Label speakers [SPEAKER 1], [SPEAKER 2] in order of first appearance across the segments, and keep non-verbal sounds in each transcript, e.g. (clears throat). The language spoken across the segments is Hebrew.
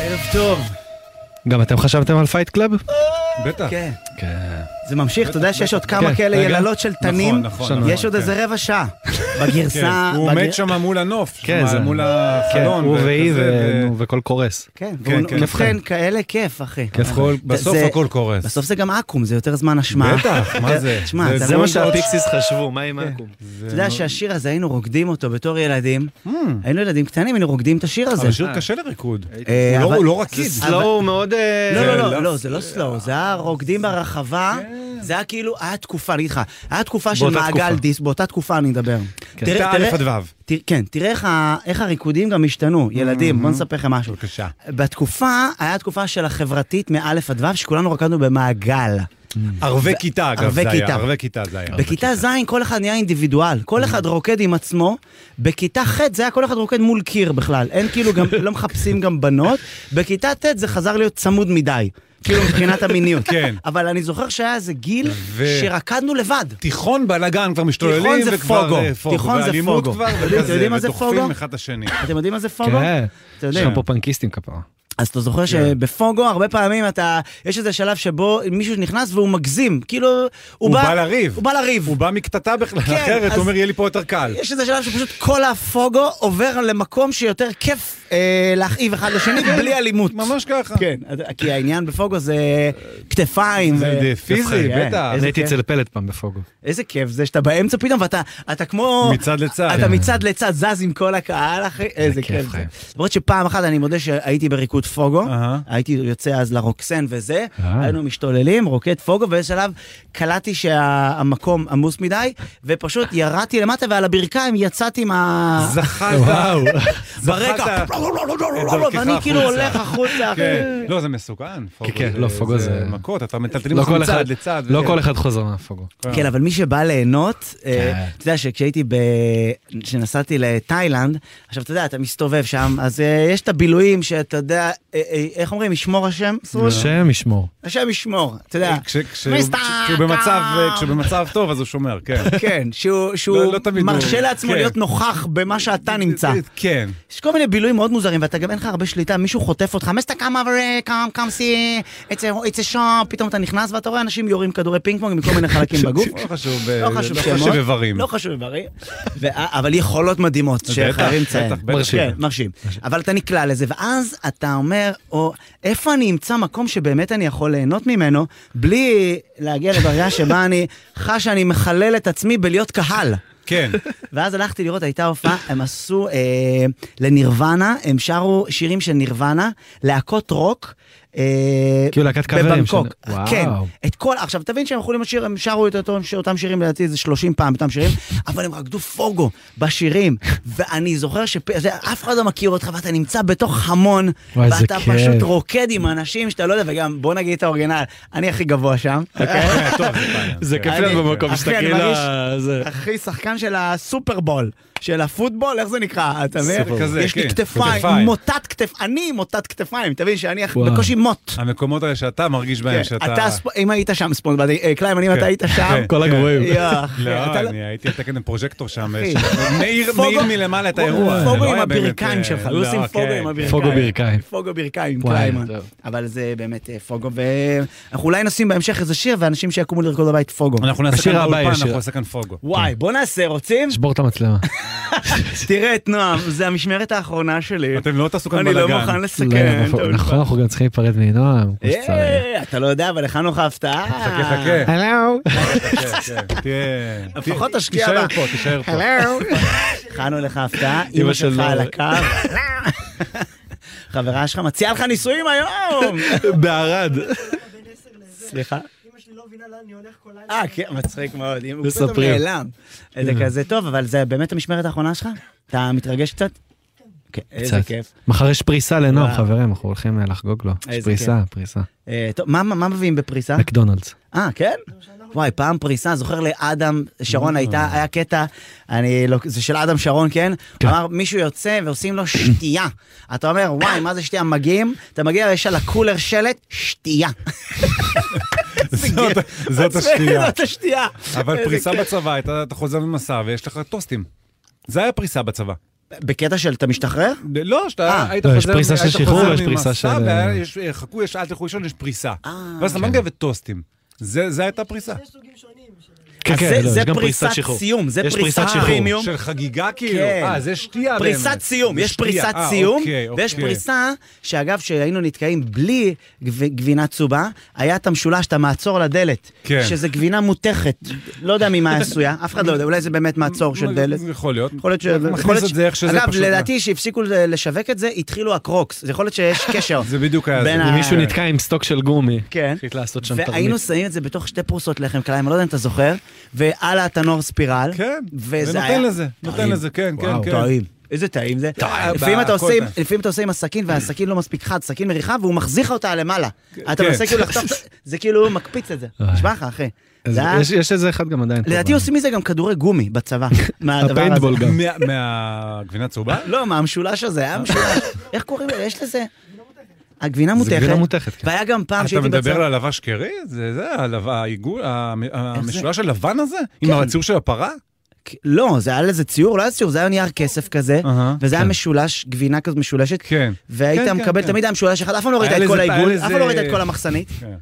[SPEAKER 1] ערב טוב.
[SPEAKER 2] גם אתם חשבתם על פייט קלאב?
[SPEAKER 3] בטח.
[SPEAKER 1] כן.
[SPEAKER 2] כן.
[SPEAKER 1] זה ממשיך, אתה יודע שיש עוד כמה
[SPEAKER 2] כן,
[SPEAKER 1] כאלה
[SPEAKER 2] רגע.
[SPEAKER 1] יללות של תנים?
[SPEAKER 3] נכון, נכון, נכון,
[SPEAKER 1] יש עוד
[SPEAKER 3] כן.
[SPEAKER 1] איזה רבע שעה.
[SPEAKER 3] (laughs) כן,
[SPEAKER 1] בגרסה...
[SPEAKER 3] הוא
[SPEAKER 1] בגר-
[SPEAKER 3] עומד שם מול הנוף,
[SPEAKER 2] כן,
[SPEAKER 3] שם
[SPEAKER 2] זה-
[SPEAKER 3] מול החלון.
[SPEAKER 2] הוא
[SPEAKER 3] וכזה,
[SPEAKER 2] והיא
[SPEAKER 3] כן, ו-
[SPEAKER 2] ו- נו, וכל קורס.
[SPEAKER 1] כן,
[SPEAKER 3] כן,
[SPEAKER 1] והוא
[SPEAKER 3] כן.
[SPEAKER 1] נותן כאלה כיף, אחי.
[SPEAKER 3] כיף כל-
[SPEAKER 1] כן. זה-
[SPEAKER 3] בסוף
[SPEAKER 1] זה-
[SPEAKER 3] הכל קורס.
[SPEAKER 1] בסוף זה גם עכו"ם, זה יותר זמן השמעה.
[SPEAKER 3] בטח, מה זה?
[SPEAKER 1] תשמע,
[SPEAKER 3] זה
[SPEAKER 1] אתה לא-
[SPEAKER 2] חשבו, מה עם העקום?
[SPEAKER 1] אתה יודע שהשיר הזה, היינו רוקדים אותו בתור ילדים. היינו ילדים קטנים, היינו רוקדים את השיר הזה.
[SPEAKER 3] Hmm. אבל שיר קשה לריקוד.
[SPEAKER 1] אה,
[SPEAKER 3] הוא לא-
[SPEAKER 1] אבל-
[SPEAKER 3] הוא לא רקיד.
[SPEAKER 2] סלואו מאוד... אה,
[SPEAKER 1] לא,
[SPEAKER 3] זה
[SPEAKER 1] לא,
[SPEAKER 3] לא- כן.
[SPEAKER 1] לא, לא, זה לא סלואו, זה היה רוקדים ברחבה, זה היה כאילו, היה תקופה, אני אגיד לך, היה תקופה של
[SPEAKER 2] באותה
[SPEAKER 1] מעגל
[SPEAKER 2] תקופה.
[SPEAKER 1] דיס, באותה תקופה אני אדבר. תראה-
[SPEAKER 3] תא כן. א'
[SPEAKER 1] תראה-
[SPEAKER 3] עד ו'.
[SPEAKER 1] תראה- כן, תראה איך ה- איך הריקודים גם השתנו, ילדים, בוא נספר לכם משהו.
[SPEAKER 3] Mm-hmm. בבקשה.
[SPEAKER 1] בתקופה, היה תקופה של החברתית מאלף עד ו', שכולנו רקדנו במעגל.
[SPEAKER 3] אה, ערבי כיתה, אגב,
[SPEAKER 1] ערבי
[SPEAKER 3] זה היה.
[SPEAKER 1] כיתה.
[SPEAKER 3] ערבי כיתה זה היה.
[SPEAKER 1] בכיתה ז' כל אחד נהיה אינדיבידואל,
[SPEAKER 3] Mm-hmm.
[SPEAKER 1] כל אחד רוקד עם עצמו, בכיתה ח' זה היה כל אחד רוקד מול קיר בכלל, אין כאילו גם, לא מחפשים גם בנות, בכיתה ט' זה חזר להיות צמוד מדי, כאילו מבחינת המיניות.
[SPEAKER 3] (laughs) כן.
[SPEAKER 1] אבל אני זוכר שהיה איזה גיל
[SPEAKER 3] ו-
[SPEAKER 1] שרקדנו לבד.
[SPEAKER 3] תיכון בלאגן כבר משתוללים,
[SPEAKER 1] תיכון זה
[SPEAKER 3] וכבר,
[SPEAKER 1] פוגו.
[SPEAKER 3] אה,
[SPEAKER 1] תיכון זה
[SPEAKER 3] ואלימות
[SPEAKER 1] פוגו.
[SPEAKER 3] כבר,
[SPEAKER 1] אתם
[SPEAKER 3] וכזה,
[SPEAKER 1] יודעים מה זה פוגו?
[SPEAKER 3] ודוחפים אחד את השני.
[SPEAKER 1] אתם יודעים מה זה פוגו?
[SPEAKER 2] כן.
[SPEAKER 1] אתה
[SPEAKER 2] יש
[SPEAKER 1] יודע.
[SPEAKER 2] לך פה פנקיסטים כפרה.
[SPEAKER 1] אז אתה
[SPEAKER 3] כן.
[SPEAKER 1] זוכר שבפוגו הרבה פעמים אתה, יש איזה שלב שבו מישהו נכנס והוא מגזים, כאילו, הוא,
[SPEAKER 3] הוא בא לריב.
[SPEAKER 1] הוא בא לריב.
[SPEAKER 3] הוא בא מקטטה בכלל,
[SPEAKER 1] כן,
[SPEAKER 3] אחרת
[SPEAKER 1] אז-
[SPEAKER 3] הוא אומר, יהיה לי פה יותר קל.
[SPEAKER 1] יש איזה שלב שפשוט כל הפוגו עובר למקום שיותר כיף אה, להכאיב אחד לשני בלי אלימות.
[SPEAKER 3] כן, ממש ככה.
[SPEAKER 1] כן, אז- כי העניין בפוגו זה כתפיים.
[SPEAKER 3] זה
[SPEAKER 1] ו-
[SPEAKER 3] פיזי,
[SPEAKER 1] כן,
[SPEAKER 3] בטח.
[SPEAKER 1] איזה
[SPEAKER 2] אני הייתי
[SPEAKER 1] כיף.
[SPEAKER 2] אצל פלט פעם בפוגו.
[SPEAKER 1] איזה כיף זה שאתה באמצע פתאום ואתה אתה כמו...
[SPEAKER 3] מצד לצד.
[SPEAKER 1] אתה מצד לצד זז עם כל הקהל אחי, איזה
[SPEAKER 2] כיף,
[SPEAKER 1] כיף זה.
[SPEAKER 2] חיים.
[SPEAKER 1] למרות שפעם אחת אני מודה שהייתי בריקוד פוגו,
[SPEAKER 3] אהה.
[SPEAKER 1] הייתי יוצא אז לרוקסן וזה,
[SPEAKER 2] אה.
[SPEAKER 1] היינו משתוללים, רוקד פוגו, ובאיזה שלב קלטתי שהמקום עמוס מדי, ופשוט ירדתי למטה ועל הברכיים יצאתי עם ה...
[SPEAKER 3] (laughs) זחלת
[SPEAKER 1] ברקע, (laughs)
[SPEAKER 3] זחלת דרכך
[SPEAKER 1] ואני כאילו
[SPEAKER 3] החוצה.
[SPEAKER 1] הולך החוצה, אחי. (laughs)
[SPEAKER 3] כן. לא, זה מסוכן. פוגו
[SPEAKER 2] כן,
[SPEAKER 3] זה-
[SPEAKER 2] לא, פוגו
[SPEAKER 3] זה
[SPEAKER 2] זה-
[SPEAKER 3] מכות, אתה מטלטלים
[SPEAKER 2] לא
[SPEAKER 3] אותך
[SPEAKER 2] כל אחד-
[SPEAKER 3] מצד לצד.
[SPEAKER 2] לא
[SPEAKER 3] וזה-
[SPEAKER 2] כל אחד חוזר מהפוגו.
[SPEAKER 3] אה.
[SPEAKER 1] כן, אבל מי שבא ליהנות,
[SPEAKER 3] כן.
[SPEAKER 1] אה, אתה יודע שכשהייתי ב... כשנסעתי לתאילנד, עכשיו אתה יודע, אתה מסתובב שם, אז אה, יש את הבילויים שאתה יודע, אה, אה, איך אומרים, ישמור השם? סרול?
[SPEAKER 2] השם ישמור.
[SPEAKER 1] השם ישמור, אתה יודע.
[SPEAKER 3] לא. אה, כש- כש-
[SPEAKER 1] מיסטר
[SPEAKER 3] כשהוא במצב- אה,
[SPEAKER 1] קאם.
[SPEAKER 3] כשהוא במצב טוב, אז הוא שומר,
[SPEAKER 1] (laughs)
[SPEAKER 3] כן.
[SPEAKER 1] כן,
[SPEAKER 3] (laughs)
[SPEAKER 1] שהוא,
[SPEAKER 3] לא-
[SPEAKER 1] שהוא
[SPEAKER 3] לא תמיד הוא-
[SPEAKER 1] מרשה לעצמו
[SPEAKER 3] כן.
[SPEAKER 1] להיות נוכח במה שאתה נמצא.
[SPEAKER 3] כן.
[SPEAKER 1] יש כל מיני בילויים מאוד מוזרים, ואתה גם אין לך הרבה שליטה, מישהו חוטף אותך, מסתכל קאם אבר, קאם, קאם סי, it's a shop, פתאום אתה נכנס ואתה רואה אנשים יורים כדורי פינג פונג מכל מיני חלקים (laughs)
[SPEAKER 3] (laughs)
[SPEAKER 1] בגוף.
[SPEAKER 3] לא חשוב,
[SPEAKER 1] לא
[SPEAKER 3] ב-
[SPEAKER 1] חשוב
[SPEAKER 3] לא
[SPEAKER 1] שמות.
[SPEAKER 3] חשוב איברים.
[SPEAKER 1] לא חשוב איברים. ו- אבל יכולות מדהימות שחייבים לציין.
[SPEAKER 3] בטח, בטח.
[SPEAKER 2] מרשים.
[SPEAKER 1] כן, מרשים. אבל אתה נקלע לזה, ואז אתה אומר, או, איפה אני אמצא מקום שבאמת אני יכול ליהנות ממנו, בלי להגיע לדרגה שבה אני חש שאני מחלל את עצמי בלהיות קהל.
[SPEAKER 3] כן.
[SPEAKER 1] (laughs) ואז הלכתי לראות, הייתה הופעה, הם עשו אה, לנירוונה, הם שרו שירים של נירוונה, להקות רוק. אה,
[SPEAKER 2] כאילו להקת קאברים
[SPEAKER 1] בבנקוק,
[SPEAKER 2] של- וואו.
[SPEAKER 1] כן. את כל, עכשיו תבין שהם יכולים לשיר, הם שרו את אותו, אותם שירים לדעתי איזה 30 פעם, אותם
[SPEAKER 2] (laughs)
[SPEAKER 1] שירים, אבל הם רקדו פוגו בשירים, ואני זוכר שאף אחד לא מכיר אותך ואתה נמצא בתוך המון,
[SPEAKER 2] וואי, איזה
[SPEAKER 1] ואתה
[SPEAKER 2] כיף.
[SPEAKER 1] פשוט רוקד עם אנשים שאתה לא יודע, וגם בוא נגיד את האורגינל, אני הכי גבוה שם,
[SPEAKER 2] (laughs)
[SPEAKER 1] אוקיי?
[SPEAKER 2] אה,
[SPEAKER 3] כן, טוב, זה בעיה.
[SPEAKER 2] זה
[SPEAKER 3] כן.
[SPEAKER 2] כיף
[SPEAKER 1] אני-
[SPEAKER 2] להיות במקום,
[SPEAKER 1] אחי, אני
[SPEAKER 2] תסתכל
[SPEAKER 1] מרגיש-
[SPEAKER 2] על זה.
[SPEAKER 1] אחי, שחקן של הסופרבול, של הפוטבול, איך זה נקרא? אתה מבין?
[SPEAKER 3] סופרבול. כזה,
[SPEAKER 1] יש לי
[SPEAKER 3] כן.
[SPEAKER 1] כתפיים,
[SPEAKER 3] כתפיים.
[SPEAKER 1] מוטת כתף, אני מוטת כתפיים, תבין שאני אח-
[SPEAKER 2] וואו.
[SPEAKER 1] בקושי מוט.
[SPEAKER 3] המקומות האלה שאתה מרגיש
[SPEAKER 1] כן,
[SPEAKER 3] בהם, אה, שאתה...
[SPEAKER 1] אתה, הספ- אם היית שם ספונד, קליים, אני אם אתה היית שם,
[SPEAKER 3] כן.
[SPEAKER 2] כל הגבוהים.
[SPEAKER 1] יא, אחי,
[SPEAKER 3] לא,
[SPEAKER 1] אתה לא-
[SPEAKER 3] אני הייתי על תקן הפרוז'קטור שם,
[SPEAKER 1] אחי.
[SPEAKER 3] ש- מאיר מאיר
[SPEAKER 1] פוגו-
[SPEAKER 3] מלמעלה את האירוע. זה
[SPEAKER 1] פוגו
[SPEAKER 3] לא
[SPEAKER 1] עם
[SPEAKER 3] היה באמת,
[SPEAKER 1] הברכיים
[SPEAKER 3] אה,
[SPEAKER 1] שלך,
[SPEAKER 3] לא,
[SPEAKER 1] היו עושים פוגו
[SPEAKER 3] כן.
[SPEAKER 1] עם הברכיים.
[SPEAKER 2] פוגו ברכיים.
[SPEAKER 1] פוגו ברכיים,
[SPEAKER 2] וואי,
[SPEAKER 1] קליימן.
[SPEAKER 2] טוב.
[SPEAKER 1] אבל זה באמת אה, פוגו, ואנחנו אולי נשים בהמשך איזה שיר, ואנשים שיקומו לרקוד בבית פוגו.
[SPEAKER 3] אנחנו נעשה
[SPEAKER 2] השיר
[SPEAKER 3] כאן
[SPEAKER 2] הבא
[SPEAKER 3] באולפן,
[SPEAKER 2] יש שיר.
[SPEAKER 3] אנחנו נעשה כאן פוגו.
[SPEAKER 1] וואי, בוא נעשה, רוצים?
[SPEAKER 2] שבור את המצלמה.
[SPEAKER 1] תראה את נועם, זה המשמרת האחרונה שלי.
[SPEAKER 3] אתם לא תעשו כאן
[SPEAKER 1] אה, אני לא
[SPEAKER 3] בלאגן.
[SPEAKER 1] מוכן
[SPEAKER 2] לא,
[SPEAKER 1] לסכן. את האולפן.
[SPEAKER 2] נכון, אנחנו גם צריכים להיפרד מנועם, כמו שצריך.
[SPEAKER 1] אה, אתה לא יודע, אבל הכנו לך הפתעה.
[SPEAKER 3] חכה, חכה.
[SPEAKER 2] הלו.
[SPEAKER 3] כן, כן,
[SPEAKER 1] (laughs)
[SPEAKER 3] תהיה-
[SPEAKER 1] לפחות
[SPEAKER 3] תהיה-
[SPEAKER 1] תשקיע
[SPEAKER 3] תישאר
[SPEAKER 1] בה.
[SPEAKER 3] פה,
[SPEAKER 1] (laughs)
[SPEAKER 3] תישאר פה.
[SPEAKER 1] הכנו לך הפתעה, אמא שלך
[SPEAKER 2] שלו.
[SPEAKER 1] על הקו. חברה שלך מציעה לך נישואים היום!
[SPEAKER 2] בערד.
[SPEAKER 1] סליחה?
[SPEAKER 4] אמא שלי לא מבינה לאן אני הולך כל לילה.
[SPEAKER 1] אה, כן, מצחיק מאוד. אם הוא פתאום
[SPEAKER 2] מספרים.
[SPEAKER 1] נעלם. זה כזה טוב, אבל זה באמת המשמרת האחרונה שלך? אתה מתרגש קצת? כן, איזה
[SPEAKER 2] קצת.
[SPEAKER 1] כיף.
[SPEAKER 2] מחר יש פריסה
[SPEAKER 1] וואו.
[SPEAKER 2] לנועם, חברים, אנחנו הולכים אה, לחגוג לו. יש
[SPEAKER 1] איזה
[SPEAKER 2] פריסה, פריסה.
[SPEAKER 1] אה, טוב, מה- מה מה מביאים בפריסה?
[SPEAKER 2] מקדונלדס.
[SPEAKER 1] אה, כן? וואי, פעם פריסה, זוכר לאדם,
[SPEAKER 3] אה.
[SPEAKER 1] שרון הייתה, היה קטע, אני לא, זה של אדם שרון, כן?
[SPEAKER 2] כן.
[SPEAKER 1] אמר, מישהו יוצא ועושים לו שתייה. אתה אומר, וואי, מה זה שתייה? מגיעים, אתה מגיע ויש על הקולר שלט, שתייה.
[SPEAKER 3] זאת-
[SPEAKER 1] (laughs)
[SPEAKER 3] זאת השנייה.
[SPEAKER 1] זאת השתייה.
[SPEAKER 3] אבל
[SPEAKER 1] איזה
[SPEAKER 3] פריסה
[SPEAKER 1] כיף.
[SPEAKER 3] בצבא, אתה אתה חוזר ממסע ויש לך טוסטים. זה היה פריסה בצבא.
[SPEAKER 1] בקטע של אתה משתחרר?
[SPEAKER 3] לא, שאתה
[SPEAKER 1] אה.
[SPEAKER 3] היית
[SPEAKER 2] לא, יש
[SPEAKER 3] חוזר
[SPEAKER 2] פריסה של
[SPEAKER 3] היית
[SPEAKER 2] שחרור
[SPEAKER 3] חוזר
[SPEAKER 2] ויש פריסה
[SPEAKER 3] ממסע,
[SPEAKER 2] של-
[SPEAKER 3] והיה- יש- אה, חכו, יש- אל תלכו לישון, יש פריסה.
[SPEAKER 1] אה.
[SPEAKER 3] ואז אתה מנגה וטוסטים. זה זה הייתה פריסה.
[SPEAKER 4] יש סוגים שונים. של-
[SPEAKER 2] כן,
[SPEAKER 1] אז
[SPEAKER 2] כן,
[SPEAKER 1] זה-
[SPEAKER 2] לא, יש
[SPEAKER 1] זה
[SPEAKER 2] גם
[SPEAKER 1] פריסת
[SPEAKER 2] שחרור.
[SPEAKER 1] סיום, זה
[SPEAKER 2] יש
[SPEAKER 1] פריסת
[SPEAKER 2] פריסת שחרור.
[SPEAKER 1] פרימיום.
[SPEAKER 3] של חגיגה כאילו.
[SPEAKER 1] כן.
[SPEAKER 3] אה, זה שתייה באמת.
[SPEAKER 1] פריסת סיום,
[SPEAKER 3] זה
[SPEAKER 1] יש
[SPEAKER 3] שתייה.
[SPEAKER 1] פריסת
[SPEAKER 3] אה,
[SPEAKER 1] סיום,
[SPEAKER 3] אוקיי,
[SPEAKER 1] ויש
[SPEAKER 3] אוקיי.
[SPEAKER 1] פריסה שאגב, שהיינו נתקעים בלי גב- גבינה צהובה, היה את המשולש, את המעצור לדלת,
[SPEAKER 3] כן.
[SPEAKER 1] שזה גבינה מותכת, לא יודע ממה
[SPEAKER 3] (laughs)
[SPEAKER 1] עשויה, אף אחד לא יודע, אולי זה באמת מעצור של דלת.
[SPEAKER 3] יכול להיות.
[SPEAKER 1] יכול להיות ש... יכול
[SPEAKER 3] מכניס
[SPEAKER 1] להיות
[SPEAKER 3] את
[SPEAKER 1] ש-
[SPEAKER 3] זה איך שזה
[SPEAKER 1] אגב,
[SPEAKER 3] פשוט.
[SPEAKER 1] לדעתי שהפסיקו לשווק את זה, התחילו הקרוקס, אז יכול להיות שיש קשר.
[SPEAKER 3] (laughs) זה בדיוק היה
[SPEAKER 1] בין
[SPEAKER 3] זה.
[SPEAKER 1] ה-
[SPEAKER 2] מישהו נתקע עם סטוק של גומי.
[SPEAKER 1] אה, כן.
[SPEAKER 2] החליט לעשות שם תרמית.
[SPEAKER 1] והיינו שמים את זה בתוך שתי פרוסות לחם קליים, אני לא יודע אם אתה זוכר, ועלה התנור ספירל.
[SPEAKER 3] כן,
[SPEAKER 1] וזה היה-
[SPEAKER 3] ונותן לזה, נותן
[SPEAKER 1] טעים.
[SPEAKER 3] לזה, כן, כן,
[SPEAKER 2] וואו,
[SPEAKER 3] כן.
[SPEAKER 1] טעים. איזה טעים זה. לפעמים אתה
[SPEAKER 3] הכל
[SPEAKER 1] עושה עם-
[SPEAKER 3] טעים.
[SPEAKER 1] לפעמים אתה עושה עם הסכין והסכין לא מספיק חד, סכין מריחה והוא מחזיך אותה למעלה. אתה
[SPEAKER 3] כן.
[SPEAKER 1] מנסה כאילו לחתוך, זה כאילו מקפיץ את זה.
[SPEAKER 2] אוי.
[SPEAKER 1] נשבע לך אחי.
[SPEAKER 2] אז
[SPEAKER 1] זה היה-
[SPEAKER 2] יש- יש איזה אחד גם עדיין. פה
[SPEAKER 1] לדעתי
[SPEAKER 2] ב-
[SPEAKER 1] עושים מזה גם כדורי גומי
[SPEAKER 2] (laughs)
[SPEAKER 1] בצבא. מהדבר הזה.
[SPEAKER 2] הפיינטבול גם.
[SPEAKER 3] מה- מהגבינה צהובה?
[SPEAKER 1] לא, מה המשולש הזה, היה
[SPEAKER 2] (laughs)
[SPEAKER 1] משולש. איך קוראים לזה? יש לזה... הגבינה מותכת.
[SPEAKER 2] גבינה מותכת, כן.
[SPEAKER 1] והיה גם פעם
[SPEAKER 3] אתה
[SPEAKER 1] שהייתי
[SPEAKER 3] מדבר על
[SPEAKER 1] בצבא...
[SPEAKER 3] הלבש קרי? זה זה, הלב- העיגול, המ- המשולש הלבן הזה? עם
[SPEAKER 1] כן.
[SPEAKER 3] הציור של הפרה?
[SPEAKER 1] לא, זה היה לזה ציור, לא היה ציור, זה היה נייר כסף כזה,
[SPEAKER 3] אהה,
[SPEAKER 1] וזה היה משולש, גבינה כזאת משולשת,
[SPEAKER 3] כן.
[SPEAKER 1] והיית
[SPEAKER 3] כן, כן,
[SPEAKER 1] מקבל,
[SPEAKER 3] כן.
[SPEAKER 1] תמיד היה משולש אחד, אף פעם לא ראית
[SPEAKER 3] היה
[SPEAKER 1] את כל
[SPEAKER 3] לזה- היה
[SPEAKER 1] העיגול, אף
[SPEAKER 3] לזה-
[SPEAKER 1] פעם לא ראית את כל המחסנית.
[SPEAKER 3] כן.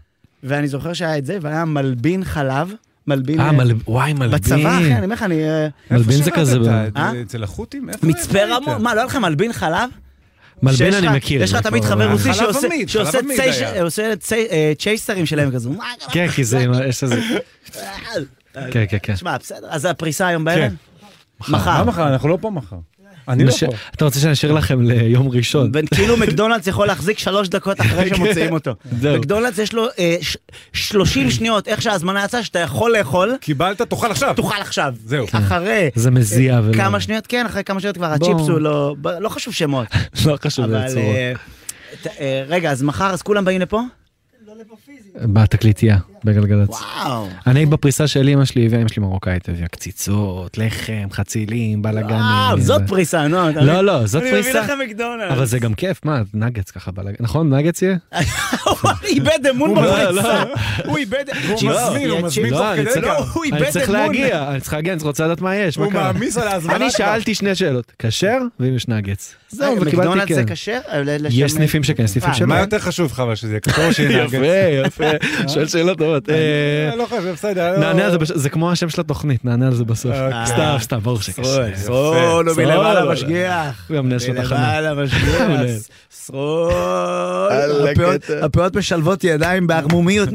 [SPEAKER 1] ואני זוכר שהיה את זה, והיה מלבין חלב, מלבין...
[SPEAKER 2] אה,
[SPEAKER 1] אה,
[SPEAKER 2] מל- וואי, מלבין.
[SPEAKER 1] בצבא, אחי, אני אומר לך, אני... אה,
[SPEAKER 2] מלבין
[SPEAKER 3] איפה
[SPEAKER 2] זה
[SPEAKER 3] שירתת?
[SPEAKER 2] כזה ב-
[SPEAKER 1] אה?
[SPEAKER 3] אצל החות'ים? איפה
[SPEAKER 1] מצפה
[SPEAKER 3] היית?
[SPEAKER 1] רמון, מה, לא היה לך מלבין חלב?
[SPEAKER 2] מלבין
[SPEAKER 1] שיש
[SPEAKER 2] אני
[SPEAKER 1] לך-
[SPEAKER 2] מכיר.
[SPEAKER 1] יש לך
[SPEAKER 2] זה
[SPEAKER 1] תמיד
[SPEAKER 2] כבר-
[SPEAKER 1] חבר רוסי
[SPEAKER 3] נכון, חלב
[SPEAKER 1] שעושה-
[SPEAKER 3] עמיד,
[SPEAKER 1] שעושה
[SPEAKER 3] חלב עמיד
[SPEAKER 1] צי-
[SPEAKER 3] היה.
[SPEAKER 1] עושה צי- אה, צ'ייסרים שלהם כזה, מה,
[SPEAKER 2] כן, כי זה, יש (laughs) איזה... כן, כן, כן.
[SPEAKER 1] תשמע, אה, בסדר, אז הפריסה היום בערב?
[SPEAKER 3] כן.
[SPEAKER 1] מחר.
[SPEAKER 3] מה מחר? אנחנו לא פה מחר. אני לא
[SPEAKER 2] מש-
[SPEAKER 3] פה.
[SPEAKER 2] אתה רוצה שאני אשאיר לכם ליום ראשון?
[SPEAKER 1] בין- כאילו מקדונלדס יכול להחזיק שלוש דקות
[SPEAKER 2] (laughs)
[SPEAKER 1] אחרי שמוציאים אותו.
[SPEAKER 2] כן, זהו.
[SPEAKER 1] מקדונלדס יש לו אה, ש- 30 שניות, איך שההזמנה יצאה, שאתה יכול לאכול,
[SPEAKER 3] קיבלת, תאכל עכשיו.
[SPEAKER 1] תאכל עכשיו.
[SPEAKER 3] זהו.
[SPEAKER 1] אחרי
[SPEAKER 2] זה מזיע
[SPEAKER 1] אה,
[SPEAKER 2] ולא-
[SPEAKER 1] כמה שניות, כן, אחרי כמה שניות כבר הצ'יפס הוא לא... ב- לא חשוב
[SPEAKER 2] (laughs)
[SPEAKER 1] שמות.
[SPEAKER 2] לא חשוב
[SPEAKER 1] אבל...
[SPEAKER 2] איזה צורות.
[SPEAKER 1] אה, ת- אה, רגע, אז מחר, אז כולם באים לפה?
[SPEAKER 4] לא לפה פיזית.
[SPEAKER 2] בתקליטייה, בגלגלצ.
[SPEAKER 1] אה, וואו.
[SPEAKER 2] אני בפריסה של אמא שלי הביאה, אמא שלי מרוקאית, הביאה קציצות, לחם, חצילים,
[SPEAKER 1] וואו,
[SPEAKER 2] בלאגנים.
[SPEAKER 1] זאת
[SPEAKER 2] זה-
[SPEAKER 1] פריסה, נו. אתה מבין?
[SPEAKER 2] לא, לא, זאת
[SPEAKER 1] אני מביא
[SPEAKER 2] פריסה.
[SPEAKER 1] לכם מקדונלדס.
[SPEAKER 2] אבל זה גם כיף, מה, נגץ ככה בלאגן. נכון, נגץ יהיה?
[SPEAKER 1] (laughs) הוא איבד אמון
[SPEAKER 3] הוא מזמין,
[SPEAKER 1] בפריסה. הוא איבד...
[SPEAKER 3] הוא מזמין, הוא מזמין תוך
[SPEAKER 2] לא, אני
[SPEAKER 3] כדי
[SPEAKER 2] צריך-
[SPEAKER 3] גם.
[SPEAKER 1] הוא איבד
[SPEAKER 2] אני צריך
[SPEAKER 1] אמון.
[SPEAKER 2] להגיע, אני צריך להגיע, אני רוצה לדעת מה יש, מה
[SPEAKER 3] הוא
[SPEAKER 2] קרה.
[SPEAKER 3] מעמיס על ההזמנה
[SPEAKER 2] אני
[SPEAKER 3] כבר.
[SPEAKER 2] שאלתי שני שאלות, כשר ואם יש נגץ. זהו, וקיבלתי
[SPEAKER 1] אה, מקדונלדס זה
[SPEAKER 2] כן.
[SPEAKER 1] כשר? ל- לשם-
[SPEAKER 2] יש סניפים שכן, סניפים
[SPEAKER 1] אה,
[SPEAKER 2] שלא.
[SPEAKER 3] מה יותר חשוב לך, אבל שזה יהיה קשור שיהיה נגד?
[SPEAKER 2] יפה, יפה, (laughs) שואל שאלות טובות. אה,
[SPEAKER 3] לא חשוב, בסדר. לא-
[SPEAKER 2] נענה על זה, בש- זה כמו השם של התוכנית, נענה על זה בסוף.
[SPEAKER 3] אוקיי.
[SPEAKER 2] סתם, סתם, ברור שכשר.
[SPEAKER 1] סרול, סרול, הוא
[SPEAKER 2] סרול.
[SPEAKER 1] מלמעלה משגיח.
[SPEAKER 2] הוא גם נס לתחנה.
[SPEAKER 3] (laughs)
[SPEAKER 1] מלמעלה משגיח. סרול. הפאות- הפאות משלבות ידיים
[SPEAKER 3] (laughs)
[SPEAKER 1] בערמומיות.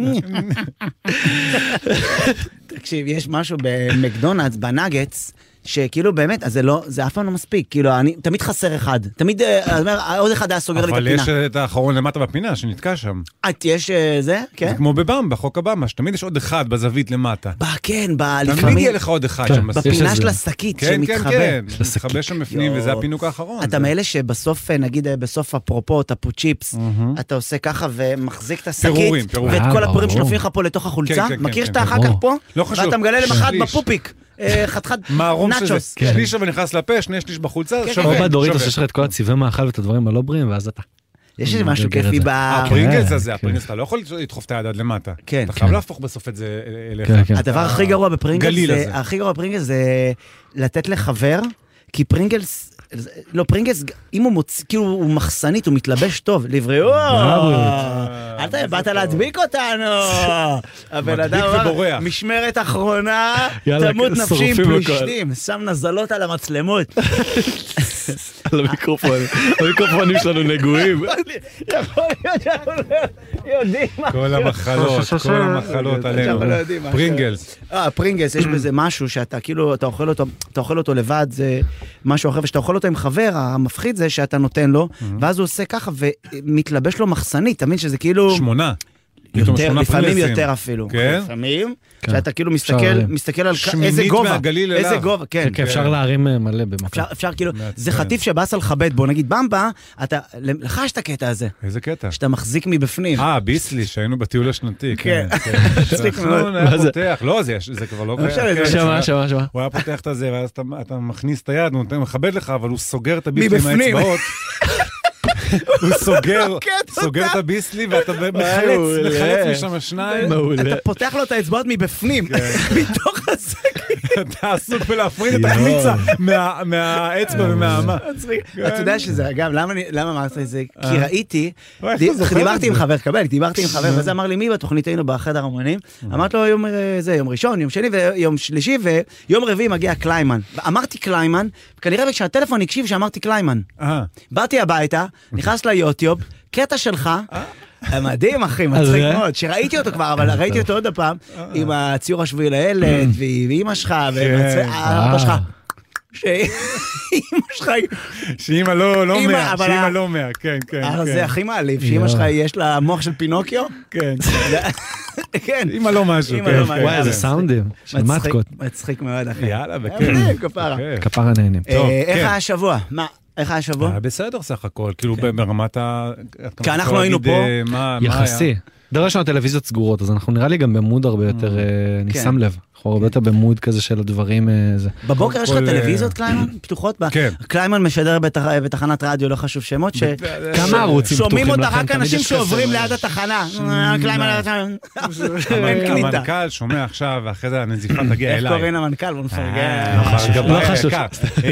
[SPEAKER 1] תקשיב, יש משהו במקדונלדס, בנאגץ. שכאילו באמת, אז זה לא, זה אף פעם לא מספיק, כאילו, אני, תמיד חסר אחד, תמיד, אה, אני אומר, עוד אחד היה סוגר לי את
[SPEAKER 3] אבל
[SPEAKER 1] הפינה.
[SPEAKER 3] יש את האחרון למטה בפינה שנתקע שם.
[SPEAKER 1] את יש אה, זה?
[SPEAKER 3] זה
[SPEAKER 1] כן?
[SPEAKER 3] כמו בבמבה, חוק הבמבה, שתמיד יש עוד אחד בזווית למטה.
[SPEAKER 1] ב- כן, ב...
[SPEAKER 3] תמיד
[SPEAKER 1] לפעמים...
[SPEAKER 3] יהיה לך עוד אחד
[SPEAKER 2] כן,
[SPEAKER 3] שם בסוף.
[SPEAKER 2] יש
[SPEAKER 1] בפינה
[SPEAKER 2] איזה-
[SPEAKER 1] של השקית
[SPEAKER 3] כן, כן,
[SPEAKER 1] שמתחבא.
[SPEAKER 3] כן.
[SPEAKER 2] של השקית.
[SPEAKER 3] מתחבא שם בפנים,
[SPEAKER 1] יואו.
[SPEAKER 3] וזה הפינוק האחרון.
[SPEAKER 1] אתה
[SPEAKER 3] זה-
[SPEAKER 1] מאלה שבסוף, אה, נגיד אה, בסוף אפרופו, טפו צ'יפס, אתה עושה ככה ומחזיק את השקית,
[SPEAKER 3] פירורים, פירורים.
[SPEAKER 1] ואת
[SPEAKER 2] אה,
[SPEAKER 1] כל הפורים
[SPEAKER 2] ברור.
[SPEAKER 1] שנופלים לך פה לתוך החולצה,
[SPEAKER 3] כן, כן,
[SPEAKER 1] מכיר
[SPEAKER 3] כן,
[SPEAKER 1] שאתה
[SPEAKER 3] כן,
[SPEAKER 1] אחר
[SPEAKER 2] ברור.
[SPEAKER 1] כך פה,
[SPEAKER 3] לא חשוב.
[SPEAKER 1] ואתה מגלה למחרת
[SPEAKER 3] שליש.
[SPEAKER 1] בפופיק, אה, חתיכת
[SPEAKER 3] מהרום שזה,
[SPEAKER 1] נאצ'וס.
[SPEAKER 2] כן.
[SPEAKER 3] שליש שווה נכנס לפה, שני שליש בחולצה,
[SPEAKER 1] כן,
[SPEAKER 3] זה
[SPEAKER 1] כן,
[SPEAKER 2] או
[SPEAKER 3] שווה.
[SPEAKER 1] כן.
[SPEAKER 2] בדוריטוס
[SPEAKER 3] אוקיי, שווה.
[SPEAKER 2] יש לך את כל הצבעי מאכל ואת הדברים הלא בריאים, ואז אתה.
[SPEAKER 1] יש איזה
[SPEAKER 2] אני
[SPEAKER 1] משהו
[SPEAKER 2] מגגר את
[SPEAKER 1] כיפי
[SPEAKER 2] זה.
[SPEAKER 1] ב...
[SPEAKER 3] אה, הפרינגלס
[SPEAKER 2] כן,
[SPEAKER 3] הזה,
[SPEAKER 2] כן.
[SPEAKER 3] הפרינגלס, אתה לא יכול לדחוף את היד עד למטה.
[SPEAKER 1] כן,
[SPEAKER 3] אתה חייב
[SPEAKER 2] כן.
[SPEAKER 3] להפוך בסוף את זה אליך.
[SPEAKER 2] כן, כן.
[SPEAKER 1] הדבר הכי גרוע בפרינגלס,
[SPEAKER 3] גליל
[SPEAKER 1] זה-
[SPEAKER 3] הזה.
[SPEAKER 1] הכי גרוע בפרינגלס זה לתת לחבר, כי פרינגלס, לא פרינגלס, אם הוא מוציא, כאילו הוא מחסנית, הוא מתלבש טוב, לבריאות.
[SPEAKER 2] לבריאות.
[SPEAKER 1] אל ת... באת להדביק
[SPEAKER 3] (laughs)
[SPEAKER 1] אותנו. הבן
[SPEAKER 3] מדביק
[SPEAKER 1] אדם אמר,
[SPEAKER 3] ובורח.
[SPEAKER 1] משמרת אחרונה,
[SPEAKER 2] (laughs) יאללה,
[SPEAKER 1] תמות נפשי עם
[SPEAKER 2] שורפים הכל."
[SPEAKER 1] פלושתים, שם נזלות על
[SPEAKER 2] (laughs)
[SPEAKER 1] המצלמות.
[SPEAKER 2] על המיקרופון, (laughs) המיקרופונים שלנו נגועים.
[SPEAKER 1] יכול להיות שאנחנו לא יודעים מה...
[SPEAKER 3] כל המחלות, כל המחלות עלינו.
[SPEAKER 1] אבל לא יודעים מה
[SPEAKER 3] פרינגלס.
[SPEAKER 1] אה, פרינגלס, יש
[SPEAKER 3] (clears throat)
[SPEAKER 1] בזה משהו שאתה כאילו, אתה אוכל אותו, אתה אוכל אותו לבד, זה משהו אחר, וכשאתה אוכל אותו עם חבר, המפחיד זה שאתה נותן לו, ואז הוא עושה ככה ומתלבש לו מחסנית, אתה מבין שזה כאילו...
[SPEAKER 3] שמונה. פתאום
[SPEAKER 1] יותר,
[SPEAKER 3] שמונה
[SPEAKER 1] לפעמים
[SPEAKER 3] פרינגלסים.
[SPEAKER 1] יותר אפילו.
[SPEAKER 3] כן?
[SPEAKER 1] לפעמים,
[SPEAKER 2] כן.
[SPEAKER 1] שאתה כאילו מסתכל,
[SPEAKER 2] אפשר-
[SPEAKER 1] מסתכל על כ-
[SPEAKER 3] שמינית
[SPEAKER 1] איזה גובה,
[SPEAKER 3] מהגליל
[SPEAKER 1] איזה
[SPEAKER 3] אליו.
[SPEAKER 1] גובה, כן.
[SPEAKER 2] כן, אפשר להרים אה, מלא
[SPEAKER 1] אפשר,
[SPEAKER 2] במכה.
[SPEAKER 1] אפשר כאילו, זה
[SPEAKER 3] מעצבן.
[SPEAKER 1] חטיף שבאסל לכבד בו, נגיד במבה, אתה, לך יש את הקטע הזה,
[SPEAKER 3] איזה קטע.
[SPEAKER 1] שאתה מחזיק מבפנים.
[SPEAKER 3] אה, ביסלי, שהיינו בטיול השנתי. כן.
[SPEAKER 1] כן.
[SPEAKER 3] כן.
[SPEAKER 1] (laughs) מצחיק מאוד.
[SPEAKER 3] הוא היה
[SPEAKER 2] מה זה?
[SPEAKER 3] פותח, לא, זה- זה כבר לא
[SPEAKER 1] לא משנה,
[SPEAKER 3] קיים.
[SPEAKER 1] זה-
[SPEAKER 2] שמע, שמע, שמע.
[SPEAKER 3] הוא היה פותח את הזה, ואז אתה- אתה מכניס את היד, הוא נותן- מכבד לך, אבל הוא סוגר את הביסלי עם
[SPEAKER 1] מבפנים. (laughs)
[SPEAKER 3] האצבעות. הוא סוגר,
[SPEAKER 1] לוקט
[SPEAKER 3] סוגר את הביסלי ואתה מחלץ,
[SPEAKER 2] מעולה.
[SPEAKER 3] מחלץ משם
[SPEAKER 1] (laughs)
[SPEAKER 3] שניים.
[SPEAKER 2] מעולה.
[SPEAKER 3] כן.
[SPEAKER 1] אתה פותח לו את האצבעות מבפנים, (laughs) מתוך הסק.
[SPEAKER 3] אתה עסוק בלהפריד את החמיצה מה- מהאצבע ומהאמה.
[SPEAKER 1] אה,
[SPEAKER 3] כן.
[SPEAKER 1] אתה יודע שזה, אגב, למה אני- למה אמרת את זה? כי ראיתי,
[SPEAKER 3] אוי, אה. איך
[SPEAKER 1] די-
[SPEAKER 3] אתה זוכר את
[SPEAKER 1] דיברתי
[SPEAKER 3] זה? אה.
[SPEAKER 1] עם חבר, קבל, דיברתי עם חבר, וזה אמר לי, מי בתוכנית היינו בחדר אמנים? אמרתי לו, יום אה, זה, יום ראשון, יום שני ויום שלישי, ויום רביעי מגיע קליימן. אמרתי קליימן, כנראה כשהטלפון הקשיב שאמרתי קליימן.
[SPEAKER 3] אה,
[SPEAKER 1] באתי הביתה, נכנס ליוטיוב, קטע שלך.
[SPEAKER 3] אה.
[SPEAKER 1] אה, מדהים אחי, מצחיק
[SPEAKER 2] אה?
[SPEAKER 1] מאוד, שראיתי אותו כבר, אבל ראיתי אותו עוד פעם, עם הציור השביעי לילד, ועם אימא שלך, ועם
[SPEAKER 3] אה. כן.
[SPEAKER 1] הצ- האבא שלך. (laughs) שאימא שלך,
[SPEAKER 3] שאימא לא לא
[SPEAKER 1] אמא,
[SPEAKER 3] מאה,
[SPEAKER 1] אבל
[SPEAKER 3] שאימא
[SPEAKER 1] ה-
[SPEAKER 3] לא מאה, כן, כן.
[SPEAKER 1] אה,
[SPEAKER 3] כן,
[SPEAKER 1] זה הכי מעליב,
[SPEAKER 2] לא.
[SPEAKER 1] שאימא שלך יש לה מוח של פינוקיו. (laughs)
[SPEAKER 3] כן,
[SPEAKER 1] כן,
[SPEAKER 3] אימא לא משהו.
[SPEAKER 1] אימא
[SPEAKER 3] כן,
[SPEAKER 1] לא
[SPEAKER 3] כן,
[SPEAKER 1] משהו.
[SPEAKER 2] וואי, איזה
[SPEAKER 3] כן.
[SPEAKER 2] סאונדים של
[SPEAKER 1] מצחיק-
[SPEAKER 2] מתקות.
[SPEAKER 1] מצחיק מאוד אחי.
[SPEAKER 3] יאללה,
[SPEAKER 1] מדהים,
[SPEAKER 3] בכיף.
[SPEAKER 1] כן, כפרה.
[SPEAKER 3] בכיף.
[SPEAKER 2] כפרה נהנים.
[SPEAKER 1] אה,
[SPEAKER 3] טוב,
[SPEAKER 1] איך
[SPEAKER 3] כן. אה,
[SPEAKER 1] היה השבוע? מה, איך היה השבוע?
[SPEAKER 3] היה בסדר סך הכל, כאילו ברמת ה... אתה
[SPEAKER 1] כן. כי אנחנו
[SPEAKER 3] יכול
[SPEAKER 1] היינו
[SPEAKER 3] להגיד,
[SPEAKER 1] פה,
[SPEAKER 3] אה, מה- מה היה?
[SPEAKER 2] יחסי. דבר ראשון הטלוויזיות סגורות אז אנחנו נראה לי גם במוד הרבה יותר אה, אני
[SPEAKER 1] כן.
[SPEAKER 2] שם לב אנחנו הרבה יותר במוד כזה של הדברים אה, זה.
[SPEAKER 1] בבוקר יש לך
[SPEAKER 3] כל, אה,
[SPEAKER 1] טלוויזיות קליימן? פתוחות? ב-
[SPEAKER 3] כן.
[SPEAKER 1] קליימן משדר בתח- בתחנת רדיו, לא חשוב שמות, ש...
[SPEAKER 2] כמה ערוצים
[SPEAKER 1] שומעים
[SPEAKER 2] פתוחים
[SPEAKER 1] אותה
[SPEAKER 2] לכם?
[SPEAKER 1] רק
[SPEAKER 2] תמיד
[SPEAKER 1] אנשים
[SPEAKER 2] יש
[SPEAKER 1] שעוברים
[SPEAKER 2] חסר.
[SPEAKER 1] ליד התחנה. קליימן ליד
[SPEAKER 2] (laughs)
[SPEAKER 1] התחנה. אין
[SPEAKER 3] המנכ"ל-
[SPEAKER 1] קליטה.
[SPEAKER 3] המנכ"ל שומע עכשיו, ואחרי זה הנזיפה
[SPEAKER 1] (clears throat)
[SPEAKER 3] תגיע
[SPEAKER 1] איך
[SPEAKER 3] אליי.
[SPEAKER 1] קוראים למנכ"ל? בוא נפרגן.
[SPEAKER 3] אה,
[SPEAKER 2] לא
[SPEAKER 3] גבאי
[SPEAKER 2] חשוב.
[SPEAKER 3] היקר. אה,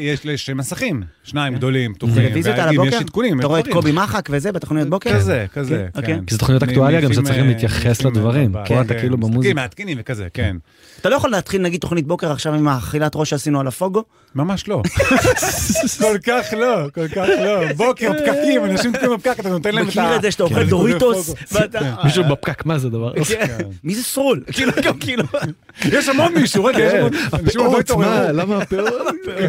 [SPEAKER 3] יש יש מסכים, שניים גדולים, פתוחים.
[SPEAKER 1] טלוויזיות כן. על
[SPEAKER 3] והאם
[SPEAKER 1] הבוקר?
[SPEAKER 3] יש עדכונים,
[SPEAKER 1] אתה רואה את
[SPEAKER 3] דברים.
[SPEAKER 1] קובי מחק וזה בתוכניות בוקר?
[SPEAKER 3] כזה, כזה,
[SPEAKER 1] כן, אוקיי.
[SPEAKER 3] כן.
[SPEAKER 2] כי זה תוכניות אקטואליה גם שצריכים
[SPEAKER 3] אה,
[SPEAKER 2] להתייחס
[SPEAKER 3] מניפים, אה,
[SPEAKER 2] לדברים.
[SPEAKER 3] בבית.
[SPEAKER 2] פה אתה
[SPEAKER 3] כן,
[SPEAKER 2] כאילו
[SPEAKER 3] מסתכלים,
[SPEAKER 2] במוזיקה.
[SPEAKER 3] מעדכנים וכזה, כן.
[SPEAKER 1] אתה לא יכול להתחיל נגיד תוכנית בוקר עכשיו עם האכילת ראש שעשינו על הפוגו?
[SPEAKER 3] ממש
[SPEAKER 2] (laughs)
[SPEAKER 3] לא. כל כך לא, כל כך לא. בוקר, פקקים, אנשים תקועים בפקק, אתה נותן להם את ה...
[SPEAKER 1] מכיר את זה שאתה
[SPEAKER 3] כן. כן.
[SPEAKER 1] אוכל דוריטוס ואתה... אה,
[SPEAKER 2] מישהו בפקק מה זה
[SPEAKER 1] כן.
[SPEAKER 2] אוקיי. דבר.
[SPEAKER 1] (laughs)
[SPEAKER 2] הזה?
[SPEAKER 1] מי זה
[SPEAKER 3] (laughs)
[SPEAKER 1] סרול? (laughs) כאילו, גם כאילו...
[SPEAKER 3] יש המון מישהו, רגע, יש המון... אנשים
[SPEAKER 2] כן.
[SPEAKER 3] עוד לא
[SPEAKER 2] הפאות,
[SPEAKER 3] התעוררו.
[SPEAKER 2] מה, למה
[SPEAKER 1] (laughs)
[SPEAKER 2] הפאות?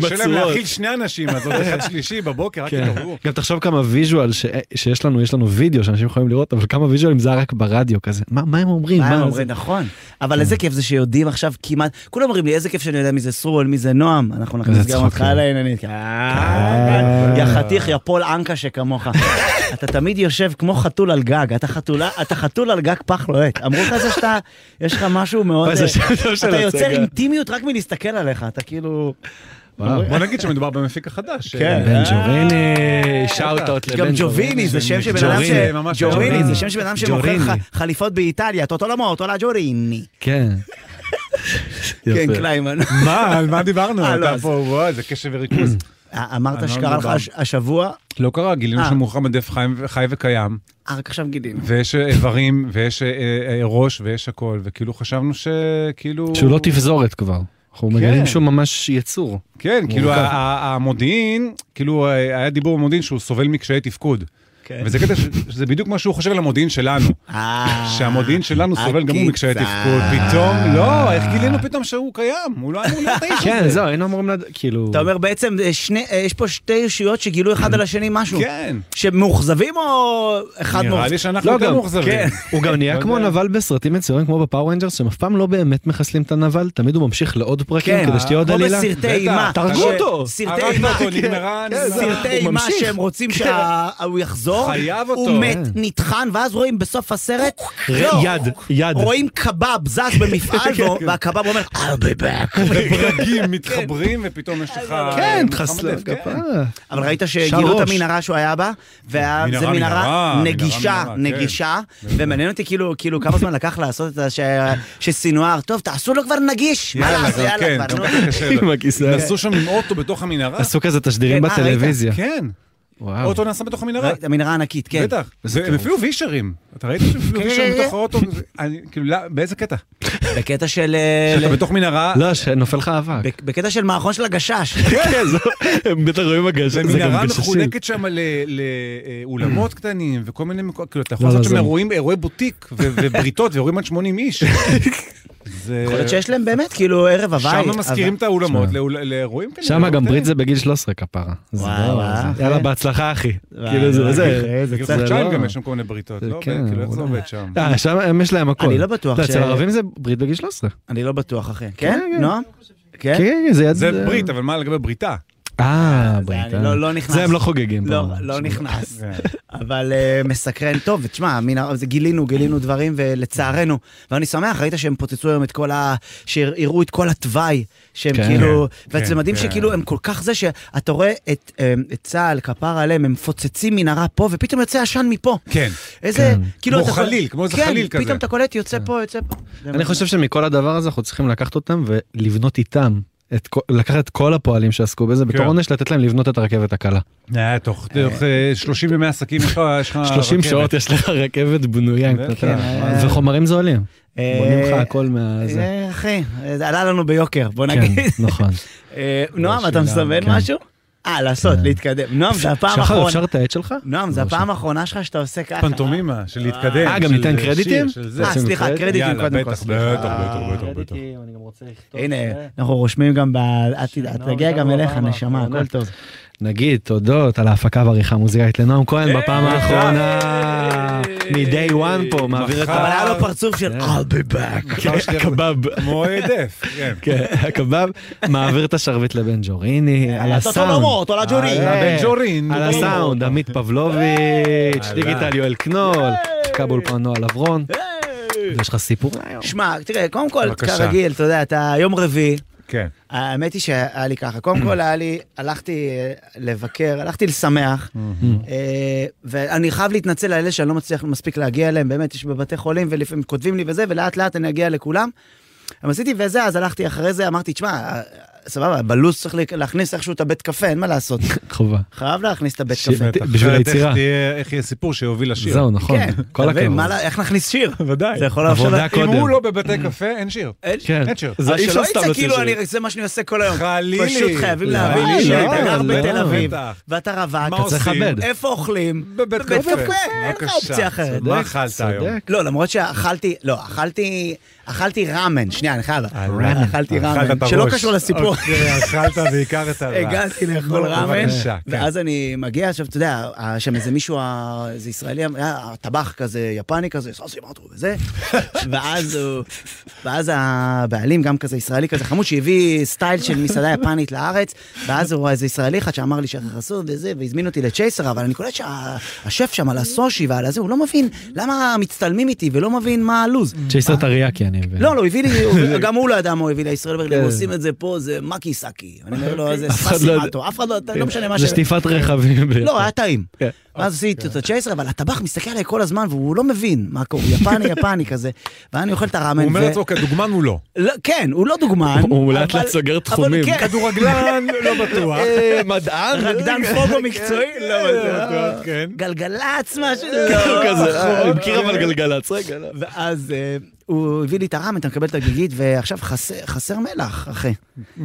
[SPEAKER 3] קשה להם להאכיל שני אנשים, אז עוד (laughs) אחד שלישי בבוקר, רק
[SPEAKER 2] כן.
[SPEAKER 3] יתעוררו.
[SPEAKER 2] גם תחשוב כמה ויז'ואל ש- אה, שיש לנו, יש לנו וידאו שאנשים יכולים לראות, אבל כמה ויז'ואלים זה היה רק ברדיו כזה. מה מה הם אומרים?
[SPEAKER 1] מה הם
[SPEAKER 2] זה? כן.
[SPEAKER 1] אומרים? נכון. אבל איזה כיף זה שיודעים עכשיו כמעט... כולם אומרים לי, איזה כיף שאני יודע מי זה סרול, מי זה נועם. אנחנו נכניס
[SPEAKER 2] איזה
[SPEAKER 1] גם אותך
[SPEAKER 2] צחוקים.
[SPEAKER 1] לעניינית. יא חתיך, יא פול אנקה שכמוך. (laughs) אתה תמיד יושב כמו חתול על גג. אתה חתולה- אתה חתול על גג פח לוהט. אמרו לך זה שאתה... יש לך משהו מאוד...
[SPEAKER 2] וואי, זה
[SPEAKER 1] אה,
[SPEAKER 2] שם טוב של
[SPEAKER 1] אתה יוצר
[SPEAKER 2] הצגה.
[SPEAKER 1] אינטימיות רק מלהסתכל עליך. אתה כאילו...
[SPEAKER 2] וואו.
[SPEAKER 3] בוא נגיד שמדובר במפיק החדש. אה,
[SPEAKER 1] כן.
[SPEAKER 2] בן ג'וריני, שאוטות לבן
[SPEAKER 1] גם ג'וביני זה שם של בן אדם ש...
[SPEAKER 3] ג'וריני, ממש
[SPEAKER 1] ג'וריני זה
[SPEAKER 2] ג'וריני.
[SPEAKER 1] שם של בן אדם שמוכר
[SPEAKER 2] ג'וריני.
[SPEAKER 1] ח- חליפות לא באיטליה, טוטולמו, טולה ג'וריני.
[SPEAKER 2] כן.
[SPEAKER 1] כן,
[SPEAKER 2] יפה.
[SPEAKER 1] קליימן.
[SPEAKER 3] מה, על מה דיברנו?
[SPEAKER 1] אה, לא,
[SPEAKER 3] אתה
[SPEAKER 1] אז-
[SPEAKER 3] פה, וואי, זה קשב וריכוז. אני
[SPEAKER 1] אה, אמרת
[SPEAKER 3] לא
[SPEAKER 1] שקרה לך
[SPEAKER 3] מדבר.
[SPEAKER 1] הש- השבוע,
[SPEAKER 3] (clears throat) לא קרה, גילינו
[SPEAKER 1] אה.
[SPEAKER 3] שמוחמד דף חיים- חי וקיים,
[SPEAKER 1] רק עכשיו גילינו.
[SPEAKER 3] ויש איברים, ויש אה, אה, ראש, ויש הכל, וכאילו חשבנו כאילו- שכאילו...
[SPEAKER 2] שהוא לא תפזורת כבר. אנחנו מגלים שהוא ממש יצור.
[SPEAKER 3] כן, כאילו ה-
[SPEAKER 2] מורכב.
[SPEAKER 3] ה- המודיעין, כאילו אה, היה דיבור במודיעין שהוא סובל מקשיי תפקוד.
[SPEAKER 1] כן.
[SPEAKER 3] וזה קטע ש- שזה בדיוק מה שהוא חושב על המודיעין שלנו. (laughs) שהמודיעין שלנו סובל גם הוא
[SPEAKER 1] אה,
[SPEAKER 3] מקשיי
[SPEAKER 1] עקיצה.
[SPEAKER 3] תפקוד. פתאום, לא, איך גילינו פתאום שהוא קיים? הוא לא
[SPEAKER 1] (laughs)
[SPEAKER 3] אמור להיות האיש הזה.
[SPEAKER 2] כן, זהו, היינו אמורים לדעת, כאילו...
[SPEAKER 1] אתה אומר בעצם, אה, שני- אה, יש פה שתי ישויות שגילו אחד על השני משהו.
[SPEAKER 3] כן.
[SPEAKER 1] שמאוכזבים או אחד
[SPEAKER 3] נראה לי
[SPEAKER 1] מאוכזב?
[SPEAKER 3] שאנחנו
[SPEAKER 2] לא,
[SPEAKER 3] יותר
[SPEAKER 2] גם-
[SPEAKER 3] מאוכזבים.
[SPEAKER 1] כן.
[SPEAKER 2] הוא גם נהיה
[SPEAKER 3] לא
[SPEAKER 2] כמו
[SPEAKER 3] יודע.
[SPEAKER 2] נבל בסרטים מצוירים כמו בפאור רנג'רס שהם אף פעם לא באמת מחסלים את הנבל תמיד הוא ממשיך לעוד פרקים כדי שתהיה עוד
[SPEAKER 1] כמו
[SPEAKER 2] עלילה.
[SPEAKER 1] בסרטי
[SPEAKER 3] בטח,
[SPEAKER 1] אימה.
[SPEAKER 2] תהרגו
[SPEAKER 1] ש-
[SPEAKER 2] אותו.
[SPEAKER 1] סרטי
[SPEAKER 3] הרגנו
[SPEAKER 1] אימה.
[SPEAKER 3] אותו, נגמרה,
[SPEAKER 1] כן,
[SPEAKER 3] נגמרה.
[SPEAKER 1] סרטי
[SPEAKER 2] הוא
[SPEAKER 1] אימה
[SPEAKER 2] ממשיך.
[SPEAKER 1] שהם רוצים שהוא יחזור,
[SPEAKER 3] כן. חייב אותו.
[SPEAKER 1] הוא מת,
[SPEAKER 2] כן.
[SPEAKER 1] נטחן, ואז רואים בסוף הסרט, לא,
[SPEAKER 2] ר- יד יד.
[SPEAKER 1] רואים קבב זז
[SPEAKER 3] (laughs)
[SPEAKER 1] במפעל,
[SPEAKER 2] כן,
[SPEAKER 1] והוא-
[SPEAKER 2] כן.
[SPEAKER 1] והקבב אומר, I'll be back. כן.
[SPEAKER 3] ברגים מתחברים ופתאום יש
[SPEAKER 1] (laughs)
[SPEAKER 3] לך...
[SPEAKER 2] כן,
[SPEAKER 3] מוחמד
[SPEAKER 2] תחסלב
[SPEAKER 3] דף, כן.
[SPEAKER 2] כפה.
[SPEAKER 1] אבל ראית שגילו את
[SPEAKER 2] שלוש.
[SPEAKER 1] המנהרה שהוא היה בה, וזה
[SPEAKER 3] מנהרה,
[SPEAKER 1] מנהרה
[SPEAKER 3] מנהרה,
[SPEAKER 1] נגישה,
[SPEAKER 3] מנהרה, כן.
[SPEAKER 1] נגישה, ומעניין אותי כאילו כאילו כמה זמן לקח לעשות את זה ש- שסינואר, טוב, תעשו לו כבר נגיש, מה
[SPEAKER 3] יאללה,
[SPEAKER 1] לעשות,
[SPEAKER 3] זה כן,
[SPEAKER 1] יאללה,
[SPEAKER 3] גם
[SPEAKER 1] כבר, נו. (laughs)
[SPEAKER 3] ככה קשה לו.
[SPEAKER 2] עם הכיסא.
[SPEAKER 3] נסעו שם עם אוטו בתוך המנהרה.
[SPEAKER 2] עשו כזה תשדירים
[SPEAKER 1] כן, אה, ראית?
[SPEAKER 2] בטלוויזיה.
[SPEAKER 3] כן,
[SPEAKER 2] וואו.
[SPEAKER 3] אוטו נסע בתוך (laughs) המנהרה.
[SPEAKER 1] לא? ראית, המנהרה ענקית, אה. כן.
[SPEAKER 3] בטח,
[SPEAKER 2] איזה
[SPEAKER 3] והם
[SPEAKER 2] טירוף.
[SPEAKER 3] אפילו וישרים, אתה ראית שהם אפילו
[SPEAKER 1] כן,
[SPEAKER 3] וישרים
[SPEAKER 1] כן,
[SPEAKER 3] בתוך
[SPEAKER 1] כן.
[SPEAKER 3] האוטו, זה- אני- כאילו, לא, באיזה קטע?
[SPEAKER 1] בקטע של... אה,
[SPEAKER 3] שאתה
[SPEAKER 1] ל-
[SPEAKER 3] בתוך מנהרה,
[SPEAKER 2] לא, שנופל לך אבק.
[SPEAKER 1] בק- (laughs) בקטע של מערכון של הגשש.
[SPEAKER 2] כן, זו- הם בטח רואים הגשש,
[SPEAKER 3] זה מנהרה מחולקת שם לאולמות קטנים וכל מיני מקומות, כאילו אתה יכול
[SPEAKER 2] לא,
[SPEAKER 3] לעשות שם
[SPEAKER 2] לא, זה-
[SPEAKER 3] אירועים- אירועי בוטיק ו- ובריתות ואירועים עד 80
[SPEAKER 2] (laughs)
[SPEAKER 3] איש. זה-
[SPEAKER 1] יכול להיות שיש להם באמת כאילו ערב הוואי.
[SPEAKER 3] שם מזכירים את האולמות
[SPEAKER 2] שמע.
[SPEAKER 3] לאול- לאירועים כאלה. לא
[SPEAKER 2] שם גם ברית זה בגיל 13 כפרה. זה
[SPEAKER 1] וואו,
[SPEAKER 2] לא-
[SPEAKER 1] וואו.
[SPEAKER 2] זה- יאללה בהצלחה אחי.
[SPEAKER 1] וואי,
[SPEAKER 2] כאילו זה
[SPEAKER 1] וואי,
[SPEAKER 2] זה.
[SPEAKER 1] אחי, זה
[SPEAKER 3] בגיל
[SPEAKER 1] קצת-
[SPEAKER 3] חודשיים
[SPEAKER 2] לא.
[SPEAKER 3] גם יש שם כל מיני בריתות, לא?
[SPEAKER 2] כן,
[SPEAKER 3] כאילו איך זה
[SPEAKER 2] אולי.
[SPEAKER 3] עובד שם?
[SPEAKER 2] אה, שם הם יש להם הכל.
[SPEAKER 1] אני לא בטוח
[SPEAKER 2] אתה יודע, אצל
[SPEAKER 1] ש-
[SPEAKER 2] ערבים זה ברית בגיל 13.
[SPEAKER 1] אני לא בטוח, אחי. כן? נועם? כן?
[SPEAKER 2] כן, כן, זה יד...
[SPEAKER 3] זה ברית, אבל מה לגבי בריתה?
[SPEAKER 2] אה,
[SPEAKER 1] זה אני
[SPEAKER 2] בריטניה.
[SPEAKER 1] לא- לא נכנס.
[SPEAKER 2] זה הם לא חוגגים. פה.
[SPEAKER 1] לא, לא
[SPEAKER 3] (laughs)
[SPEAKER 1] נכנס.
[SPEAKER 3] כן.
[SPEAKER 1] אבל אה, מסקרן. טוב, ותשמע, מן ה- זה גילינו, גילינו דברים, ולצערנו, ואני שמח, ראית שהם פוצצו היום את כל ה... שהראו את כל התוואי, שהם
[SPEAKER 2] כן.
[SPEAKER 1] כאילו... וזה
[SPEAKER 3] כן,
[SPEAKER 1] מדהים
[SPEAKER 3] כן.
[SPEAKER 1] שכאילו הם כל כך זה, שאתה רואה את אה, את צה"ל, כפרה עליהם, הם מפוצצים מנהרה פה, ופתאום יוצא עשן מפה.
[SPEAKER 3] כן.
[SPEAKER 1] איזה... כאילו
[SPEAKER 3] כמו
[SPEAKER 1] אתה קול-
[SPEAKER 3] חליל, כמו איזה חליל
[SPEAKER 1] כן,
[SPEAKER 3] כזה.
[SPEAKER 1] פתאום אתה קולט, יוצא פה, יוצא פה. זה
[SPEAKER 2] אני
[SPEAKER 1] מדהים.
[SPEAKER 2] חושב שמכל הדבר הזה אנחנו צריכים לקחת אותם ולבנות איתם. את כל- לקחת את כל הפועלים שעסקו בזה בתור
[SPEAKER 3] כן.
[SPEAKER 2] עונש לתת להם לבנות את הרכבת הקלה.
[SPEAKER 3] אה, תוך תוך, אה, 30 ימי עסקים יש לך יש לך
[SPEAKER 2] 30
[SPEAKER 3] רכבת.
[SPEAKER 2] שעות יש לך רכבת בנויה עם
[SPEAKER 3] כן,
[SPEAKER 2] קטטה.
[SPEAKER 3] כן,
[SPEAKER 1] אה.
[SPEAKER 2] וחומרים זולים.
[SPEAKER 1] אה,
[SPEAKER 2] בונים לך הכל מהזה.
[SPEAKER 1] אה, אחי, זה עלה לנו ביוקר, בוא נגיד.
[SPEAKER 2] כן,
[SPEAKER 1] (laughs)
[SPEAKER 2] נכון.
[SPEAKER 1] אה, נועם, אתה
[SPEAKER 3] שאלה,
[SPEAKER 1] מסמן
[SPEAKER 2] כן.
[SPEAKER 1] משהו? אה, לעשות,
[SPEAKER 2] כן.
[SPEAKER 1] להתקדם. נועם, זה הפעם
[SPEAKER 2] שחר,
[SPEAKER 1] האחרונה.
[SPEAKER 2] אפשר את העט שלך?
[SPEAKER 1] נועם, זה
[SPEAKER 2] לא,
[SPEAKER 1] הפעם האחרונה שלך שאתה עושה ככה.
[SPEAKER 3] פנטומימה של להתקדם.
[SPEAKER 2] אה, גם
[SPEAKER 3] של
[SPEAKER 2] ניתן
[SPEAKER 3] שיר,
[SPEAKER 2] קרדיטים?
[SPEAKER 3] של זה.
[SPEAKER 1] אה,
[SPEAKER 2] עושים
[SPEAKER 1] סליחה,
[SPEAKER 2] קרדיט?
[SPEAKER 1] קרדיטים
[SPEAKER 3] יאללה,
[SPEAKER 1] קודם כל. אה,
[SPEAKER 3] בטח,
[SPEAKER 1] סליחה.
[SPEAKER 3] בטח, בטח, בטח, בטח.
[SPEAKER 5] קרדיטים, אני גם רוצה לכתוב.
[SPEAKER 1] הנה,
[SPEAKER 6] אה.
[SPEAKER 5] זה.
[SPEAKER 1] אנחנו רושמים גם ב... אל תדאג,
[SPEAKER 5] שנועם
[SPEAKER 1] תגיע גם
[SPEAKER 5] איתנו
[SPEAKER 1] אליך,
[SPEAKER 5] בפעם
[SPEAKER 1] נשמה,
[SPEAKER 5] האחרונה.
[SPEAKER 1] הכל טוב.
[SPEAKER 2] נגיד תודות על ההפקה והעריכה המוזיקאית לנועם כהן בפעם
[SPEAKER 3] אה,
[SPEAKER 2] האחרונה. מ-day one פה, מעביר את
[SPEAKER 3] מחר.
[SPEAKER 1] אבל
[SPEAKER 2] ה...
[SPEAKER 1] היה לו פרצוף של
[SPEAKER 2] כן.
[SPEAKER 1] I'll be back.
[SPEAKER 3] מחר שלי-
[SPEAKER 2] הקבב.
[SPEAKER 3] כמו עדף, כן.
[SPEAKER 2] כן, הקבב מעביר את השרביט לבן ג'וריני, על הסאונד.
[SPEAKER 1] אה, אותו לג'ורי.
[SPEAKER 2] אה,
[SPEAKER 3] אה, בן ג'ורין.
[SPEAKER 2] על הסאונד, עמית פבלוביץ',
[SPEAKER 1] אה,
[SPEAKER 3] אהלן.
[SPEAKER 2] דיגיטל יואל קנול, הפקה באולפן נועה לברון.
[SPEAKER 1] אה.
[SPEAKER 2] ויש לך סיפור היום?
[SPEAKER 1] שמע, תראה, קודם כל,
[SPEAKER 3] בבקשה.
[SPEAKER 1] כרגיל, אתה יודע, אתה יום רביעי,
[SPEAKER 3] כן.
[SPEAKER 1] האמת היא שהיה לי ככה, קודם כל היה לי, הלכתי אה, לבקר, הלכתי לשמח, אה, ואני חייב להתנצל על אלה שאני לא מצליח מספיק להגיע אליהם, באמת יש בבתי חולים ולפעמים כותבים לי וזה, ולאט לאט אני אגיע לכולם. אז עשיתי וזה, אז הלכתי אחרי זה, אמרתי, תשמע, אה, סבבה, בלו"ז צריך להכניס איכשהו את הבית קפה, אין מה
[SPEAKER 2] (laughs)
[SPEAKER 1] לעשות,
[SPEAKER 2] חובה.
[SPEAKER 1] חייב להכניס את הבית
[SPEAKER 2] שיר
[SPEAKER 1] קפה.
[SPEAKER 2] בטח.
[SPEAKER 3] אחרת
[SPEAKER 2] בשביל
[SPEAKER 3] איך
[SPEAKER 2] היצירה.
[SPEAKER 3] תהיה- איך יהיה סיפור שיוביל לשיר.
[SPEAKER 2] זהו, נכון.
[SPEAKER 1] כן, אתה
[SPEAKER 2] כל
[SPEAKER 1] מבין?
[SPEAKER 2] הכבוד.
[SPEAKER 1] מה לה- איך נכניס שיר?
[SPEAKER 3] ודאי.
[SPEAKER 1] זה יכול לאפשר...
[SPEAKER 2] עבודה
[SPEAKER 1] לה-
[SPEAKER 2] קודם.
[SPEAKER 3] אם הוא לא בבית קפה, אין שיר.
[SPEAKER 1] Mm. אין-
[SPEAKER 2] כן.
[SPEAKER 3] אין שיר.
[SPEAKER 2] זה
[SPEAKER 1] אז
[SPEAKER 2] אי אפשר
[SPEAKER 1] שלא
[SPEAKER 2] סתם
[SPEAKER 1] יצא
[SPEAKER 2] להוציא
[SPEAKER 1] כאילו
[SPEAKER 2] שיר.
[SPEAKER 1] אני, זה מה שאני עושה כל היום.
[SPEAKER 3] חלילי.
[SPEAKER 1] פשוט חייבים להבין
[SPEAKER 2] לא,
[SPEAKER 1] לי שאתה גר
[SPEAKER 2] לא.
[SPEAKER 1] בתל אביב,
[SPEAKER 3] בטח.
[SPEAKER 1] ואתה רווק,
[SPEAKER 3] מה עושים?
[SPEAKER 2] צריך לכבד.
[SPEAKER 1] איפה אוכלים?
[SPEAKER 3] בבית
[SPEAKER 1] בבית קפה,
[SPEAKER 3] קפה.
[SPEAKER 1] אין לך
[SPEAKER 3] בבקשה.
[SPEAKER 1] אופציה אחרת.
[SPEAKER 3] מה אכלת היום?
[SPEAKER 2] צודק.
[SPEAKER 1] לא, למרות שאכלתי, לא, אכלתי, אכלתי ראמן, שנייה, אני חייב,
[SPEAKER 3] אה, ראמן.
[SPEAKER 1] אכלתי
[SPEAKER 3] אכלת את
[SPEAKER 1] ראמן, שלא
[SPEAKER 3] הראש.
[SPEAKER 1] קשור לסיפור.
[SPEAKER 3] אוקיי, אכלת בעיקר את הרע.
[SPEAKER 1] הגעתי לאכול ראמן,
[SPEAKER 3] בבקשה, כן.
[SPEAKER 1] ואז אני מגיע, עכשיו, אתה יודע, אה, שם איזה מישהו, אה, איזה ישראלי, אה, טבח כזה, יפני כזה, סוסי מטרו
[SPEAKER 3] (laughs)
[SPEAKER 1] וזה, ואז הוא, ואז הבעלים, גם כזה ישראלי כזה חמוד, שהביא סטייל של מסעדה יפנית לארץ, ואז הוא איזה ישראלי אחד שאמר לי שכח חסון וזה, והזמין אותי לצ'ייסר, אבל אני קולט שהשף שם על הסושי ועל הזה, הוא לא מבין למה מצטלמים איתי ולא מבין מה הלו"ז.
[SPEAKER 2] צ'ייסר טריאקי אני מבין.
[SPEAKER 1] לא, לא, הוא הביא לי, הוא-
[SPEAKER 2] (laughs)
[SPEAKER 1] גם הוא לא ידע מה הוא הביא לי, ישראל ברג,
[SPEAKER 2] כן.
[SPEAKER 1] עושים את זה פה, זה מקי סאקי. אני אומר
[SPEAKER 2] (laughs)
[SPEAKER 1] לו, זה
[SPEAKER 2] אף אחד לא יודע.
[SPEAKER 1] ספסימטו, אף אחד לא, אתה- לא משנה מה ש...
[SPEAKER 2] זה שטיפת רכבים.
[SPEAKER 1] לא, היה טעים.
[SPEAKER 2] כן.
[SPEAKER 1] ואז עשיתי את הצ'ייסר, אבל הטבח מסתכל עליי כל הזמן, והוא לא מבין מה קורה, הוא
[SPEAKER 2] (laughs)
[SPEAKER 1] יפני, יפני כזה. ואני אוכל את הראמן,
[SPEAKER 3] הוא אומר
[SPEAKER 1] ו-
[SPEAKER 3] לעצמו, כדוגמן הוא לא.
[SPEAKER 1] לא, כן, הוא לא דוגמן.
[SPEAKER 2] הוא לאט
[SPEAKER 1] אבל-
[SPEAKER 2] לאט סוגר
[SPEAKER 1] אבל
[SPEAKER 2] תחומים. אה,
[SPEAKER 1] כן.
[SPEAKER 3] כדורגלן, לא בטוח.
[SPEAKER 2] מדען? (laughs)
[SPEAKER 1] רקדן פוגו מקצועי, לא
[SPEAKER 3] לא
[SPEAKER 1] יודע.
[SPEAKER 3] בטוח, כן.
[SPEAKER 1] גלגלצ משהו,
[SPEAKER 2] הוא
[SPEAKER 1] לא. (laughs)
[SPEAKER 2] כזה, אה, עם קיר אבל גלגלצ, רגע, לא.
[SPEAKER 1] ואז אה, הוא הביא לי את הראמן, אתה מקבל את הגיגית, ועכשיו חסר- חסר מלח, אחי.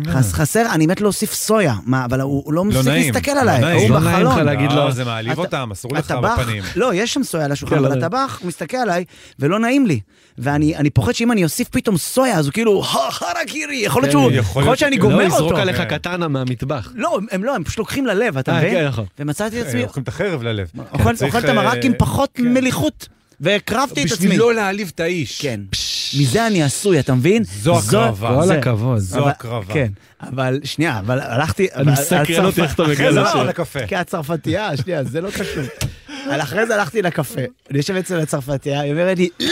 [SPEAKER 1] חס- חסר, אני מת להוסיף סויה, מה, אבל הוא הוא לא מפסיק
[SPEAKER 3] נעים,
[SPEAKER 1] להסתכל
[SPEAKER 3] לא
[SPEAKER 1] עליי,
[SPEAKER 3] נעים.
[SPEAKER 1] הוא
[SPEAKER 2] לא נעים לך
[SPEAKER 1] בחלון.
[SPEAKER 2] להגיד
[SPEAKER 3] לא,
[SPEAKER 2] לו.
[SPEAKER 3] זה מעליב
[SPEAKER 1] אתה-
[SPEAKER 3] אותם, אסור לך
[SPEAKER 1] הטבח-
[SPEAKER 3] בפנים.
[SPEAKER 1] לא, יש שם סויה על השולחן,
[SPEAKER 2] כן, לא
[SPEAKER 1] אבל
[SPEAKER 2] יודע.
[SPEAKER 1] הטבח, הוא מסתכל עליי, ולא נעים לי. ואני אני פוחד שאם אני אוסיף פתאום סויה, אז הוא כאילו, חרקירי, יכול להיות
[SPEAKER 2] כן,
[SPEAKER 1] שהוא,
[SPEAKER 2] יכול
[SPEAKER 1] יכול להיות
[SPEAKER 3] להיות
[SPEAKER 1] שאני
[SPEAKER 3] ש-
[SPEAKER 2] לא,
[SPEAKER 1] גומר
[SPEAKER 2] יזרוק
[SPEAKER 1] אותו.
[SPEAKER 2] עליך קטנה מהמטבח.
[SPEAKER 1] לא, הם- הם לא, הם פשוט לוקחים ללב, אתה
[SPEAKER 2] אה, כן,
[SPEAKER 1] מבין?
[SPEAKER 2] נכון.
[SPEAKER 1] ומצאתי את
[SPEAKER 3] אה,
[SPEAKER 1] עצמי,
[SPEAKER 3] לוקחים את החרב ללב.
[SPEAKER 1] אוכל
[SPEAKER 3] צריך,
[SPEAKER 1] אוכל את המרק עם
[SPEAKER 3] אה,
[SPEAKER 1] פחות מליחות, והקרבתי את עצמי.
[SPEAKER 3] בשביל לא להעליב את האיש.
[SPEAKER 1] כן. מזה אני עשוי, אתה מבין?
[SPEAKER 3] זו הקרבה.
[SPEAKER 2] כל
[SPEAKER 1] זה-
[SPEAKER 2] הכבוד.
[SPEAKER 3] זו
[SPEAKER 1] אבל-
[SPEAKER 3] הקרבה.
[SPEAKER 1] כן, אבל שנייה, אבל הלכתי...
[SPEAKER 2] אני מסקרן אותי איך אתה מגלה
[SPEAKER 3] זה
[SPEAKER 2] לא,
[SPEAKER 3] לא
[SPEAKER 2] ש-
[SPEAKER 3] על הקפה.
[SPEAKER 1] כי הצרפתייה, שנייה, זה לא קשור. אבל אחרי זה הלכתי לקפה, אני יושב אצל הצרפתייה, היא אומרת לי, "אה,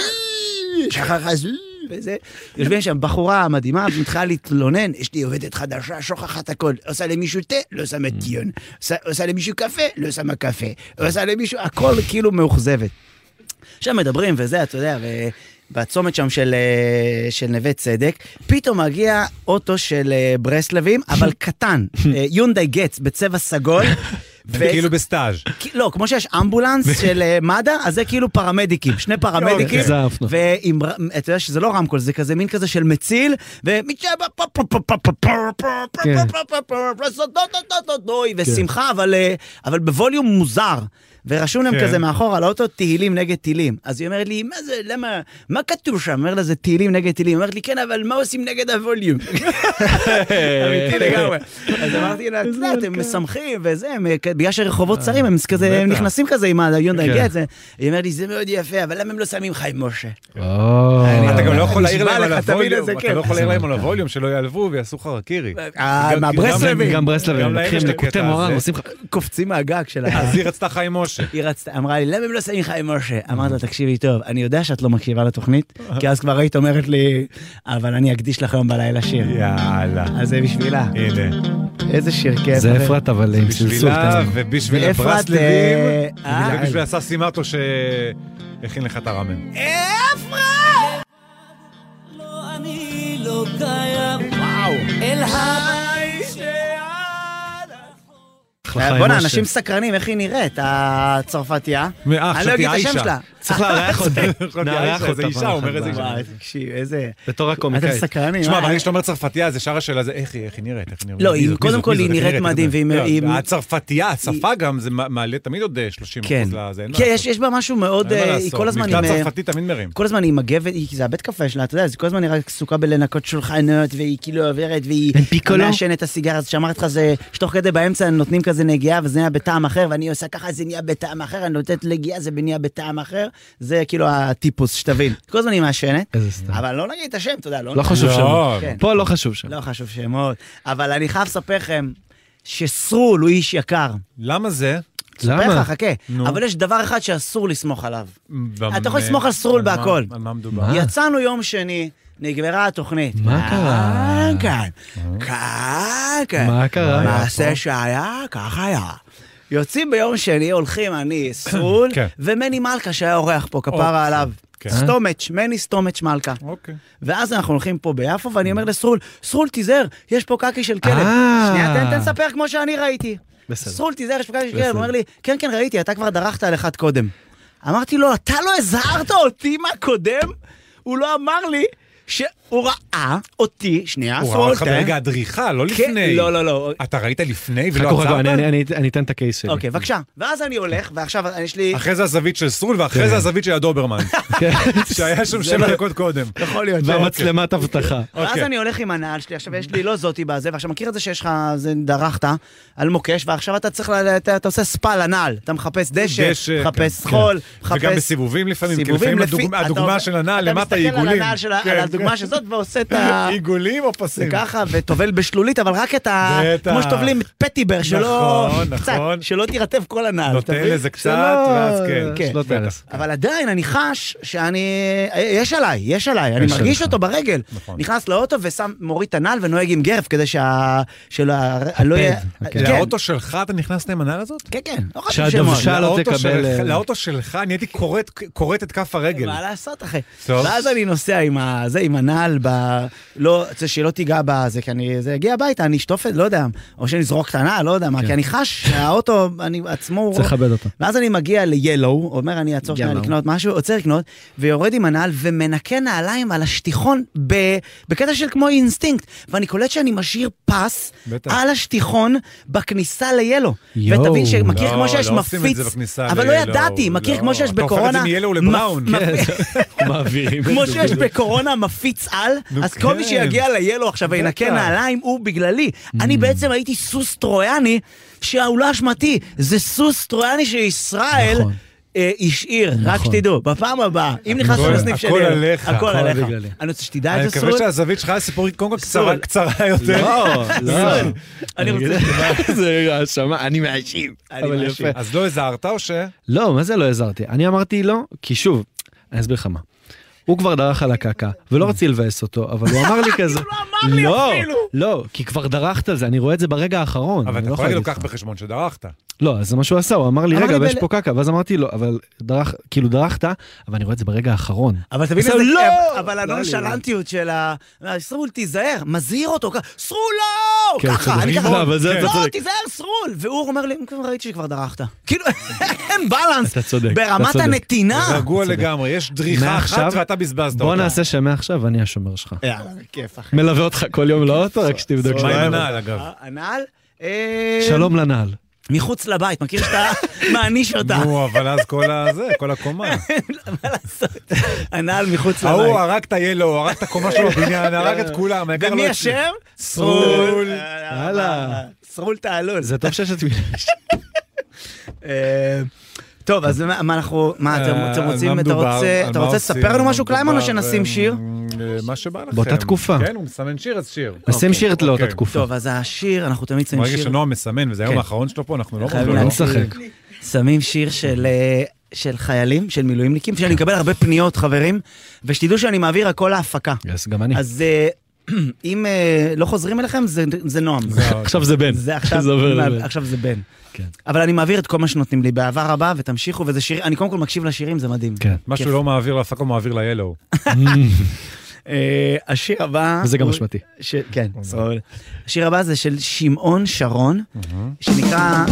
[SPEAKER 1] שחר חז... וזה, יושבים שם בחורה מדהימה, מתחילה להתלונן, יש לי עובדת חדשה, שוכחת הכל, עושה למישהו תה, לא שמה טיון, עושה- עושה למישהו קפה, לא שמה קפה, עושה למישהו, הכל כאילו מאוכזבת. עכשיו מדברים וזה, אתה יודע, ו... בצומת שם של, אה, של נווה צדק, פתאום מגיע אוטו של אה, ברסלבים, אבל קטן, אה, יונדאי גץ בצבע סגול. ו-
[SPEAKER 3] כאילו בסטאז'.
[SPEAKER 1] כי- לא, כמו שיש אמבולנס של אה, מד"א, אז זה כאילו פרמדיקים, שני פרמדיקים.
[SPEAKER 2] אוקיי. זה אהבנו.
[SPEAKER 1] ועם, ר- אתה יודע שזה לא רמקול, זה כזה מין כזה של מציל, ו... ושמחה, אבל אה, אבל בווליום מוזר. ורשום להם
[SPEAKER 3] כן.
[SPEAKER 1] כזה מאחור על האוטו תהילים נגד טילים. אז היא אומרת לי, מה זה, למה, מה כתוב שם? אומר לה, זה תהילים נגד טילים. היא אומרת לי, כן, אבל מה עושים נגד הווליום? אמיתי לגמרי. אה, אז אמרתי לה, את יודעת, הם משמחים וזה, הם, אה, כ- בגלל שרחובות צרים, הם כזה, הם
[SPEAKER 3] בטח.
[SPEAKER 1] נכנסים כזה עם היונדה
[SPEAKER 2] כן.
[SPEAKER 1] גט, זה- היא אומרת לי, זה מאוד יפה, אבל למה הם לא שמים חיים משה?
[SPEAKER 2] אה. או.
[SPEAKER 1] אני-
[SPEAKER 3] אתה גם לא יכול
[SPEAKER 1] נשבע
[SPEAKER 3] להעיר להם
[SPEAKER 1] לך,
[SPEAKER 3] על
[SPEAKER 1] תמיד
[SPEAKER 3] הווליום,
[SPEAKER 1] איזה
[SPEAKER 2] כן.
[SPEAKER 3] אתה
[SPEAKER 1] כיף.
[SPEAKER 3] לא יכול להעיר להם על
[SPEAKER 2] מורכב.
[SPEAKER 3] הווליום שלא יעלבו ויעשו חרקירי.
[SPEAKER 1] כן. אה,
[SPEAKER 3] גם-
[SPEAKER 1] מהברסלבים.
[SPEAKER 2] גם ברסלבים,
[SPEAKER 3] גם להם
[SPEAKER 2] לוקחים,
[SPEAKER 3] יש את
[SPEAKER 2] לקוטי
[SPEAKER 3] הקטע
[SPEAKER 2] מורן,
[SPEAKER 3] הזה.
[SPEAKER 2] עושים לך...
[SPEAKER 1] קופצים מהגג של ה...
[SPEAKER 3] אז היא רצתה חיים משה.
[SPEAKER 1] היא רצתה, אמרה לי, למה הם לא שמים חיים משה? אמרת לה, תקשיבי טוב, אני יודע שאת לא מקשיבה לתוכנית, כי אז כבר היית אומרת לי, אבל אני אקדיש לך היום בלילה שיר.
[SPEAKER 3] יאללה.
[SPEAKER 1] אז זה בשבילה.
[SPEAKER 3] הנה.
[SPEAKER 1] איזה שיר כיף.
[SPEAKER 2] זה
[SPEAKER 1] חבר.
[SPEAKER 2] אפרת אבל עם סלסול.
[SPEAKER 3] בשבילה
[SPEAKER 2] תן
[SPEAKER 1] אה,
[SPEAKER 2] לי.
[SPEAKER 3] ובשביל
[SPEAKER 1] ואפרת,
[SPEAKER 3] הברסלבים
[SPEAKER 1] אה, אה.
[SPEAKER 3] ובשביל הסאסי סימטו שהכין לך את הרמן.
[SPEAKER 2] (laughs)
[SPEAKER 4] לא, אני לא קיים.
[SPEAKER 3] וואו.
[SPEAKER 4] אל ה... אה.
[SPEAKER 2] אחלה חיים
[SPEAKER 1] בואנה,
[SPEAKER 2] משה.
[SPEAKER 1] אנשים סקרנים, איך היא נראית, הצרפתייה?
[SPEAKER 3] אה,
[SPEAKER 1] אני לא
[SPEAKER 3] חשבתי
[SPEAKER 1] אגיד את השם
[SPEAKER 3] עיישה.
[SPEAKER 1] שלה.
[SPEAKER 2] צריך לארח אותה.
[SPEAKER 3] חשבתי
[SPEAKER 2] נארח
[SPEAKER 3] עיישה,
[SPEAKER 2] אותה.
[SPEAKER 3] זה אישה,
[SPEAKER 2] פעם
[SPEAKER 3] הוא
[SPEAKER 2] אחת
[SPEAKER 3] אומר איזה
[SPEAKER 2] ב-
[SPEAKER 3] אישה.
[SPEAKER 1] (laughs) וואי, תקשיב, איזה...
[SPEAKER 2] בתור
[SPEAKER 1] אתם
[SPEAKER 2] הקומיקאי.
[SPEAKER 1] סקרנים.
[SPEAKER 3] תשמע,
[SPEAKER 1] אה?
[SPEAKER 3] לא אבל כשאתה אומר צרפתייה, זה שאר השאלה זה איך היא, איך היא נראית, איך היא נראית.
[SPEAKER 1] לא,
[SPEAKER 3] מי
[SPEAKER 1] היא-
[SPEAKER 3] זאת, מי
[SPEAKER 1] קודם
[SPEAKER 3] זאת,
[SPEAKER 1] כל
[SPEAKER 3] מי
[SPEAKER 1] היא
[SPEAKER 3] זאת, איך
[SPEAKER 1] נראית מדהים,
[SPEAKER 3] איך היא
[SPEAKER 1] והיא-
[SPEAKER 3] נראית. לא,
[SPEAKER 1] היא-
[SPEAKER 3] הצרפתייה, השפה גם, זה מ- מעלה תמיד עוד אה, 30
[SPEAKER 1] כן.
[SPEAKER 3] אחוז לזה, אין מה
[SPEAKER 1] כן,
[SPEAKER 3] לעשות.
[SPEAKER 1] יש- יש בה משהו מאוד...
[SPEAKER 3] אין מה
[SPEAKER 1] אה, היא
[SPEAKER 3] לעשות,
[SPEAKER 1] כל הזמן עם...
[SPEAKER 3] מבטא
[SPEAKER 1] אה,
[SPEAKER 3] צרפתי תמיד מרים.
[SPEAKER 1] כל הזמן היא מגבת, היא- זה הבית קפה שלה, אתה יודע, אז היא כל הזמן היא רק עסוקה בלנקות שולחנות, והיא כאילו עוברת, והיא
[SPEAKER 2] אין פיקולו?
[SPEAKER 1] מעשנת את הסיגר, אז שאמרתי לך זה, שתוך כדי באמצע נותנים כזה נגיעה, וזה נהיה בטעם אחר, ואני עושה ככה, זה נהיה בטעם אחר, אני נותנת לגיעה, זה נהיה בטעם אחר, זה כאילו הטיפוס, שתבין. כל הזמן היא מעשנת,
[SPEAKER 2] איזה סתם.
[SPEAKER 1] אבל לא נגיד את השם, אתה יודע, לא...
[SPEAKER 2] לא חשוב
[SPEAKER 3] לא.
[SPEAKER 2] שם.
[SPEAKER 1] כן.
[SPEAKER 2] פה לא חשוב שם.
[SPEAKER 1] לא חשוב שמות, אבל אני חייב לספר לכם שסרול הוא איש יקר.
[SPEAKER 3] למה זה?
[SPEAKER 1] ספר
[SPEAKER 2] למה?
[SPEAKER 1] לך, חכה.
[SPEAKER 3] נו.
[SPEAKER 1] אבל יש דבר אחד שאסור לסמוך עליו.
[SPEAKER 3] במ-
[SPEAKER 1] אתה יכול לסמוך על סרול
[SPEAKER 3] מה-
[SPEAKER 1] בהכל.
[SPEAKER 3] על מה מדובר?
[SPEAKER 2] מה?
[SPEAKER 1] יצאנו יום שני, נגמרה התוכנית.
[SPEAKER 2] מה קרה?
[SPEAKER 1] כאן, כאן, כאן.
[SPEAKER 2] מה קרה?
[SPEAKER 1] מעשה שהיה, כך היה. יוצאים ביום שני, הולכים אני, סרול,
[SPEAKER 3] כן.
[SPEAKER 1] ומני מלכה שהיה אורח פה,
[SPEAKER 3] אוקיי.
[SPEAKER 1] כפרה עליו.
[SPEAKER 3] כן.
[SPEAKER 1] סטומץ', מני סטומץ' מלכה.
[SPEAKER 3] אוקיי.
[SPEAKER 1] ואז אנחנו הולכים פה ביפו, ואני אומר לסרול, סרול, תיזהר, יש פה קקי של כלב.
[SPEAKER 2] אה.
[SPEAKER 1] שנייה, תן, תן לספר כמו שאני ראיתי.
[SPEAKER 2] בסדר.
[SPEAKER 1] סרול, תיזהר, יש פה קקי של כלב.
[SPEAKER 2] בסדר.
[SPEAKER 1] הוא אומר לי, כן, כן, ראיתי, אתה כבר דרכת על אחד קודם. אמרתי לו, אתה לא הזהרת אותי מהקודם? הוא לא אמר לי שהוא ראה אותי, שנייה,
[SPEAKER 3] הוא ראה
[SPEAKER 1] סרול,
[SPEAKER 3] אותך
[SPEAKER 1] תן.
[SPEAKER 3] ברגע הדריכה, לא
[SPEAKER 1] כן,
[SPEAKER 3] לפני.
[SPEAKER 1] לא, לא, לא.
[SPEAKER 3] אתה ראית לפני
[SPEAKER 2] חכו,
[SPEAKER 3] ולא
[SPEAKER 2] חכו,
[SPEAKER 3] עצרת?
[SPEAKER 2] אני- אני- אני- אני אתן את הקייס שלי.
[SPEAKER 1] אוקיי, בבקשה. ואז אני הולך, ועכשיו יש לי...
[SPEAKER 3] אחרי זה הזווית של סרול, ואחרי
[SPEAKER 2] כן.
[SPEAKER 3] זה הזווית של
[SPEAKER 1] (laughs)
[SPEAKER 3] הדוברמן,
[SPEAKER 2] כן.
[SPEAKER 3] שהיה שם שבע דקות קודם.
[SPEAKER 1] לא- יכול להיות.
[SPEAKER 2] והמצלמת אבטחה.
[SPEAKER 1] ואז
[SPEAKER 3] אוקיי.
[SPEAKER 1] אני הולך עם הנעל שלי, עכשיו יש לי לא זאתי בזה, ועכשיו מכיר את זה שיש לך, זה דרכת על מוקש, ועכשיו אתה צריך, ל- אתה אתה עושה ספה לנעל, אתה מחפש דשא,
[SPEAKER 3] דשא,
[SPEAKER 1] מחפש
[SPEAKER 3] כן,
[SPEAKER 1] חול,
[SPEAKER 3] וגם
[SPEAKER 1] מחפש...
[SPEAKER 3] בסיבובים לפעמים, כי
[SPEAKER 1] סיבובים
[SPEAKER 3] לפעמים
[SPEAKER 1] לפי-
[SPEAKER 3] הדוגמה-
[SPEAKER 1] אתה
[SPEAKER 3] הדוגמה
[SPEAKER 1] עושה-
[SPEAKER 3] של הנעל למטה היא
[SPEAKER 1] אתה מסתכל
[SPEAKER 3] עיגולים.
[SPEAKER 1] על הנעל של ה-
[SPEAKER 3] כן,
[SPEAKER 1] על
[SPEAKER 3] כן.
[SPEAKER 1] הדוגמה של זאת ועושה את ה...
[SPEAKER 3] עיגולים או
[SPEAKER 1] זה
[SPEAKER 3] פסים?
[SPEAKER 1] ככה, וטובל בשלולית, אבל רק את ה...
[SPEAKER 3] בטח.
[SPEAKER 1] כמו שטובלים פטיבר, שלא...
[SPEAKER 3] נכון,
[SPEAKER 1] קצת,
[SPEAKER 3] נכון.
[SPEAKER 1] שלא תירטב כל הנעל. אתה
[SPEAKER 3] נותן
[SPEAKER 1] מבין?
[SPEAKER 3] לזה
[SPEAKER 1] שלא-
[SPEAKER 3] קצת, ואז כן.
[SPEAKER 1] כן.
[SPEAKER 2] לא תאלס.
[SPEAKER 1] אבל עדיין אני חש שאני... יש עליי, יש עליי, אני
[SPEAKER 2] יש
[SPEAKER 1] מרגיש
[SPEAKER 2] עליך.
[SPEAKER 1] אותו ברגל.
[SPEAKER 3] נכון.
[SPEAKER 1] נכנס לאוטו ושם, מוריד את הנעל ונוהג עם גרף כדי שה... שלא... לא יהיה...
[SPEAKER 2] אוקיי.
[SPEAKER 1] כן,
[SPEAKER 3] לאוטו שלך אתה נכנס עם הנעל הזאת?
[SPEAKER 1] כן, כן, לא חשוב שמות.
[SPEAKER 2] שהדוושה לא
[SPEAKER 3] לאוטו
[SPEAKER 2] תקבל...
[SPEAKER 3] שלך-
[SPEAKER 2] אה,
[SPEAKER 3] לאוטו שלך, אני הייתי כורת- כורת את כף הרגל.
[SPEAKER 1] מה לעשות, אחי?
[SPEAKER 3] טוב.
[SPEAKER 1] ואז אני נוסע עם ה- זה, עם הנעל ב... לא, זה שלא תיגע בזה, כי אני... זה יגיע הביתה, אני אשטוף את... לא יודע. או שאני אזרוק את הנעל, לא יודע מה. כי אני חש שהאוטו, אני עצמו... הוא-
[SPEAKER 2] כן.
[SPEAKER 1] לא-
[SPEAKER 2] צריך לכבד אותו.
[SPEAKER 1] ואז אני מגיע ל-Yellow, אומר אני אעצור שנייה
[SPEAKER 2] Yellow.
[SPEAKER 1] לקנות משהו, עוצר לקנות, ויורד עם הנעל ומנקה נעליים על השטיחון ב- בקטע של כמו אינסטינקט. ואני קולט שאני משאיר פס
[SPEAKER 3] בטח.
[SPEAKER 1] על השטיחון בכניסה ל-Yellow.
[SPEAKER 2] יואו.
[SPEAKER 1] ותבין שמכיר
[SPEAKER 3] לא,
[SPEAKER 1] כמו שיש
[SPEAKER 3] לא עושים את
[SPEAKER 1] מפיץ,
[SPEAKER 3] זה בכניסה
[SPEAKER 1] אבל לא
[SPEAKER 3] ל-Yellow,
[SPEAKER 1] ידעתי, מכיר
[SPEAKER 3] לא.
[SPEAKER 1] כמו שיש
[SPEAKER 3] אתה הופך את
[SPEAKER 1] בקורונה,
[SPEAKER 3] זה מ-Yellow
[SPEAKER 1] מפ-
[SPEAKER 3] לבראון. כן.
[SPEAKER 1] מפ- (laughs)
[SPEAKER 2] מעבירים.
[SPEAKER 1] כמו שיש בקורונה מפיץ על,
[SPEAKER 3] נו,
[SPEAKER 1] אז כל מי
[SPEAKER 3] כן.
[SPEAKER 1] שיגיע ל-Yellow עכשיו וינקה
[SPEAKER 3] בטח. Mm.
[SPEAKER 1] נעליים הוא בגללי. אני בעצם הייתי סוס טרויאני, שהוא לא אשמתי, זה סוס טרויאני שישראל...
[SPEAKER 2] נכון.
[SPEAKER 1] אה, השאיר, רק
[SPEAKER 2] נכון.
[SPEAKER 1] שתדעו, בפעם הבאה, אם נכנסת
[SPEAKER 3] הכל-
[SPEAKER 1] לסניף שלי,
[SPEAKER 3] הכל
[SPEAKER 1] אלו,
[SPEAKER 3] עליך,
[SPEAKER 1] הכל
[SPEAKER 2] הכל
[SPEAKER 1] עליך.
[SPEAKER 2] בגללי.
[SPEAKER 1] אני רוצה שתדע
[SPEAKER 3] אני
[SPEAKER 1] את זה,
[SPEAKER 3] מקווה
[SPEAKER 1] סרול.
[SPEAKER 3] שהזווית שלך סיפורית קודם כל
[SPEAKER 1] סרול.
[SPEAKER 3] קצרה- קצרה יותר.
[SPEAKER 2] לא,
[SPEAKER 1] סרול, אה, אני רוצה... (laughs)
[SPEAKER 2] זה האשמה, אני מאשים.
[SPEAKER 1] אני
[SPEAKER 2] אבל
[SPEAKER 1] מאשים.
[SPEAKER 2] יפה.
[SPEAKER 3] אז לא הזהרת או ש...
[SPEAKER 2] לא, מה זה לא הזהרתי? אני אמרתי לא, כי שוב, אני אסביר לך מה. הוא כבר דרך על הקקה, ולא רציתי לבאס אותו, אבל הוא אמר
[SPEAKER 3] (laughs)
[SPEAKER 2] לי כזה... הוא
[SPEAKER 1] לא אמר לי אפילו.
[SPEAKER 2] לא, כי כבר דרכת על זה, אני רואה את זה ברגע האחרון.
[SPEAKER 3] אבל
[SPEAKER 2] אני
[SPEAKER 3] אתה
[SPEAKER 2] לא
[SPEAKER 3] יכול להגיד לו
[SPEAKER 2] להגיד
[SPEAKER 3] קח
[SPEAKER 2] לך."
[SPEAKER 3] בחשבון
[SPEAKER 1] אה.
[SPEAKER 3] שדרכת.
[SPEAKER 2] לא, אז זה מה שהוא עשה, הוא אמר לי,
[SPEAKER 1] אמר
[SPEAKER 2] רגע,
[SPEAKER 1] לי
[SPEAKER 2] אבל יש
[SPEAKER 1] בל-
[SPEAKER 2] פה קקה, ואז אמרתי לו, אבל דרך, כאילו דרכת, אבל אני רואה את זה ברגע האחרון.
[SPEAKER 1] אבל תבין
[SPEAKER 2] עכשיו,
[SPEAKER 1] איזה...
[SPEAKER 2] לא!
[SPEAKER 1] אבל
[SPEAKER 2] לא,
[SPEAKER 1] הנונשלנטיות של ה... סרול, תיזהר, מזהיר אותו, ככה, סרול, לא!
[SPEAKER 2] כן,
[SPEAKER 1] ככה,
[SPEAKER 2] צודק.
[SPEAKER 1] אני ככה...
[SPEAKER 2] לא, אבל זה- אתה
[SPEAKER 1] לא,
[SPEAKER 2] צודק.
[SPEAKER 1] תיזהר, סרול! והוא אומר לי, כבר ראיתי שכבר דרכת.
[SPEAKER 2] (laughs)
[SPEAKER 1] כאילו, אין בלנס.
[SPEAKER 2] אתה צודק, אתה
[SPEAKER 1] ברמת
[SPEAKER 2] צודק.
[SPEAKER 1] הנתינה.
[SPEAKER 3] רגוע לגמרי, יש דריכה
[SPEAKER 2] מעכשיו-
[SPEAKER 3] אחת ואתה בזבזת אותה.
[SPEAKER 2] בוא נעשה שמעכשיו אני השומר שלך.
[SPEAKER 1] יאללה, כיף, אחי.
[SPEAKER 2] מלווה אותך כל יום לאוטו, רק שתבדוק
[SPEAKER 3] מה עם
[SPEAKER 1] אה,
[SPEAKER 2] שאתה...
[SPEAKER 3] הנעל אגב?
[SPEAKER 1] הנעל? אה,
[SPEAKER 2] שלום לנעל.
[SPEAKER 1] מחוץ לבית, מכיר
[SPEAKER 2] (laughs)
[SPEAKER 1] שאתה מעניש אותה.
[SPEAKER 3] נו, אבל אז כל הזה, כל הקומה.
[SPEAKER 1] מה לעשות? הנעל מחוץ לבית.
[SPEAKER 3] ההוא הרג את הילו, הרג את הקומה שלו בבניין, הרג את כולם. העיקר
[SPEAKER 1] ומי
[SPEAKER 3] לא את-
[SPEAKER 1] אשם?
[SPEAKER 3] סרול.
[SPEAKER 2] הלאה.
[SPEAKER 1] סרול תעלול.
[SPEAKER 2] זה טוב שיש את מי...
[SPEAKER 1] אה, טוב, אז מה מה אנחנו, מה אתם-
[SPEAKER 3] אה,
[SPEAKER 1] אתם
[SPEAKER 3] על מה
[SPEAKER 1] רוצים, אתה
[SPEAKER 3] מדובר?
[SPEAKER 1] רוצה
[SPEAKER 3] על
[SPEAKER 1] אתה
[SPEAKER 3] מה
[SPEAKER 1] רוצה
[SPEAKER 3] עושים?
[SPEAKER 1] לספר לנו משהו
[SPEAKER 3] מדובר,
[SPEAKER 1] קליימן או שנשים
[SPEAKER 3] אה,
[SPEAKER 1] שיר?
[SPEAKER 3] אה, מה שבא לכם.
[SPEAKER 2] באותה תקופה.
[SPEAKER 3] כן, הוא מסמן שיר, אז שיר.
[SPEAKER 2] אז שם שיר את לא אותה
[SPEAKER 3] אוקיי.
[SPEAKER 2] תקופה.
[SPEAKER 1] טוב, אז השיר, אנחנו תמיד שמים
[SPEAKER 3] ברגע
[SPEAKER 1] שיר,
[SPEAKER 3] שנועם מסמן, וזה היום
[SPEAKER 1] כן.
[SPEAKER 3] האחרון שלו פה, אנחנו לא
[SPEAKER 1] חייבים
[SPEAKER 3] יכולים
[SPEAKER 2] לא
[SPEAKER 1] להגיד.
[SPEAKER 3] לעבור.
[SPEAKER 2] נשחק.
[SPEAKER 1] שמים שיר של... אה, של חיילים, של מילואימניקים, שאני מקבל הרבה פניות, חברים, ושתדעו שאני מעביר הכל להפקה.
[SPEAKER 2] יס, גם אני.
[SPEAKER 1] אז אה, (clears throat) אם אה, לא חוזרים אליכם, זה- זה נועם.
[SPEAKER 3] אה,
[SPEAKER 2] אוקיי. עכשיו זה בן.
[SPEAKER 1] זה עכשיו,
[SPEAKER 2] זה עובר לבן.
[SPEAKER 1] עכשיו זה בן.
[SPEAKER 2] כן.
[SPEAKER 1] אבל אני מעביר את כל מה שנותנים לי, באהבה רבה, ותמשיכו, וזה שיר, אני קודם כל מקשיב לשירים, זה מדהים.
[SPEAKER 2] כן.
[SPEAKER 3] מה שהוא לא מעביר להפקה, הוא מעביר ל-Yellow.
[SPEAKER 1] אה, השיר הבא...
[SPEAKER 2] וזה גם
[SPEAKER 1] הוא-
[SPEAKER 2] אשמתי.
[SPEAKER 1] ש... כן, סבבה. השיר הבא זה של שמעון שרון, שנקרא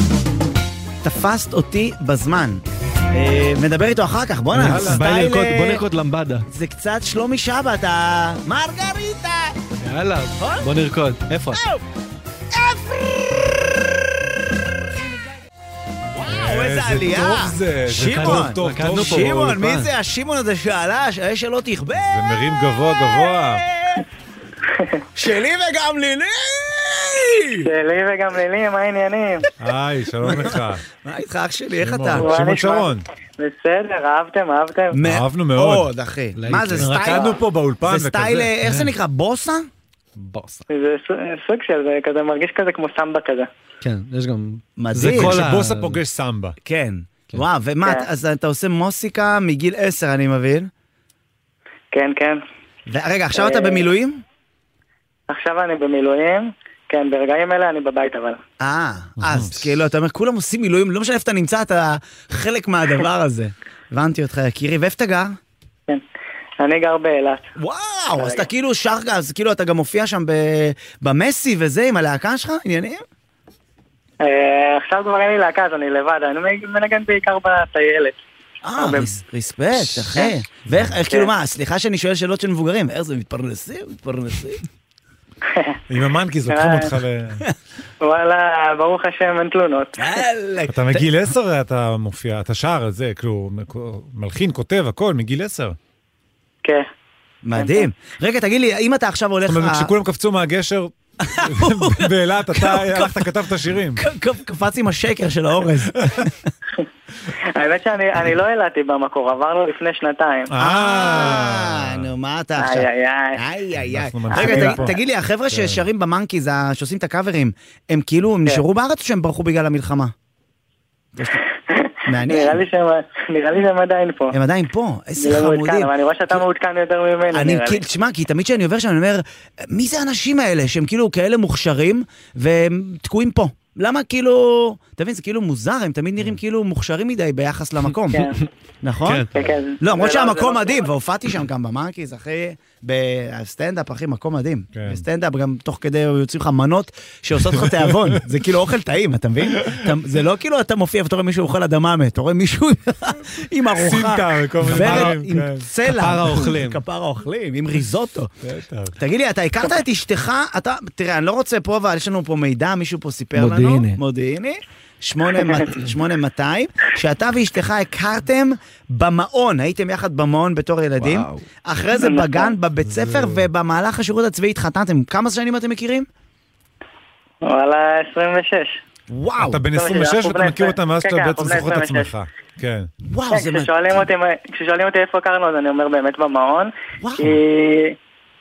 [SPEAKER 1] "תפסת אותי בזמן". אה, נדבר איתו אחר כך, בואנה,
[SPEAKER 2] יאללה. ביי
[SPEAKER 1] סטייל...
[SPEAKER 2] נרקוד,
[SPEAKER 1] אה,
[SPEAKER 2] בוא נרקוד למבדה.
[SPEAKER 1] זה קצת שלומי שבת, ה... מרגריטה!
[SPEAKER 2] יאללה, בוא נרקוד. איפה?
[SPEAKER 1] וואו, איזה עלייה!
[SPEAKER 3] טוב זה, זה
[SPEAKER 1] שמעון,
[SPEAKER 3] כתוב טוב,
[SPEAKER 2] רקדנו
[SPEAKER 3] טוב,
[SPEAKER 2] פה
[SPEAKER 3] טוב.
[SPEAKER 1] שמעון, מי
[SPEAKER 2] באולפן.
[SPEAKER 1] זה השמעון הזה שעלה? האש שלא תכבה?
[SPEAKER 3] זה מרים גבוה גבוה.
[SPEAKER 1] (laughs) שלי וגם לילי!
[SPEAKER 7] שלי וגם לילי, מה
[SPEAKER 1] (laughs)
[SPEAKER 7] העניינים?
[SPEAKER 3] היי, שלום לך.
[SPEAKER 1] מה איתך אח שלי, איך
[SPEAKER 3] שמעון,
[SPEAKER 1] אתה?
[SPEAKER 7] וואי,
[SPEAKER 3] שמעון
[SPEAKER 7] נשמע.
[SPEAKER 3] שרון,
[SPEAKER 7] בסדר, אהבתם, אהבתם?
[SPEAKER 3] אהבנו מאוד.
[SPEAKER 1] מאוד, כן. אחי. מה זה סטייל?
[SPEAKER 3] רקדנו פה באולפן
[SPEAKER 1] זה סטייל,
[SPEAKER 3] וכזה.
[SPEAKER 1] אה, איך זה נקרא? בוסה?
[SPEAKER 2] בוס.
[SPEAKER 7] זה ס- סוג של זה, כזה מרגיש כזה כמו סמבה כזה.
[SPEAKER 2] כן, יש גם...
[SPEAKER 1] מדהים.
[SPEAKER 2] זה כל ה...
[SPEAKER 3] כשבוסה פוגש כן, סמבה.
[SPEAKER 1] כן. וואו, ומה,
[SPEAKER 7] כן.
[SPEAKER 1] אז אתה עושה מוסיקה מגיל 10, אני מבין.
[SPEAKER 7] כן, כן.
[SPEAKER 1] רגע, עכשיו אתה
[SPEAKER 7] אה,
[SPEAKER 1] במילואים?
[SPEAKER 7] עכשיו אני במילואים, כן, ברגעים אלה אני בבית אבל.
[SPEAKER 1] אה, אז כאילו, אתה אומר, כולם עושים מילואים, לא משנה איפה אתה נמצא, אתה חלק מהדבר הזה. הבנתי אותך, יקירי, ואיפה אתה גר?
[SPEAKER 7] כן. אני גר באילת.
[SPEAKER 1] וואו, אז אתה כאילו שר, אז כאילו אתה גם מופיע שם ב- במסי וזה, עם הלהקה שלך, עניינים?
[SPEAKER 7] אה, עכשיו כבר אין לי להקה, אז אני לבד, אני מנגן בעיקר בטיילת.
[SPEAKER 1] אה,
[SPEAKER 7] הרבה.
[SPEAKER 1] ריס- ריספקט, אחי. ואיך,
[SPEAKER 7] כן.
[SPEAKER 1] איך, כאילו מה, סליחה שאני שואל שאלות של מבוגרים, איך זה, מתפרנסים?
[SPEAKER 7] (laughs)
[SPEAKER 1] מתפרנסים?
[SPEAKER 3] עם המנקיז לוקחים אותך ל...
[SPEAKER 7] וואלה, ברוך השם, אין תלונות.
[SPEAKER 1] יאללה.
[SPEAKER 3] אתה מגיל 10 אתה מופיע, אתה שר את זה, כאילו, מלחין, כותב, הכל, מגיל 10.
[SPEAKER 7] כן.
[SPEAKER 1] מדהים. רגע, תגיד לי, אם אתה עכשיו הולך...
[SPEAKER 3] זאת אומרת,
[SPEAKER 1] ה-
[SPEAKER 3] כשכולם קפצו
[SPEAKER 7] (laughs)
[SPEAKER 3] מהגשר באילת, אתה הלכת, כתבת שירים.
[SPEAKER 1] ק- ק- קפץ עם השקר של האורז.
[SPEAKER 3] (laughs)
[SPEAKER 7] האמת שאני אני לא העלתי במקור, עברנו לפני שנתיים.
[SPEAKER 3] אה.
[SPEAKER 1] אה, נו, מה אתה עכשיו? אה,
[SPEAKER 7] איי איי איי.
[SPEAKER 1] איי איי איי.
[SPEAKER 3] אנחנו
[SPEAKER 1] רגע,
[SPEAKER 3] ממשיכים
[SPEAKER 1] תגיד-
[SPEAKER 3] פה. כן.
[SPEAKER 1] תגיד לי, החבר'ה ששרים במאנקיז, ה- שעושים את הקאברים, הם כאילו,
[SPEAKER 7] כן.
[SPEAKER 1] הם נשארו בארץ או שהם ברחו בגלל
[SPEAKER 7] (laughs)
[SPEAKER 1] המלחמה? יש לי- מעניין.
[SPEAKER 7] נראה לי שהם- נראה לי שהם עדיין פה.
[SPEAKER 1] הם עדיין פה, איזה
[SPEAKER 7] אני לא מעודכן,
[SPEAKER 1] חמודים.
[SPEAKER 7] אבל אני רואה שאתה מעודכן יותר
[SPEAKER 5] כן,
[SPEAKER 7] ממני,
[SPEAKER 1] אני,
[SPEAKER 7] נראה לי.
[SPEAKER 1] כאילו, תשמע, כי תמיד כשאני עובר שם, אני אומר, מי זה האנשים האלה שהם כאילו כאלה מוכשרים והם תקועים פה? למה כאילו, אתה מבין, זה כאילו מוזר, הם תמיד נראים כאילו מוכשרים מדי ביחס למקום,
[SPEAKER 7] כן.
[SPEAKER 1] נכון?
[SPEAKER 2] כן.
[SPEAKER 7] כן, כן.
[SPEAKER 1] לא, למרות
[SPEAKER 7] זה זה
[SPEAKER 1] שהמקום
[SPEAKER 7] לא-
[SPEAKER 1] מדהים, והופעתי שם גם במאנקיז, אחי, בסטנדאפ, אחי, מקום מדהים.
[SPEAKER 3] כן.
[SPEAKER 1] בסטנדאפ גם תוך כדי יוצאים לך מנות שעושות לך
[SPEAKER 3] (laughs)
[SPEAKER 1] תיאבון, זה כאילו אוכל טעים, אתה מבין? אתה- זה לא כאילו אתה מופיע ואתה רואה מישהו אוכל אדמה מת, אתה רואה מישהו עם ארוחה.
[SPEAKER 3] סמטה וכל מיני
[SPEAKER 1] ורד
[SPEAKER 3] דברים,
[SPEAKER 1] עם
[SPEAKER 3] כן.
[SPEAKER 1] צלע.
[SPEAKER 2] כפרה אוכלים.
[SPEAKER 1] (laughs) כפרה אוכלים, עם ריזוטו.
[SPEAKER 3] בטח.
[SPEAKER 1] תגיד לי, אתה הכרת את אשתך? אתה, תראה, אני לא רוצה פה, אבל יש לנו פה מידע, מישהו פה סיפר לנו.
[SPEAKER 2] מודיעיני.
[SPEAKER 1] מודיעיני. 8200, שאתה ואשתך הכרתם במעון, הייתם יחד במעון בתור ילדים,
[SPEAKER 2] וואו.
[SPEAKER 1] אחרי זה בגן, בבית ספר ובמהלך השירות הצבאי התחתנתם, כמה שנים אתם מכירים?
[SPEAKER 7] וואלה, 26.
[SPEAKER 1] וואו,
[SPEAKER 3] אתה בן
[SPEAKER 7] זה מה
[SPEAKER 3] 26
[SPEAKER 7] שאנחנו
[SPEAKER 3] ואתה
[SPEAKER 7] בני
[SPEAKER 3] מכיר אותם מאז
[SPEAKER 7] כן,
[SPEAKER 3] שאתה
[SPEAKER 7] כן,
[SPEAKER 3] בעצם
[SPEAKER 7] אנחנו בני
[SPEAKER 3] זוכר את
[SPEAKER 7] 26.
[SPEAKER 3] עצמך. כן.
[SPEAKER 1] וואו, לא, זה
[SPEAKER 7] כן,
[SPEAKER 1] מה...
[SPEAKER 7] כששואלים אותי מה- כששואלים אותי איפה הכרנו, אז אני אומר באמת במעון.
[SPEAKER 1] וואו.
[SPEAKER 7] כי...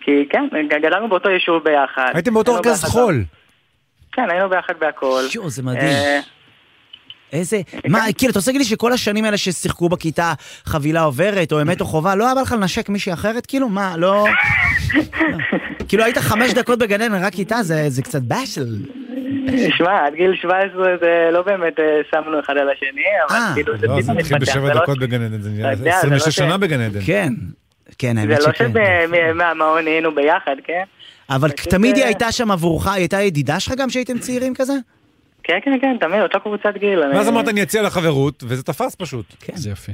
[SPEAKER 7] כי כן, גדלנו באותו יישוב ביחד.
[SPEAKER 3] הייתם באותו
[SPEAKER 7] היינו
[SPEAKER 3] ארגז
[SPEAKER 7] ביחד-
[SPEAKER 3] חול.
[SPEAKER 7] כן, היינו ביחד בהכל.
[SPEAKER 1] יואו, זה מדהים.
[SPEAKER 7] אה,
[SPEAKER 1] איזה... מה,
[SPEAKER 7] כן.
[SPEAKER 1] כאילו, אתה רוצה להגיד לי שכל השנים האלה ששיחקו בכיתה חבילה עוברת, או אמת או חובה, לא היה בא לך לנשק מישהי אחרת? כאילו, מה, לא... כאילו, היית חמש דקות בגן עדן, רק כיתה, זה זה קצת באשל.
[SPEAKER 7] אה, שמע, עד גיל 17 זה לא באמת אה, שמנו אחד על השני, אבל
[SPEAKER 1] אה,
[SPEAKER 7] כאילו זה
[SPEAKER 3] לא, זה
[SPEAKER 7] פתאום
[SPEAKER 3] מתחיל
[SPEAKER 7] מתפתח. זה
[SPEAKER 3] בשבע
[SPEAKER 7] לא-
[SPEAKER 3] דקות בגן עדן, זה נהיה
[SPEAKER 7] אתה יודע, זה לא
[SPEAKER 3] 26 שנה
[SPEAKER 7] ש-
[SPEAKER 3] בגן עדן.
[SPEAKER 1] כן. כן,
[SPEAKER 7] זה
[SPEAKER 1] האמת
[SPEAKER 7] לא
[SPEAKER 1] שכן.
[SPEAKER 7] שמהמעון היינו ביחד, כן?
[SPEAKER 1] אבל
[SPEAKER 7] פשוט,
[SPEAKER 1] תמיד היא
[SPEAKER 7] אה,
[SPEAKER 1] הייתה שם עבורך, היא הייתה ידידה שלך גם כשהייתם צעירים כזה?
[SPEAKER 7] כן, כן, כן, תמיד, אותה קבוצת גיל. אני-
[SPEAKER 3] ואז אמרת אני אציע לך חברות, וזה תפס פשוט.
[SPEAKER 2] זה יפה.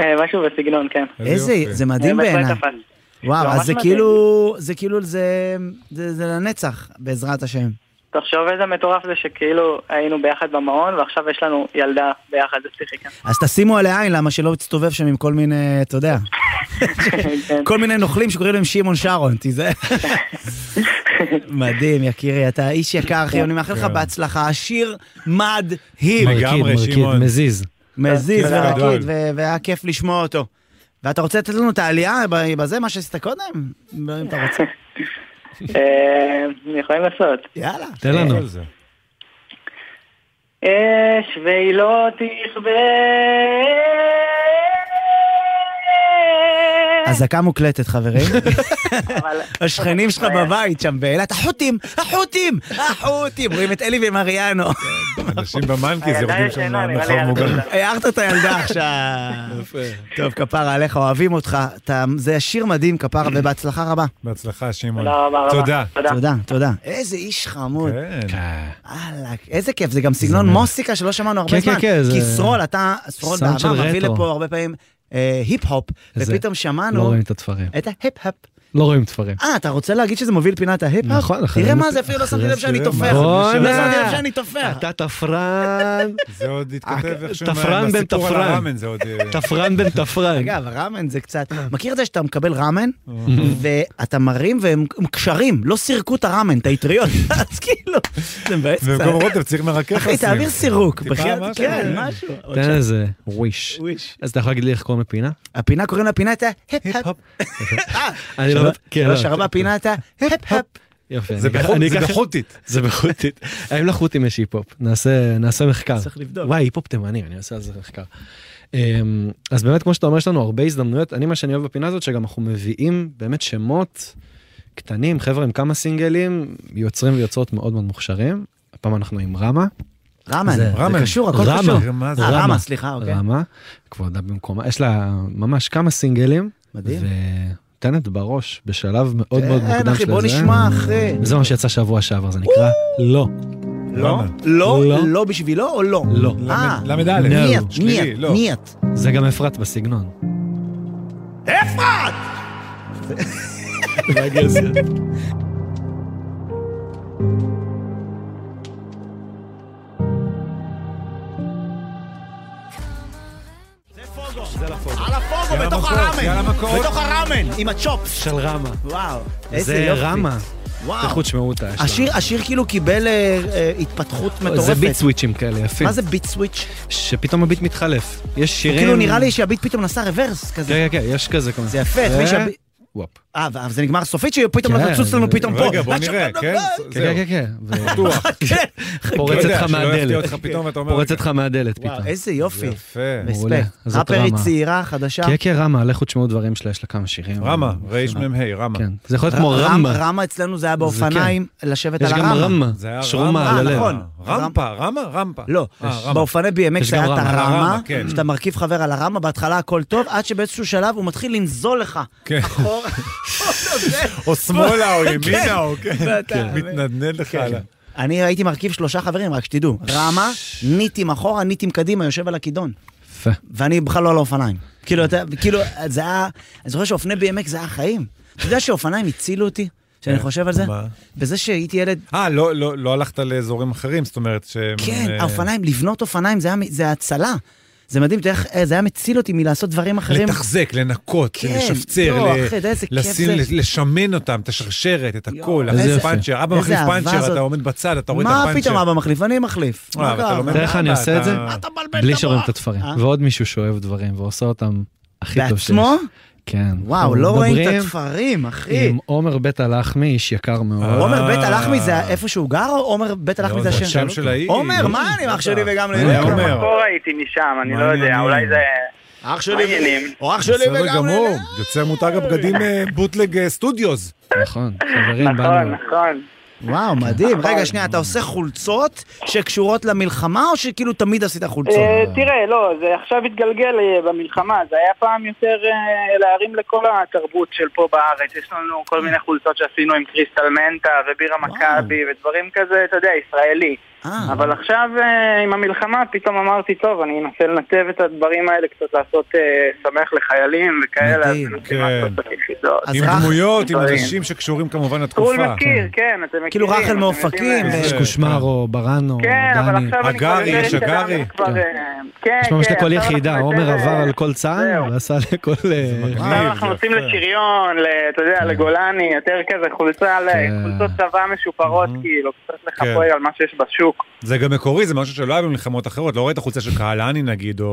[SPEAKER 7] אה, משהו בסגנון, כן.
[SPEAKER 1] כן. איזה...
[SPEAKER 3] יופי.
[SPEAKER 1] זה מדהים
[SPEAKER 7] אה, בהחלט
[SPEAKER 1] בעיניי.
[SPEAKER 7] תפס.
[SPEAKER 1] וואו,
[SPEAKER 7] ממש
[SPEAKER 1] אז זה
[SPEAKER 7] מדהים.
[SPEAKER 1] כאילו... זה כאילו... זה זה- זה לנצח, בעזרת השם.
[SPEAKER 5] תחשוב איזה מטורף זה שכאילו היינו ביחד במעון ועכשיו יש לנו ילדה ביחד, זה כן. פסיכיקה.
[SPEAKER 1] (laughs) אז תשימו עליה עין, למה שלא תסתובב שם עם כל מיני, אתה יודע,
[SPEAKER 5] כן.
[SPEAKER 1] כל מיני נוכלים שקוראים להם שמעון שרון, תיזהר. מדהים, יקירי, אתה איש יקר, אחי, אני מאחל לך בהצלחה, השיר מדהים.
[SPEAKER 3] מגניב. לגמרי,
[SPEAKER 2] מרקיד,
[SPEAKER 3] שמעון.
[SPEAKER 2] מזיז.
[SPEAKER 1] מזיז
[SPEAKER 5] כן,
[SPEAKER 1] ורקיד,
[SPEAKER 3] גדול.
[SPEAKER 1] ו- והיה כיף לשמוע אותו. ואתה רוצה לתת לנו את העלייה ב- בזה, מה שעשית קודם? אם אתה רוצה.
[SPEAKER 5] אה, יכולים לעשות.
[SPEAKER 1] יאללה.
[SPEAKER 2] תן לנו.
[SPEAKER 3] כל זה.
[SPEAKER 5] אש ולא תכבה.
[SPEAKER 1] אזעקה מוקלטת, חברים.
[SPEAKER 5] אבל-
[SPEAKER 1] (laughs) השכנים שלך בבית שם באילת, החות'ים, החות'ים, החות'ים. רואים את אלי ומריאנו.
[SPEAKER 3] אנשים במאנקיז
[SPEAKER 7] אה,
[SPEAKER 5] הילדה
[SPEAKER 3] יורדים שם
[SPEAKER 5] ישנה, נראה לי
[SPEAKER 3] למרחב
[SPEAKER 5] ילדה
[SPEAKER 3] מוגן.
[SPEAKER 5] ישנה.
[SPEAKER 1] הערת את
[SPEAKER 2] (laughs)
[SPEAKER 1] הילדה עכשיו. טוב, כפרה עליך, אוהבים אותך. אתה- זה שיר מדהים, כפרה, ובהצלחה רבה.
[SPEAKER 3] בהצלחה, שמעון.
[SPEAKER 5] תודה רבה רבה.
[SPEAKER 3] תודה.
[SPEAKER 1] תודה, תודה. איזה איש חמוד.
[SPEAKER 2] אוקיי.
[SPEAKER 3] כן.
[SPEAKER 1] וואלה, איזה כיף, זה גם סגנון מוסיקה שלא שמענו הרבה
[SPEAKER 2] כן,
[SPEAKER 1] זמן.
[SPEAKER 2] כן, כן,
[SPEAKER 1] כי
[SPEAKER 2] זה-
[SPEAKER 1] סרול, אתה, סרול
[SPEAKER 2] סאונד
[SPEAKER 1] בעבר
[SPEAKER 2] של
[SPEAKER 1] מביא
[SPEAKER 2] רטרו.
[SPEAKER 1] לפה הרבה פעמים אה, היפ-הופ,
[SPEAKER 2] זה-
[SPEAKER 1] ופתאום
[SPEAKER 2] לא
[SPEAKER 1] שמענו
[SPEAKER 2] רואים את התפרים.
[SPEAKER 1] את ההיפ-הופ.
[SPEAKER 2] לא רואים תפרים.
[SPEAKER 1] אה, אתה רוצה להגיד שזה מוביל פינת ההיפ-הופ?
[SPEAKER 2] נכון, אחרי
[SPEAKER 1] תראה
[SPEAKER 2] זה-
[SPEAKER 1] מה זה, אפילו לא
[SPEAKER 2] אחרי
[SPEAKER 1] שמתי לב
[SPEAKER 2] זה-
[SPEAKER 1] שאני
[SPEAKER 3] תראה מה-
[SPEAKER 1] תופח.
[SPEAKER 2] בואנה.
[SPEAKER 1] לא שמתי לב שאני תופח.
[SPEAKER 2] אתה תפרן,
[SPEAKER 3] זה עוד התכתב איכשהו
[SPEAKER 2] אה, תפרן
[SPEAKER 3] עם
[SPEAKER 2] בן
[SPEAKER 3] הסיפור על
[SPEAKER 2] תפרן.
[SPEAKER 3] הראמן, זה עוד...
[SPEAKER 1] (laughs)
[SPEAKER 3] אה,
[SPEAKER 2] תפרן בן תפרן.
[SPEAKER 1] אגב, ראמן זה קצת...
[SPEAKER 2] אה.
[SPEAKER 1] מכיר את זה שאתה מקבל ראמן,
[SPEAKER 3] אה.
[SPEAKER 1] ואתה מרים והם הם קשרים, לא סירקו את הראמן, את האטריות,
[SPEAKER 3] (laughs)
[SPEAKER 1] אז כאילו, זה מבאס קצת.
[SPEAKER 3] במקום רוטב צריך מרכך לשים.
[SPEAKER 1] אחי, תעביר סירוק,
[SPEAKER 3] טיפה
[SPEAKER 1] בחייאת,
[SPEAKER 3] משהו,
[SPEAKER 1] כן,
[SPEAKER 3] כן.
[SPEAKER 1] משהו. (laughs) עוד
[SPEAKER 2] תן
[SPEAKER 1] שם.
[SPEAKER 2] איזה וויש.
[SPEAKER 1] וויש.
[SPEAKER 2] אז אתה יכול להגיד לי איך קוראים לפינה?
[SPEAKER 1] הפינה קוראים לה פינת ההפ-הפ.
[SPEAKER 2] אני לא... כן, לא.
[SPEAKER 1] אה, שלוש ארבע פינת ההפ-הפ.
[SPEAKER 2] יופי.
[SPEAKER 3] זה
[SPEAKER 2] אני אקח-
[SPEAKER 3] בחוט-
[SPEAKER 2] אני
[SPEAKER 3] זה
[SPEAKER 2] אקח-
[SPEAKER 3] בחוטית.
[SPEAKER 2] זה (laughs) בחוטית. האם לחות'ים יש היפ-הופ? נעשה נעשה מחקר.
[SPEAKER 1] צריך לבדוק.
[SPEAKER 2] וואי, היפ-הופ תימני, אני עושה על זה מחקר. אמ, אז באמת, כמו שאתה אומר, יש לנו הרבה הזדמנויות. אני, מה שאני אוהב בפינה הזאת, שגם אנחנו מביאים באמת שמות קטנים, חבר'ה עם כמה סינגלים, יוצרים ויוצרות מאוד מאוד מוכשרים. הפעם אנחנו עם רמה.
[SPEAKER 1] רמן,
[SPEAKER 2] זה-
[SPEAKER 1] זה
[SPEAKER 3] רמן.
[SPEAKER 1] קשור, הכל
[SPEAKER 2] רמה.
[SPEAKER 1] קשור.
[SPEAKER 3] מה זה?
[SPEAKER 1] אה, רמה,
[SPEAKER 2] רמה.
[SPEAKER 1] סליחה, אוקיי.
[SPEAKER 2] רמה, כבודה במקומה, יש לה ממש כמה סינגלים.
[SPEAKER 1] מדהים.
[SPEAKER 2] וטנט בראש בשלב מאוד מאוד מוקדם של
[SPEAKER 1] כן,
[SPEAKER 2] זה.
[SPEAKER 1] אחי, בוא נשמע אחרי.
[SPEAKER 2] זה מה שיצא שבוע שעבר, זה נקרא לא.
[SPEAKER 1] לא?
[SPEAKER 3] רמה.
[SPEAKER 1] לא?
[SPEAKER 2] לא.
[SPEAKER 1] לא בשבילו או לא?
[SPEAKER 2] לא.
[SPEAKER 1] אה,
[SPEAKER 3] למד א',
[SPEAKER 1] מי את? מי
[SPEAKER 3] שלילי,
[SPEAKER 1] את?
[SPEAKER 3] לא.
[SPEAKER 1] מי את?
[SPEAKER 2] זה גם אפרת בסגנון.
[SPEAKER 1] על הפוגו, בתוך
[SPEAKER 3] מכות, יאללה,
[SPEAKER 1] הראמן.
[SPEAKER 3] מכות.
[SPEAKER 1] בתוך הראמן, עם הצ'ופס.
[SPEAKER 2] של רמה.
[SPEAKER 1] וואו, איזה
[SPEAKER 2] זה
[SPEAKER 1] יופי. אה.
[SPEAKER 2] רמה.
[SPEAKER 1] וואו.
[SPEAKER 2] תלכו תשמעו אותה. יש לה-
[SPEAKER 1] השיר, השיר כאילו קיבל אה, אה, התפתחות מטורפת.
[SPEAKER 2] זה ביט סוויצ'ים כאלה יפים.
[SPEAKER 1] מה זה ביט סוויץ'?
[SPEAKER 2] שפתאום הביט מתחלף. יש שירים...
[SPEAKER 1] כאילו נראה לי שהביט פתאום נסע רוורס כזה.
[SPEAKER 2] כן, כן, כן, יש כזה כמה...
[SPEAKER 1] זה יפה, איך
[SPEAKER 2] ו-
[SPEAKER 1] מישהו-
[SPEAKER 2] וופ.
[SPEAKER 1] אה, וזה נגמר סופית שפתאום
[SPEAKER 2] כן,
[SPEAKER 1] לא תצוץ לנו
[SPEAKER 2] זה-
[SPEAKER 1] פתאום פה.
[SPEAKER 3] רגע, בוא נראה, כן?
[SPEAKER 2] כן,
[SPEAKER 3] זהו.
[SPEAKER 2] כן, כן, כן.
[SPEAKER 1] (laughs)
[SPEAKER 2] ו-
[SPEAKER 3] בטוח.
[SPEAKER 1] כן.
[SPEAKER 2] פורצת
[SPEAKER 3] אתה יודע,
[SPEAKER 2] לך
[SPEAKER 3] שלא יפתיע
[SPEAKER 2] מהדלת.
[SPEAKER 3] אותך פתאום ואתה אומר... "אוקיי."
[SPEAKER 2] פורצת לך מהדלת
[SPEAKER 1] וואו,
[SPEAKER 2] פתאום.
[SPEAKER 1] איזה יופי.
[SPEAKER 3] יפה.
[SPEAKER 2] מעולה,
[SPEAKER 1] רספקט.
[SPEAKER 2] זאת
[SPEAKER 1] ראפרית
[SPEAKER 2] רמה.
[SPEAKER 1] צעירה, חדשה.
[SPEAKER 2] כן, כן, רמה, לכו תשמעו דברים שלה, יש לה כמה שירים.
[SPEAKER 3] רמה, רמ"ה, רמה.
[SPEAKER 2] כן, זה יכול להיות
[SPEAKER 1] ר-
[SPEAKER 2] כמו רמה.
[SPEAKER 1] רמה אצלנו זה היה באופניים, לשבת
[SPEAKER 2] יש
[SPEAKER 1] על
[SPEAKER 2] גם
[SPEAKER 1] הרמה.
[SPEAKER 2] רמה,
[SPEAKER 3] זה היה
[SPEAKER 2] שרומה לא,
[SPEAKER 3] רמה.
[SPEAKER 2] על
[SPEAKER 1] אה,
[SPEAKER 2] הלב.
[SPEAKER 1] נכון.
[SPEAKER 3] רמפה, רמה, רמפה.
[SPEAKER 1] לא,
[SPEAKER 3] אה,
[SPEAKER 1] יש-
[SPEAKER 3] רמה.
[SPEAKER 1] באופני BMX
[SPEAKER 2] יש גם
[SPEAKER 1] היה את
[SPEAKER 2] רמה.
[SPEAKER 1] הרמה,
[SPEAKER 3] הרמה, כן.
[SPEAKER 1] שאתה מרכיב חבר על הרמה, בהתחלה הכל טוב, עד שבאיזשהו שלב הוא מתחיל לנזול לך. (laughs)
[SPEAKER 2] (laughs)
[SPEAKER 3] כן.
[SPEAKER 1] אחורה.
[SPEAKER 3] או שמאלה,
[SPEAKER 1] כן.
[SPEAKER 3] או ימינה, או
[SPEAKER 1] ואתה-
[SPEAKER 3] כן. מתנדנד לך
[SPEAKER 1] כן.
[SPEAKER 3] על ה...
[SPEAKER 1] אני הייתי מרכיב שלושה חברים, רק שתדעו. רמה, ניטים אחורה, ניטים קדימה, יושב על הכידון.
[SPEAKER 2] יפה.
[SPEAKER 1] ואני בכלל לא על האופניים. כאילו, אתה, כאילו, זה היה, אני זוכר שאופני BMX זה היה החיים. אתה יודע שאופניים הצילו אותי? כשאני חושב על זה?
[SPEAKER 3] כן. מה?
[SPEAKER 1] בזה שהייתי ילד,
[SPEAKER 3] אה, לא- לא לא הלכת לאזורים אחרים, זאת אומרת ש...
[SPEAKER 1] כן,
[SPEAKER 3] אה.
[SPEAKER 1] האופניים, לבנות אופניים זה היה מ- זה הצלה. זה מדהים, אתה יודע איך, אה, זה היה מציל אותי מלעשות דברים אחרים.
[SPEAKER 3] לתחזק, לנקות,
[SPEAKER 1] כן,
[SPEAKER 3] לשפצר,
[SPEAKER 1] לא,
[SPEAKER 3] ל-
[SPEAKER 1] אחי, אתה יודע איזה כיף
[SPEAKER 3] לשים,
[SPEAKER 1] זה?
[SPEAKER 3] ל- לשמן אותם, את השרשרת, את הכל,
[SPEAKER 1] יואו,
[SPEAKER 2] איזה
[SPEAKER 3] להחליף
[SPEAKER 2] יפה.
[SPEAKER 3] פאנצ'ר, אבא
[SPEAKER 1] איזה
[SPEAKER 3] מחליף
[SPEAKER 1] אהבה
[SPEAKER 3] פאנצ'ר,
[SPEAKER 1] זאת.
[SPEAKER 3] אתה עומד בצד, אתה רואה את
[SPEAKER 1] מה
[SPEAKER 3] הפאנצ'ר.
[SPEAKER 1] פתאום אבא מחליף? אני מחליף.
[SPEAKER 3] אה,
[SPEAKER 1] מה
[SPEAKER 3] אבל אתה
[SPEAKER 1] קרה?
[SPEAKER 3] לומד.
[SPEAKER 2] תראה איך אני
[SPEAKER 3] אה,
[SPEAKER 2] עושה את
[SPEAKER 3] אתה-
[SPEAKER 2] זה?
[SPEAKER 1] אתה מבלבל את
[SPEAKER 2] בלי
[SPEAKER 1] המוח.
[SPEAKER 2] שרואים את התפרים.
[SPEAKER 1] אה?
[SPEAKER 2] ועוד מישהו שאוהב דברים ועושה אותם הכי טוב שיש.
[SPEAKER 1] בעצמו?
[SPEAKER 2] כן.
[SPEAKER 1] וואו,
[SPEAKER 2] אנחנו
[SPEAKER 1] לא רואים את
[SPEAKER 2] מדברים
[SPEAKER 1] התפרים, אחי.
[SPEAKER 2] עם עומר בית הלחמי, איש יקר
[SPEAKER 5] אה?
[SPEAKER 2] מאוד.
[SPEAKER 1] עומר בית הלחמי זה איפה שהוא גר, או עומר בית הלחמי
[SPEAKER 3] אה.
[SPEAKER 1] זה
[SPEAKER 3] לא, זה
[SPEAKER 1] השם?
[SPEAKER 3] השם של לא, העיר.
[SPEAKER 1] עומר, מה אני, אח שלי וגם
[SPEAKER 3] אה,
[SPEAKER 1] לילי?
[SPEAKER 3] עומר.
[SPEAKER 5] במקור הייתי משם, אני לא יודע,
[SPEAKER 3] מעניינים.
[SPEAKER 5] אולי זה...
[SPEAKER 1] אח
[SPEAKER 5] מה
[SPEAKER 1] שלי
[SPEAKER 5] העניינים?
[SPEAKER 1] או אח שלי
[SPEAKER 3] בסדר
[SPEAKER 1] וגם לילי.
[SPEAKER 3] גמור, יוצר מותג הבגדים אה, בוטלג אה, סטודיו's.
[SPEAKER 2] נכון, חברים,
[SPEAKER 5] נכון,
[SPEAKER 2] באנו.
[SPEAKER 5] נכון.
[SPEAKER 1] וואו, מדהים. רגע, שנייה, אתה עושה חולצות שקשורות למלחמה, או שכאילו תמיד עשית חולצות?
[SPEAKER 5] אה, תראה, לא, זה עכשיו התגלגל אה, במלחמה, זה היה פעם יותר אה, להרים לכל התרבות של פה בארץ. יש לנו כל מיני חולצות שעשינו עם קריסטל מנטה ובירה מכבי ודברים כזה, אתה יודע, ישראלי.
[SPEAKER 1] אה,
[SPEAKER 5] אבל עכשיו אה, עם המלחמה פתאום אמרתי, טוב, אני אנסה לנתב את הדברים האלה קצת לעשות אה, שמח לחיילים וכאלה. אז
[SPEAKER 1] מדהים,
[SPEAKER 5] מנסים
[SPEAKER 3] כן.
[SPEAKER 5] לעשות את היחידות. קבוצות.
[SPEAKER 1] אז
[SPEAKER 3] עם
[SPEAKER 1] רח-
[SPEAKER 3] דמויות, עם
[SPEAKER 5] דברים.
[SPEAKER 3] אנשים שקשורים כמובן לתקופה.
[SPEAKER 5] טרול מכיר, כן, אתם מכירים.
[SPEAKER 1] כאילו רחל
[SPEAKER 5] אתם
[SPEAKER 1] מאופקים, אה,
[SPEAKER 5] יודעים,
[SPEAKER 1] ו-
[SPEAKER 2] יש קושמרו, ברנו,
[SPEAKER 5] אה, כן, אבל
[SPEAKER 2] דני.
[SPEAKER 5] עכשיו אני כבר...
[SPEAKER 3] הגרי,
[SPEAKER 5] יודע
[SPEAKER 3] יש
[SPEAKER 5] שאנחנו
[SPEAKER 3] הגרי.
[SPEAKER 5] כבר,
[SPEAKER 2] כן.
[SPEAKER 5] אה, כן,
[SPEAKER 2] יש
[SPEAKER 5] כן.
[SPEAKER 2] ממש לכל
[SPEAKER 5] עכשיו
[SPEAKER 2] יחידה,
[SPEAKER 5] אנחנו
[SPEAKER 2] עומר
[SPEAKER 5] יותר,
[SPEAKER 2] עבר
[SPEAKER 5] אה,
[SPEAKER 2] על כל צה"ל,
[SPEAKER 5] זהו.
[SPEAKER 2] ועשה לכל... אה,
[SPEAKER 3] מגניב.
[SPEAKER 5] עכשיו אנחנו
[SPEAKER 3] זה
[SPEAKER 5] יוצאים
[SPEAKER 3] יפה.
[SPEAKER 5] לשריון, ל- אתה יודע, לגולני, יותר כזה חולצה, ל-
[SPEAKER 2] כן.
[SPEAKER 5] חולצות צבא משופרות, כאילו, קצת לחפוי
[SPEAKER 3] כן.
[SPEAKER 5] על מה שיש בשוק.
[SPEAKER 3] זה גם מקורי, זה משהו שלא היה במלחמות אחרות. לא ראית חולצה של קהלני נגיד, או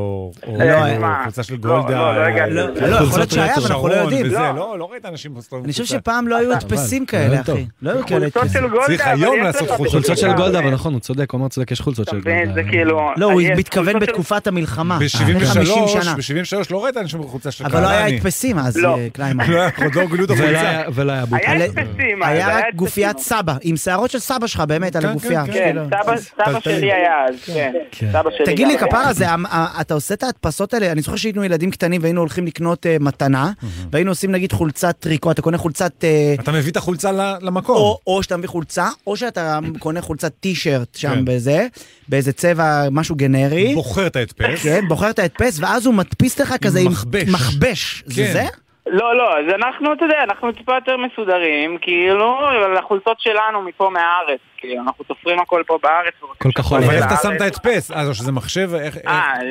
[SPEAKER 3] או-
[SPEAKER 5] אה,
[SPEAKER 3] או
[SPEAKER 5] מה?
[SPEAKER 3] חולצה של
[SPEAKER 5] לא,
[SPEAKER 3] גולדה.
[SPEAKER 5] לא, לא הגעתי.
[SPEAKER 1] לא,
[SPEAKER 3] אה,
[SPEAKER 1] לא, יכול להיות שהיה, אבל אנחנו לא
[SPEAKER 3] שרון
[SPEAKER 1] יודעים.
[SPEAKER 3] וזה,
[SPEAKER 5] לא.
[SPEAKER 3] לא, לא ראית אנשים מסתובבים.
[SPEAKER 1] אני חושב
[SPEAKER 3] בחולצה.
[SPEAKER 1] שפעם לא היו הדפסים כאלה,
[SPEAKER 2] טוב.
[SPEAKER 1] אחי. לא היו כאלה
[SPEAKER 5] חולצות
[SPEAKER 1] הדפסים.
[SPEAKER 5] של גולדה,
[SPEAKER 3] צריך
[SPEAKER 5] אבל
[SPEAKER 3] היום
[SPEAKER 5] יש
[SPEAKER 3] לעשות
[SPEAKER 5] לך
[SPEAKER 3] חולצות
[SPEAKER 5] בחולצה,
[SPEAKER 2] חולצות של גולדה,
[SPEAKER 5] אה,
[SPEAKER 3] לא
[SPEAKER 2] אבל נכון, הוא צודק, עומר צודק, יש חולצות
[SPEAKER 5] אתה
[SPEAKER 2] של
[SPEAKER 5] מבין?
[SPEAKER 2] גולדה.
[SPEAKER 5] זה כאילו...
[SPEAKER 1] לא, הוא
[SPEAKER 5] יש
[SPEAKER 1] מתכוון
[SPEAKER 5] חולצות של-
[SPEAKER 1] בתקופת המלחמה. לפני 50
[SPEAKER 3] ב-73,
[SPEAKER 1] אה, שנה.
[SPEAKER 3] ב-73 לא ראית אנשים בחולצה של קהלני.
[SPEAKER 1] אבל לא היה הדפסים אז,
[SPEAKER 5] לא.
[SPEAKER 1] אה, קליימן.
[SPEAKER 3] לא היה עוד לא גלו את
[SPEAKER 2] ולא
[SPEAKER 3] החולצה.
[SPEAKER 2] היה- ולא היה בוטה.
[SPEAKER 1] על-
[SPEAKER 5] כאילו- היה הדפסים, אז,
[SPEAKER 1] היה
[SPEAKER 5] היה
[SPEAKER 1] רק
[SPEAKER 5] הדפסים.
[SPEAKER 1] גופיית סבא, עם שערות של סבא שלך, באמת, על
[SPEAKER 3] כן,
[SPEAKER 1] הגופייה.
[SPEAKER 3] כן,
[SPEAKER 5] כן, סבא- סבא שלי היה אז, כן.
[SPEAKER 2] כן.
[SPEAKER 5] סבא שלי
[SPEAKER 1] תגיד
[SPEAKER 5] גם
[SPEAKER 1] לי,
[SPEAKER 5] היה.
[SPEAKER 1] כפרה, זה, המ- ה- אתה עושה את ההדפסות האלה? אני זוכר שהיינו ילדים קטנים והיינו הולכים לקנות אה, מתנה, והיינו עושים נגיד חולצת טריקו, אתה קונה חולצת... אה,
[SPEAKER 3] אתה מביא את החולצה ל- למקום.
[SPEAKER 1] או, או שאתה מביא חולצה, או שאתה קונה חולצת טישרט שם
[SPEAKER 3] כן.
[SPEAKER 1] בזה, באיזה צבע, משהו גנרי.
[SPEAKER 3] בוחר את ההדפס.
[SPEAKER 1] כן, בוחר את ההדפס, ואז הוא מדפיס לך כזה עם
[SPEAKER 3] מכבש.
[SPEAKER 1] מכבש. זה
[SPEAKER 3] כן.
[SPEAKER 1] זה?
[SPEAKER 5] לא, לא, אז אנחנו, אתה יודע, אנחנו טיפה יותר מסודרים, כאילו, אבל החולצות שלנו מפה מהארץ, כאילו, אנחנו תופרים הכל פה בארץ.
[SPEAKER 2] כל כחול.
[SPEAKER 3] אבל
[SPEAKER 2] אה,
[SPEAKER 3] איך אתה שם את
[SPEAKER 5] לארץ.
[SPEAKER 3] ההדפס? אה, או שזה מחשב? איך...
[SPEAKER 5] אה,
[SPEAKER 3] איך-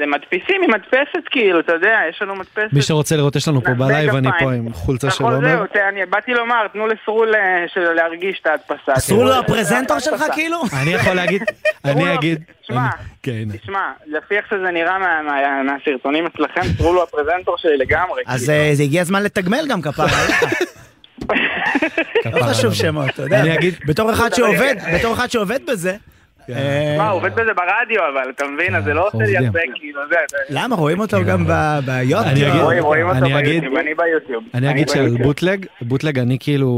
[SPEAKER 5] אה, מדפיסים עם מדפסת, כאילו, אתה יודע, יש לנו מדפסת.
[SPEAKER 2] מי שרוצה לראות, יש לנו פה
[SPEAKER 5] נעשה
[SPEAKER 2] בלייב, אני
[SPEAKER 5] גפיים.
[SPEAKER 2] פה עם חולצה של
[SPEAKER 5] נכון,
[SPEAKER 2] עומר.
[SPEAKER 5] זהו, תה, אני באתי לומר, תנו לסרול אה, של- להרגיש את ההדפסה.
[SPEAKER 1] אסור
[SPEAKER 5] כאילו.
[SPEAKER 1] לו הפרזנטור (laughs) שלך
[SPEAKER 5] ההדפסה.
[SPEAKER 1] כאילו?
[SPEAKER 2] אני יכול להגיד,
[SPEAKER 5] לא-
[SPEAKER 2] אני אגיד...
[SPEAKER 5] תשמע.
[SPEAKER 2] אני- כן.
[SPEAKER 5] תשמע, לפי איך שזה נראה מה- מה- מהסרטונים אצלכם, סרול הוא הפרזנטור שלי לגמרי.
[SPEAKER 1] אז
[SPEAKER 5] כאילו.
[SPEAKER 1] אה, זה הגיע הזמן לתגמל גם
[SPEAKER 3] (laughs)
[SPEAKER 1] כפרה. אין לך. לא
[SPEAKER 2] כפרה
[SPEAKER 1] חשוב
[SPEAKER 2] עליו.
[SPEAKER 1] שמות, אתה יודע.
[SPEAKER 2] אני אגיד-
[SPEAKER 1] בתור (laughs) אחד שעובד, בתור אחד שעובד בזה.
[SPEAKER 3] כן.
[SPEAKER 1] אה,
[SPEAKER 5] מה, הוא עובד בזה ברדיו, אבל, אתה מבין? אז זה לא עושה לי
[SPEAKER 2] עובדים.
[SPEAKER 5] יפה, כאילו, זה... זה-
[SPEAKER 1] למה? רואים אותו גם ב- ביוטיוב.
[SPEAKER 2] כן, אני אגיד-
[SPEAKER 5] רואים, רואים אותו
[SPEAKER 2] אני אגיד-
[SPEAKER 5] ביוטיוב, אני ביוטיוב.
[SPEAKER 2] אני אגיד שעל
[SPEAKER 5] ביוטיוב.
[SPEAKER 2] בוטלג, בוטלג אני כאילו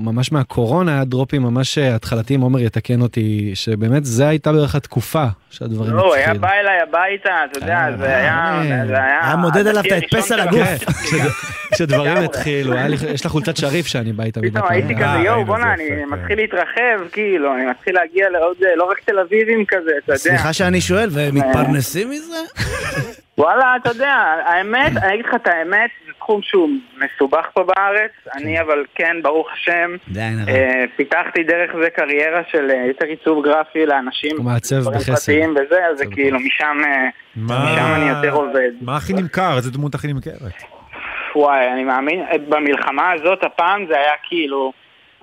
[SPEAKER 2] ממש מהקורונה היה דרופים ממש התחלתיים, עומר יתקן אותי, שבאמת זה הייתה בערך התקופה שהדברים
[SPEAKER 5] לא, הוא היה
[SPEAKER 2] התחילו.
[SPEAKER 5] בא אליי הביתה, אתה יודע,
[SPEAKER 2] אה,
[SPEAKER 5] זה היה...
[SPEAKER 2] אה.
[SPEAKER 5] זה
[SPEAKER 1] היה מודד עליו את
[SPEAKER 5] הדתי הראשון
[SPEAKER 1] ההדפס על
[SPEAKER 5] שלנו.
[SPEAKER 1] הגוף.
[SPEAKER 5] (laughs)
[SPEAKER 2] כן, כש- כשדברים
[SPEAKER 5] לגמרי.
[SPEAKER 2] התחילו, היה לי- יש לה חולצת שריף שאני בא איתה מדי
[SPEAKER 5] פתאום הייתי
[SPEAKER 2] פעם.
[SPEAKER 3] אה,
[SPEAKER 5] כזה,
[SPEAKER 3] הנה,
[SPEAKER 5] יואו, בואנה,
[SPEAKER 3] זה
[SPEAKER 5] אני
[SPEAKER 3] יפה,
[SPEAKER 2] כן.
[SPEAKER 5] מתחיל להתרחב, כאילו, אני מתחיל להגיע לעוד, אה, לא רק תל אביבים כזה, אתה יודע. אה,
[SPEAKER 1] סליחה שאני שואל, ומתפרנסים מזה?
[SPEAKER 5] וואלה, אתה יודע, האמת, אני אגיד לך את האמת, זה תחום שהוא מסובך פה בארץ, אני אבל כן, ברוך השם,
[SPEAKER 1] די, נראה.
[SPEAKER 5] אה, פיתחתי דרך זה קריירה של אה, יותר עיצוב גרפי לאנשים.
[SPEAKER 2] הוא מעצב
[SPEAKER 5] דברים
[SPEAKER 2] בחסר.
[SPEAKER 5] פרטיים וזה, אז זה כאילו, משם אה,
[SPEAKER 3] מה-
[SPEAKER 5] משם אני יותר עובד.
[SPEAKER 3] מה הכי נמכר? איזה דמות הכי נמכרת?
[SPEAKER 5] וואי, אני מאמין, אה, במלחמה הזאת הפעם זה היה כאילו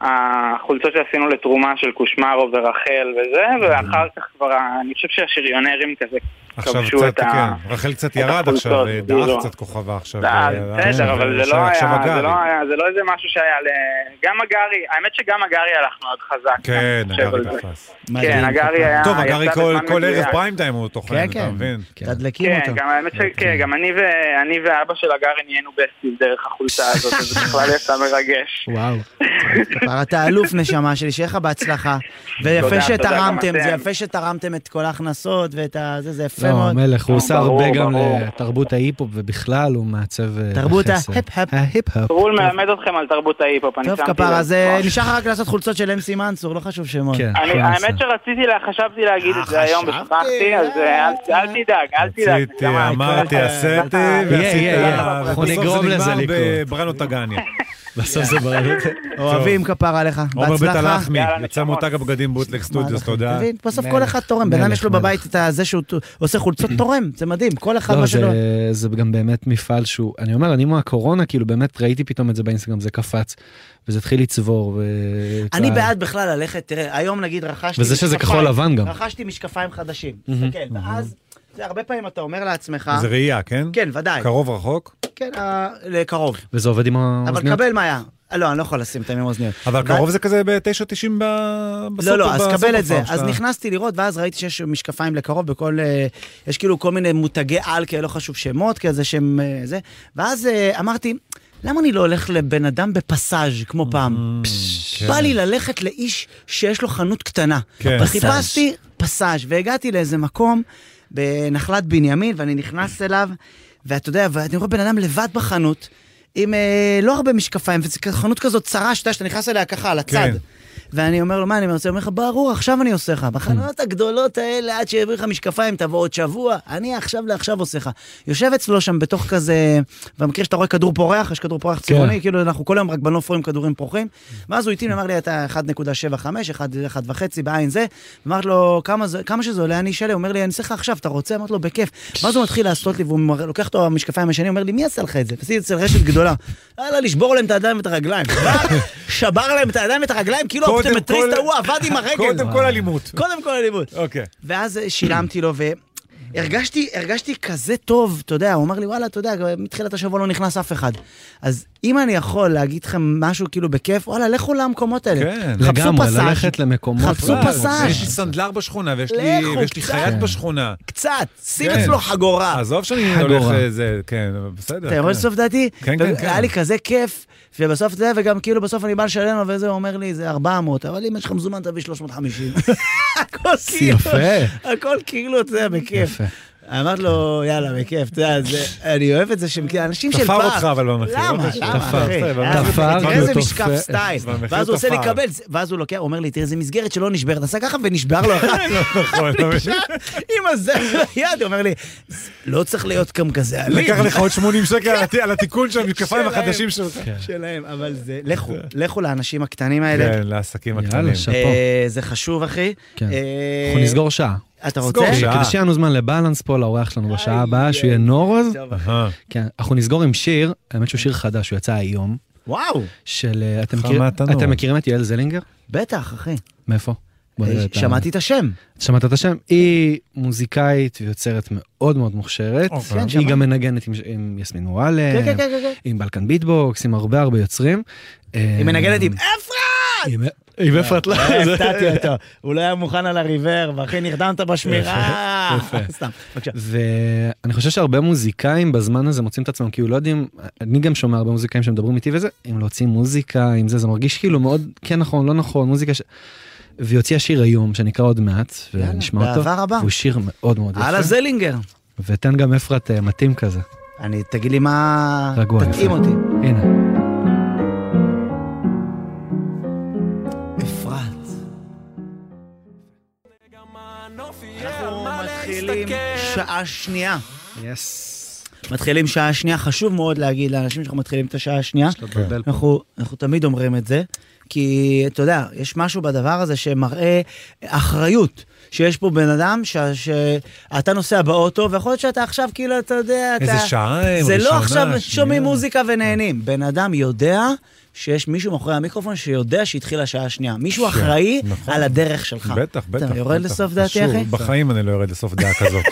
[SPEAKER 5] החולצות שעשינו לתרומה של קושמרו ורחל וזה, ואחר כך כבר, ה- אני חושב שהשריונרים כזה
[SPEAKER 3] עכשיו
[SPEAKER 5] כבשו
[SPEAKER 3] קצת,
[SPEAKER 5] את ה...
[SPEAKER 3] כן. רחל קצת
[SPEAKER 5] את
[SPEAKER 3] ירד
[SPEAKER 5] החולצות,
[SPEAKER 3] עכשיו, אה, דעך
[SPEAKER 5] כאילו.
[SPEAKER 3] קצת כוכבה עכשיו.
[SPEAKER 5] אה,
[SPEAKER 3] אה,
[SPEAKER 5] בסדר,
[SPEAKER 3] אה,
[SPEAKER 5] אבל זה
[SPEAKER 3] עכשיו-
[SPEAKER 5] לא היה,
[SPEAKER 3] עכשיו
[SPEAKER 5] זה
[SPEAKER 3] הגרי.
[SPEAKER 5] לא היה, זה לא איזה משהו שהיה ל... גם הגרי, האמת שגם הגרי הלך מאוד חזק.
[SPEAKER 3] כן,
[SPEAKER 5] אני חושב על
[SPEAKER 3] הגרי
[SPEAKER 5] זה.
[SPEAKER 3] תפס.
[SPEAKER 1] מדהים.
[SPEAKER 5] כן, הגרי היה...
[SPEAKER 3] טוב, הגרי
[SPEAKER 5] יצא
[SPEAKER 3] כל-
[SPEAKER 5] בזמן
[SPEAKER 3] כל ערב
[SPEAKER 5] מדויק.
[SPEAKER 3] פריים טיים הוא טוחן,
[SPEAKER 1] כן,
[SPEAKER 3] אתה
[SPEAKER 1] כן.
[SPEAKER 3] מבין?
[SPEAKER 2] כן.
[SPEAKER 1] תדלקים
[SPEAKER 5] כן,
[SPEAKER 1] אותה.
[SPEAKER 5] גם האמת
[SPEAKER 3] אוקיי.
[SPEAKER 5] שכן, גם אני ו- אני ואבא של הגרי נהיינו בסטיז דרך החולצה הזאת, אז זה בכלל יצא
[SPEAKER 3] (laughs)
[SPEAKER 5] מרגש.
[SPEAKER 2] וואו.
[SPEAKER 1] כבר אתה אלוף, נשמה שלי, שיהיה לך בהצלחה. ויפה
[SPEAKER 5] תודה,
[SPEAKER 1] שתרמתם,
[SPEAKER 5] תודה, גם
[SPEAKER 1] זה
[SPEAKER 5] אתם.
[SPEAKER 1] יפה שתרמתם את כל ההכנסות ואת ה... זה, זה יפה
[SPEAKER 2] לא,
[SPEAKER 1] מאוד.
[SPEAKER 2] המלך, הוא
[SPEAKER 5] לא,
[SPEAKER 2] עושה
[SPEAKER 5] ברור,
[SPEAKER 2] הרבה גם
[SPEAKER 5] ברור.
[SPEAKER 2] לתרבות ההיפ-הופ ובכלל, הוא מעצב אה,
[SPEAKER 1] תרבות
[SPEAKER 2] בחסר.
[SPEAKER 1] ההיפ-הופ.
[SPEAKER 2] ההיפ-הופ.
[SPEAKER 5] רול מלמד אתכם על תרבות ההיפ-הופ, אני
[SPEAKER 1] טוב,
[SPEAKER 5] שמתי לב.
[SPEAKER 1] כפרה, אז אה, נשאר לך רק לעשות חולצות של אמסי מנצור, לא חשוב שמות.
[SPEAKER 2] כן,
[SPEAKER 5] אני-
[SPEAKER 2] פרנסה.
[SPEAKER 5] האמת שרציתי, לה- חשבתי להגיד את זה היום, ושכחתי, אז אה, אל- אל תדאג, אל תדאג.
[SPEAKER 3] רציתי, אמרתי, עשיתי, ועשיתי,
[SPEAKER 2] יהיה, יהיה.
[SPEAKER 3] ובסוף
[SPEAKER 2] אנחנו נגרום
[SPEAKER 3] זה
[SPEAKER 2] לזה
[SPEAKER 3] נגמר
[SPEAKER 2] לקרות.
[SPEAKER 3] בברנו טגניה.
[SPEAKER 2] בסוף זה ברור.
[SPEAKER 1] אוהבים כפרה עליך.
[SPEAKER 3] עומר בית
[SPEAKER 1] בהצלחה.
[SPEAKER 3] הלחמי,
[SPEAKER 5] יאללה,
[SPEAKER 3] יצא
[SPEAKER 5] נשמות.
[SPEAKER 3] מותג הבגדים בוטלג סטודיוס,
[SPEAKER 1] אתה
[SPEAKER 3] תודה.
[SPEAKER 1] מבין? בסוף
[SPEAKER 2] מלך.
[SPEAKER 1] כל אחד תורם, בן אדם
[SPEAKER 2] מלך,
[SPEAKER 1] יש לו
[SPEAKER 2] מלך.
[SPEAKER 1] בבית את זה שהוא ת- עושה חולצות תורם, זה מדהים, כל אחד
[SPEAKER 2] לא,
[SPEAKER 1] מה שלו.
[SPEAKER 2] זה, זה גם באמת מפעל שהוא, אני אומר, אני מהקורונה, כאילו באמת ראיתי פתאום את זה באינסטגרם, זה קפץ, וזה התחיל לצבור. ו...
[SPEAKER 1] אני בעד בכלל ללכת, תראה, היום נגיד רכשתי
[SPEAKER 2] וזה שזה
[SPEAKER 1] משקפיים-
[SPEAKER 2] כחול לבן גם.
[SPEAKER 1] רכשתי משקפיים חדשים, תסתכל, ואז, זה הרבה פעמים אתה אומר לעצמך,
[SPEAKER 3] זה ראייה, כן?
[SPEAKER 1] כן, ודאי,
[SPEAKER 3] קרוב רחוק,
[SPEAKER 1] כן, אה, לקרוב,
[SPEAKER 2] וזה עובד עם
[SPEAKER 1] אבל
[SPEAKER 2] האוזניות?
[SPEAKER 1] קבל מה היה, אה, לא, אני לא יכול לשים את הימים אוזניות.
[SPEAKER 3] אבל
[SPEAKER 1] ו-
[SPEAKER 3] קרוב זה כזה ב-9.90 ב- בסופר.
[SPEAKER 1] לא, לא, אז קבל את זה.
[SPEAKER 3] בסופר
[SPEAKER 1] אז
[SPEAKER 3] שאתה-
[SPEAKER 1] נכנסתי לראות, ואז ראיתי שיש משקפיים לקרוב בכל... אה, יש כאילו כל מיני מותגי על כאלה, לא חשוב שמות כזה, שהם... אה, זה. ואז אה, אמרתי, למה אני לא הולך לבן אדם בפסאז' כמו פעם?
[SPEAKER 3] Mm, כן.
[SPEAKER 1] בא לי ללכת לאיש שיש לו חנות קטנה.
[SPEAKER 3] כן.
[SPEAKER 1] וחיפשתי פסאז', והגעתי לאיזה מקום בנחלת בנימין, ואני נכנס אליו, ואתה יודע, ואני רואה בן אדם לבד בחנות. עם אה, לא הרבה משקפיים, וזו כ- חנות כזאת צרה שאתה שאתה נכנס אליה ככה, על הצד.
[SPEAKER 3] כן.
[SPEAKER 1] ואני אומר לו, מה אני רוצה? הוא אומר לך, ברור, עכשיו אני עושה לך. בחנות הגדולות האלה, עד שיביא לך משקפיים, תבוא עוד שבוע, אני עכשיו לעכשיו עושה לך. יושב אצלו שם בתוך כזה, במקרה שאתה רואה כדור פורח, יש כדור פורח צבעוני, כאילו אנחנו כל היום רק בנוף רואים כדורים פורחים. ואז הוא איתי, אמר לי, אתה 1.75, 1.5 בעין זה. אמרתי לו, כמה, זה, כמה שזה עולה, אני אשלם. הוא אומר לי, אני אעשה לך עכשיו, אתה רוצה? אמרתי לו, בכיף. ואז הוא מתחיל לעשות לי, והוא מראה- לוקח אותו המשקפיים השני, אומר לי, מי עשה לך את זה? תעשי אצל רשת גדולה. יאללה, לשבור להם את הידיים ואת הרגליים. (laughs) בא, שבר להם את הידיים ואת הרגליים, כאילו
[SPEAKER 3] קודם
[SPEAKER 1] האופטומטריסט
[SPEAKER 3] כל-
[SPEAKER 1] ההוא עבד עם הרגל.
[SPEAKER 3] קודם כל אלימות.
[SPEAKER 1] קודם כל אלימות.
[SPEAKER 3] אוקיי.
[SPEAKER 1] ואז שילמתי לו, והרגשתי הרגשתי כזה טוב, אתה יודע, הוא אמר לי, וואלה, אתה יודע, מתחילת השבוע לא נכנס אף אחד. אז אם אני יכול להגיד לכם משהו כאילו בכיף, וואלה, לכו למקומות האלה.
[SPEAKER 3] כן.
[SPEAKER 1] חפשו
[SPEAKER 2] לגמרי,
[SPEAKER 1] פסאז'.
[SPEAKER 2] ללכת למקומות.
[SPEAKER 1] חפשו
[SPEAKER 2] וואו,
[SPEAKER 1] פסאז'.
[SPEAKER 3] יש לי סנדלר בשכונה, ויש לי-
[SPEAKER 1] לכו,
[SPEAKER 3] ויש לי
[SPEAKER 1] קצת.
[SPEAKER 3] חייט בשכונה.
[SPEAKER 1] קצת, שים
[SPEAKER 3] כן.
[SPEAKER 1] אצלו חגורה.
[SPEAKER 3] עזוב שאני
[SPEAKER 2] חגורה.
[SPEAKER 3] הולך, אה, זה, כן, אבל בסדר.
[SPEAKER 1] אתה יורד
[SPEAKER 3] כן.
[SPEAKER 1] לסוף דעתי?
[SPEAKER 3] כן, כן, כן.
[SPEAKER 1] היה לי כזה כיף, ובסוף זה, וגם כאילו בסוף אני בא לשלם לו, וזה הוא אומר לי, זה 400, אבל אם יש לך מזומן תביא 350.
[SPEAKER 3] (laughs)
[SPEAKER 1] הכל כאילו,
[SPEAKER 2] יפה.
[SPEAKER 1] הכל כאילו, אתה יודע, בכיף.
[SPEAKER 2] יפה.
[SPEAKER 1] אמרתי לו, יאללה, בכיף, אתה יודע, זה- אני אוהב את זה שהם כאילו אנשים של פעם.
[SPEAKER 3] תפר אותך אבל במחיר.
[SPEAKER 1] למה?
[SPEAKER 3] ממש.
[SPEAKER 1] למה,
[SPEAKER 2] תפר,
[SPEAKER 1] אחי?
[SPEAKER 3] תפר,
[SPEAKER 1] למה?
[SPEAKER 2] תפר,
[SPEAKER 1] תראה איזה
[SPEAKER 2] תופר.
[SPEAKER 1] משקף סטייל.
[SPEAKER 3] במחיר
[SPEAKER 1] ואז הוא עושה לי
[SPEAKER 3] תפר.
[SPEAKER 1] קבל, ואז הוא לוקח, הוא אומר לי, תראה, זה מסגרת שלא נשברת, עשה ככה ונשבר לו אחת.
[SPEAKER 3] (laughs) נכון, אתה מבין?
[SPEAKER 1] (laughs) עם הזר ביד, הוא אומר לי, לא צריך להיות גם כזה אלים.
[SPEAKER 3] לקח לך עוד 80 שקל
[SPEAKER 2] כן.
[SPEAKER 3] על הת- על התיקון של המשקפיים
[SPEAKER 1] שלהם.
[SPEAKER 3] החדשים שלך.
[SPEAKER 1] שלהם, אבל זה...
[SPEAKER 2] (laughs)
[SPEAKER 1] לכו, לכו לאנשים הקטנים האלה.
[SPEAKER 3] כן, לעסקים
[SPEAKER 2] יאללה,
[SPEAKER 3] הקטנים.
[SPEAKER 2] ש-
[SPEAKER 1] אה, זה חשוב, אחי.
[SPEAKER 2] כן.
[SPEAKER 1] אה,
[SPEAKER 2] אנחנו נסגור שעה.
[SPEAKER 1] אתה רוצה?
[SPEAKER 3] סגור שעה.
[SPEAKER 2] כדי שיהיה לנו זמן לבלנס פה לאורח שלנו בשעה
[SPEAKER 1] אה, איי,
[SPEAKER 2] הבאה, שהוא
[SPEAKER 1] איי.
[SPEAKER 2] יהיה נורוז.
[SPEAKER 1] טוב.
[SPEAKER 3] אהה.
[SPEAKER 2] כן, אנחנו נסגור עם שיר, האמת שהוא שיר חדש, הוא יצא היום,
[SPEAKER 1] וואו,
[SPEAKER 2] של... אה, אתם
[SPEAKER 3] חמת
[SPEAKER 2] מכיר-
[SPEAKER 3] הנור.
[SPEAKER 2] אתם מכירים את יעל זלינגר?
[SPEAKER 1] בטח, אחי.
[SPEAKER 2] מאיפה? בוא נראה
[SPEAKER 1] אה,
[SPEAKER 2] את ה-
[SPEAKER 1] שמעתי את השם.
[SPEAKER 2] שמעת את השם? היא מוזיקאית ויוצרת מאוד מאוד מוכשרת.
[SPEAKER 3] אוקיי.
[SPEAKER 1] כן,
[SPEAKER 2] היא
[SPEAKER 1] שמעתי.
[SPEAKER 2] גם מנגנת עם- עם יסמין וואלה,
[SPEAKER 1] כן, כן, כן, כן.
[SPEAKER 2] עם בלקן ביטבוקס, עם הרבה הרבה יוצרים.
[SPEAKER 1] היא מנגנת עם אפרת!
[SPEAKER 2] עם אפרת אה, לא.
[SPEAKER 1] הפתעתי אותו. הוא לא היה מוכן על הריבר, ואחי, נרדמת
[SPEAKER 2] (laughs)
[SPEAKER 1] בשמירה. סתם, בבקשה.
[SPEAKER 2] ואני חושב שהרבה מוזיקאים בזמן הזה מוצאים את עצמם כאילו לא יודעים, אני גם שומע הרבה מוזיקאים שמדברים איתי וזה, אם להוציא מוזיקה, עם זה, זה מרגיש כאילו מאוד כן נכון, לא נכון, מוזיקה ש... והיא הוציאה שיר היום שנקרא עוד מעט,
[SPEAKER 1] יאללה,
[SPEAKER 2] ונשמע אותו.
[SPEAKER 1] באהבה רבה.
[SPEAKER 2] והוא שיר מאוד מאוד יפה.
[SPEAKER 1] הלאה זלינגר.
[SPEAKER 2] ותן גם אפרת אה, מתאים כזה.
[SPEAKER 1] אני, תגיד לי מה...
[SPEAKER 2] רגוע,
[SPEAKER 1] תתאים
[SPEAKER 2] יפה.
[SPEAKER 1] אותי.
[SPEAKER 2] הנה.
[SPEAKER 1] אפרת. אנחנו מתחילים שעה שנייה.
[SPEAKER 2] יס.
[SPEAKER 1] מתחילים שעה שנייה, חשוב מאוד להגיד לאנשים שאנחנו מתחילים את השעה השנייה.
[SPEAKER 2] כן.
[SPEAKER 1] אנחנו, אנחנו תמיד אומרים את זה, כי אתה יודע, יש משהו בדבר הזה שמראה אחריות. שיש פה בן אדם ש... שאתה נוסע באוטו, ויכול להיות שאתה עכשיו כאילו, אתה יודע, אתה...
[SPEAKER 3] איזה שעה,
[SPEAKER 1] זה לא
[SPEAKER 3] ראשונה,
[SPEAKER 1] עכשיו
[SPEAKER 3] שנייה. כן.
[SPEAKER 1] שומעים מוזיקה ונהנים. בן אדם יודע שיש מישהו מאחורי המיקרופון שיודע שהתחילה השעה השנייה. מישהו אחראי
[SPEAKER 3] נכון.
[SPEAKER 1] על הדרך שלך.
[SPEAKER 3] בטח, בטח.
[SPEAKER 1] אתה יורד
[SPEAKER 3] בטח.
[SPEAKER 1] לסוף דעתי,
[SPEAKER 3] קשור,
[SPEAKER 1] אחי?
[SPEAKER 3] בחיים אני לא יורד לסוף דעה
[SPEAKER 1] (laughs)
[SPEAKER 3] כזאת.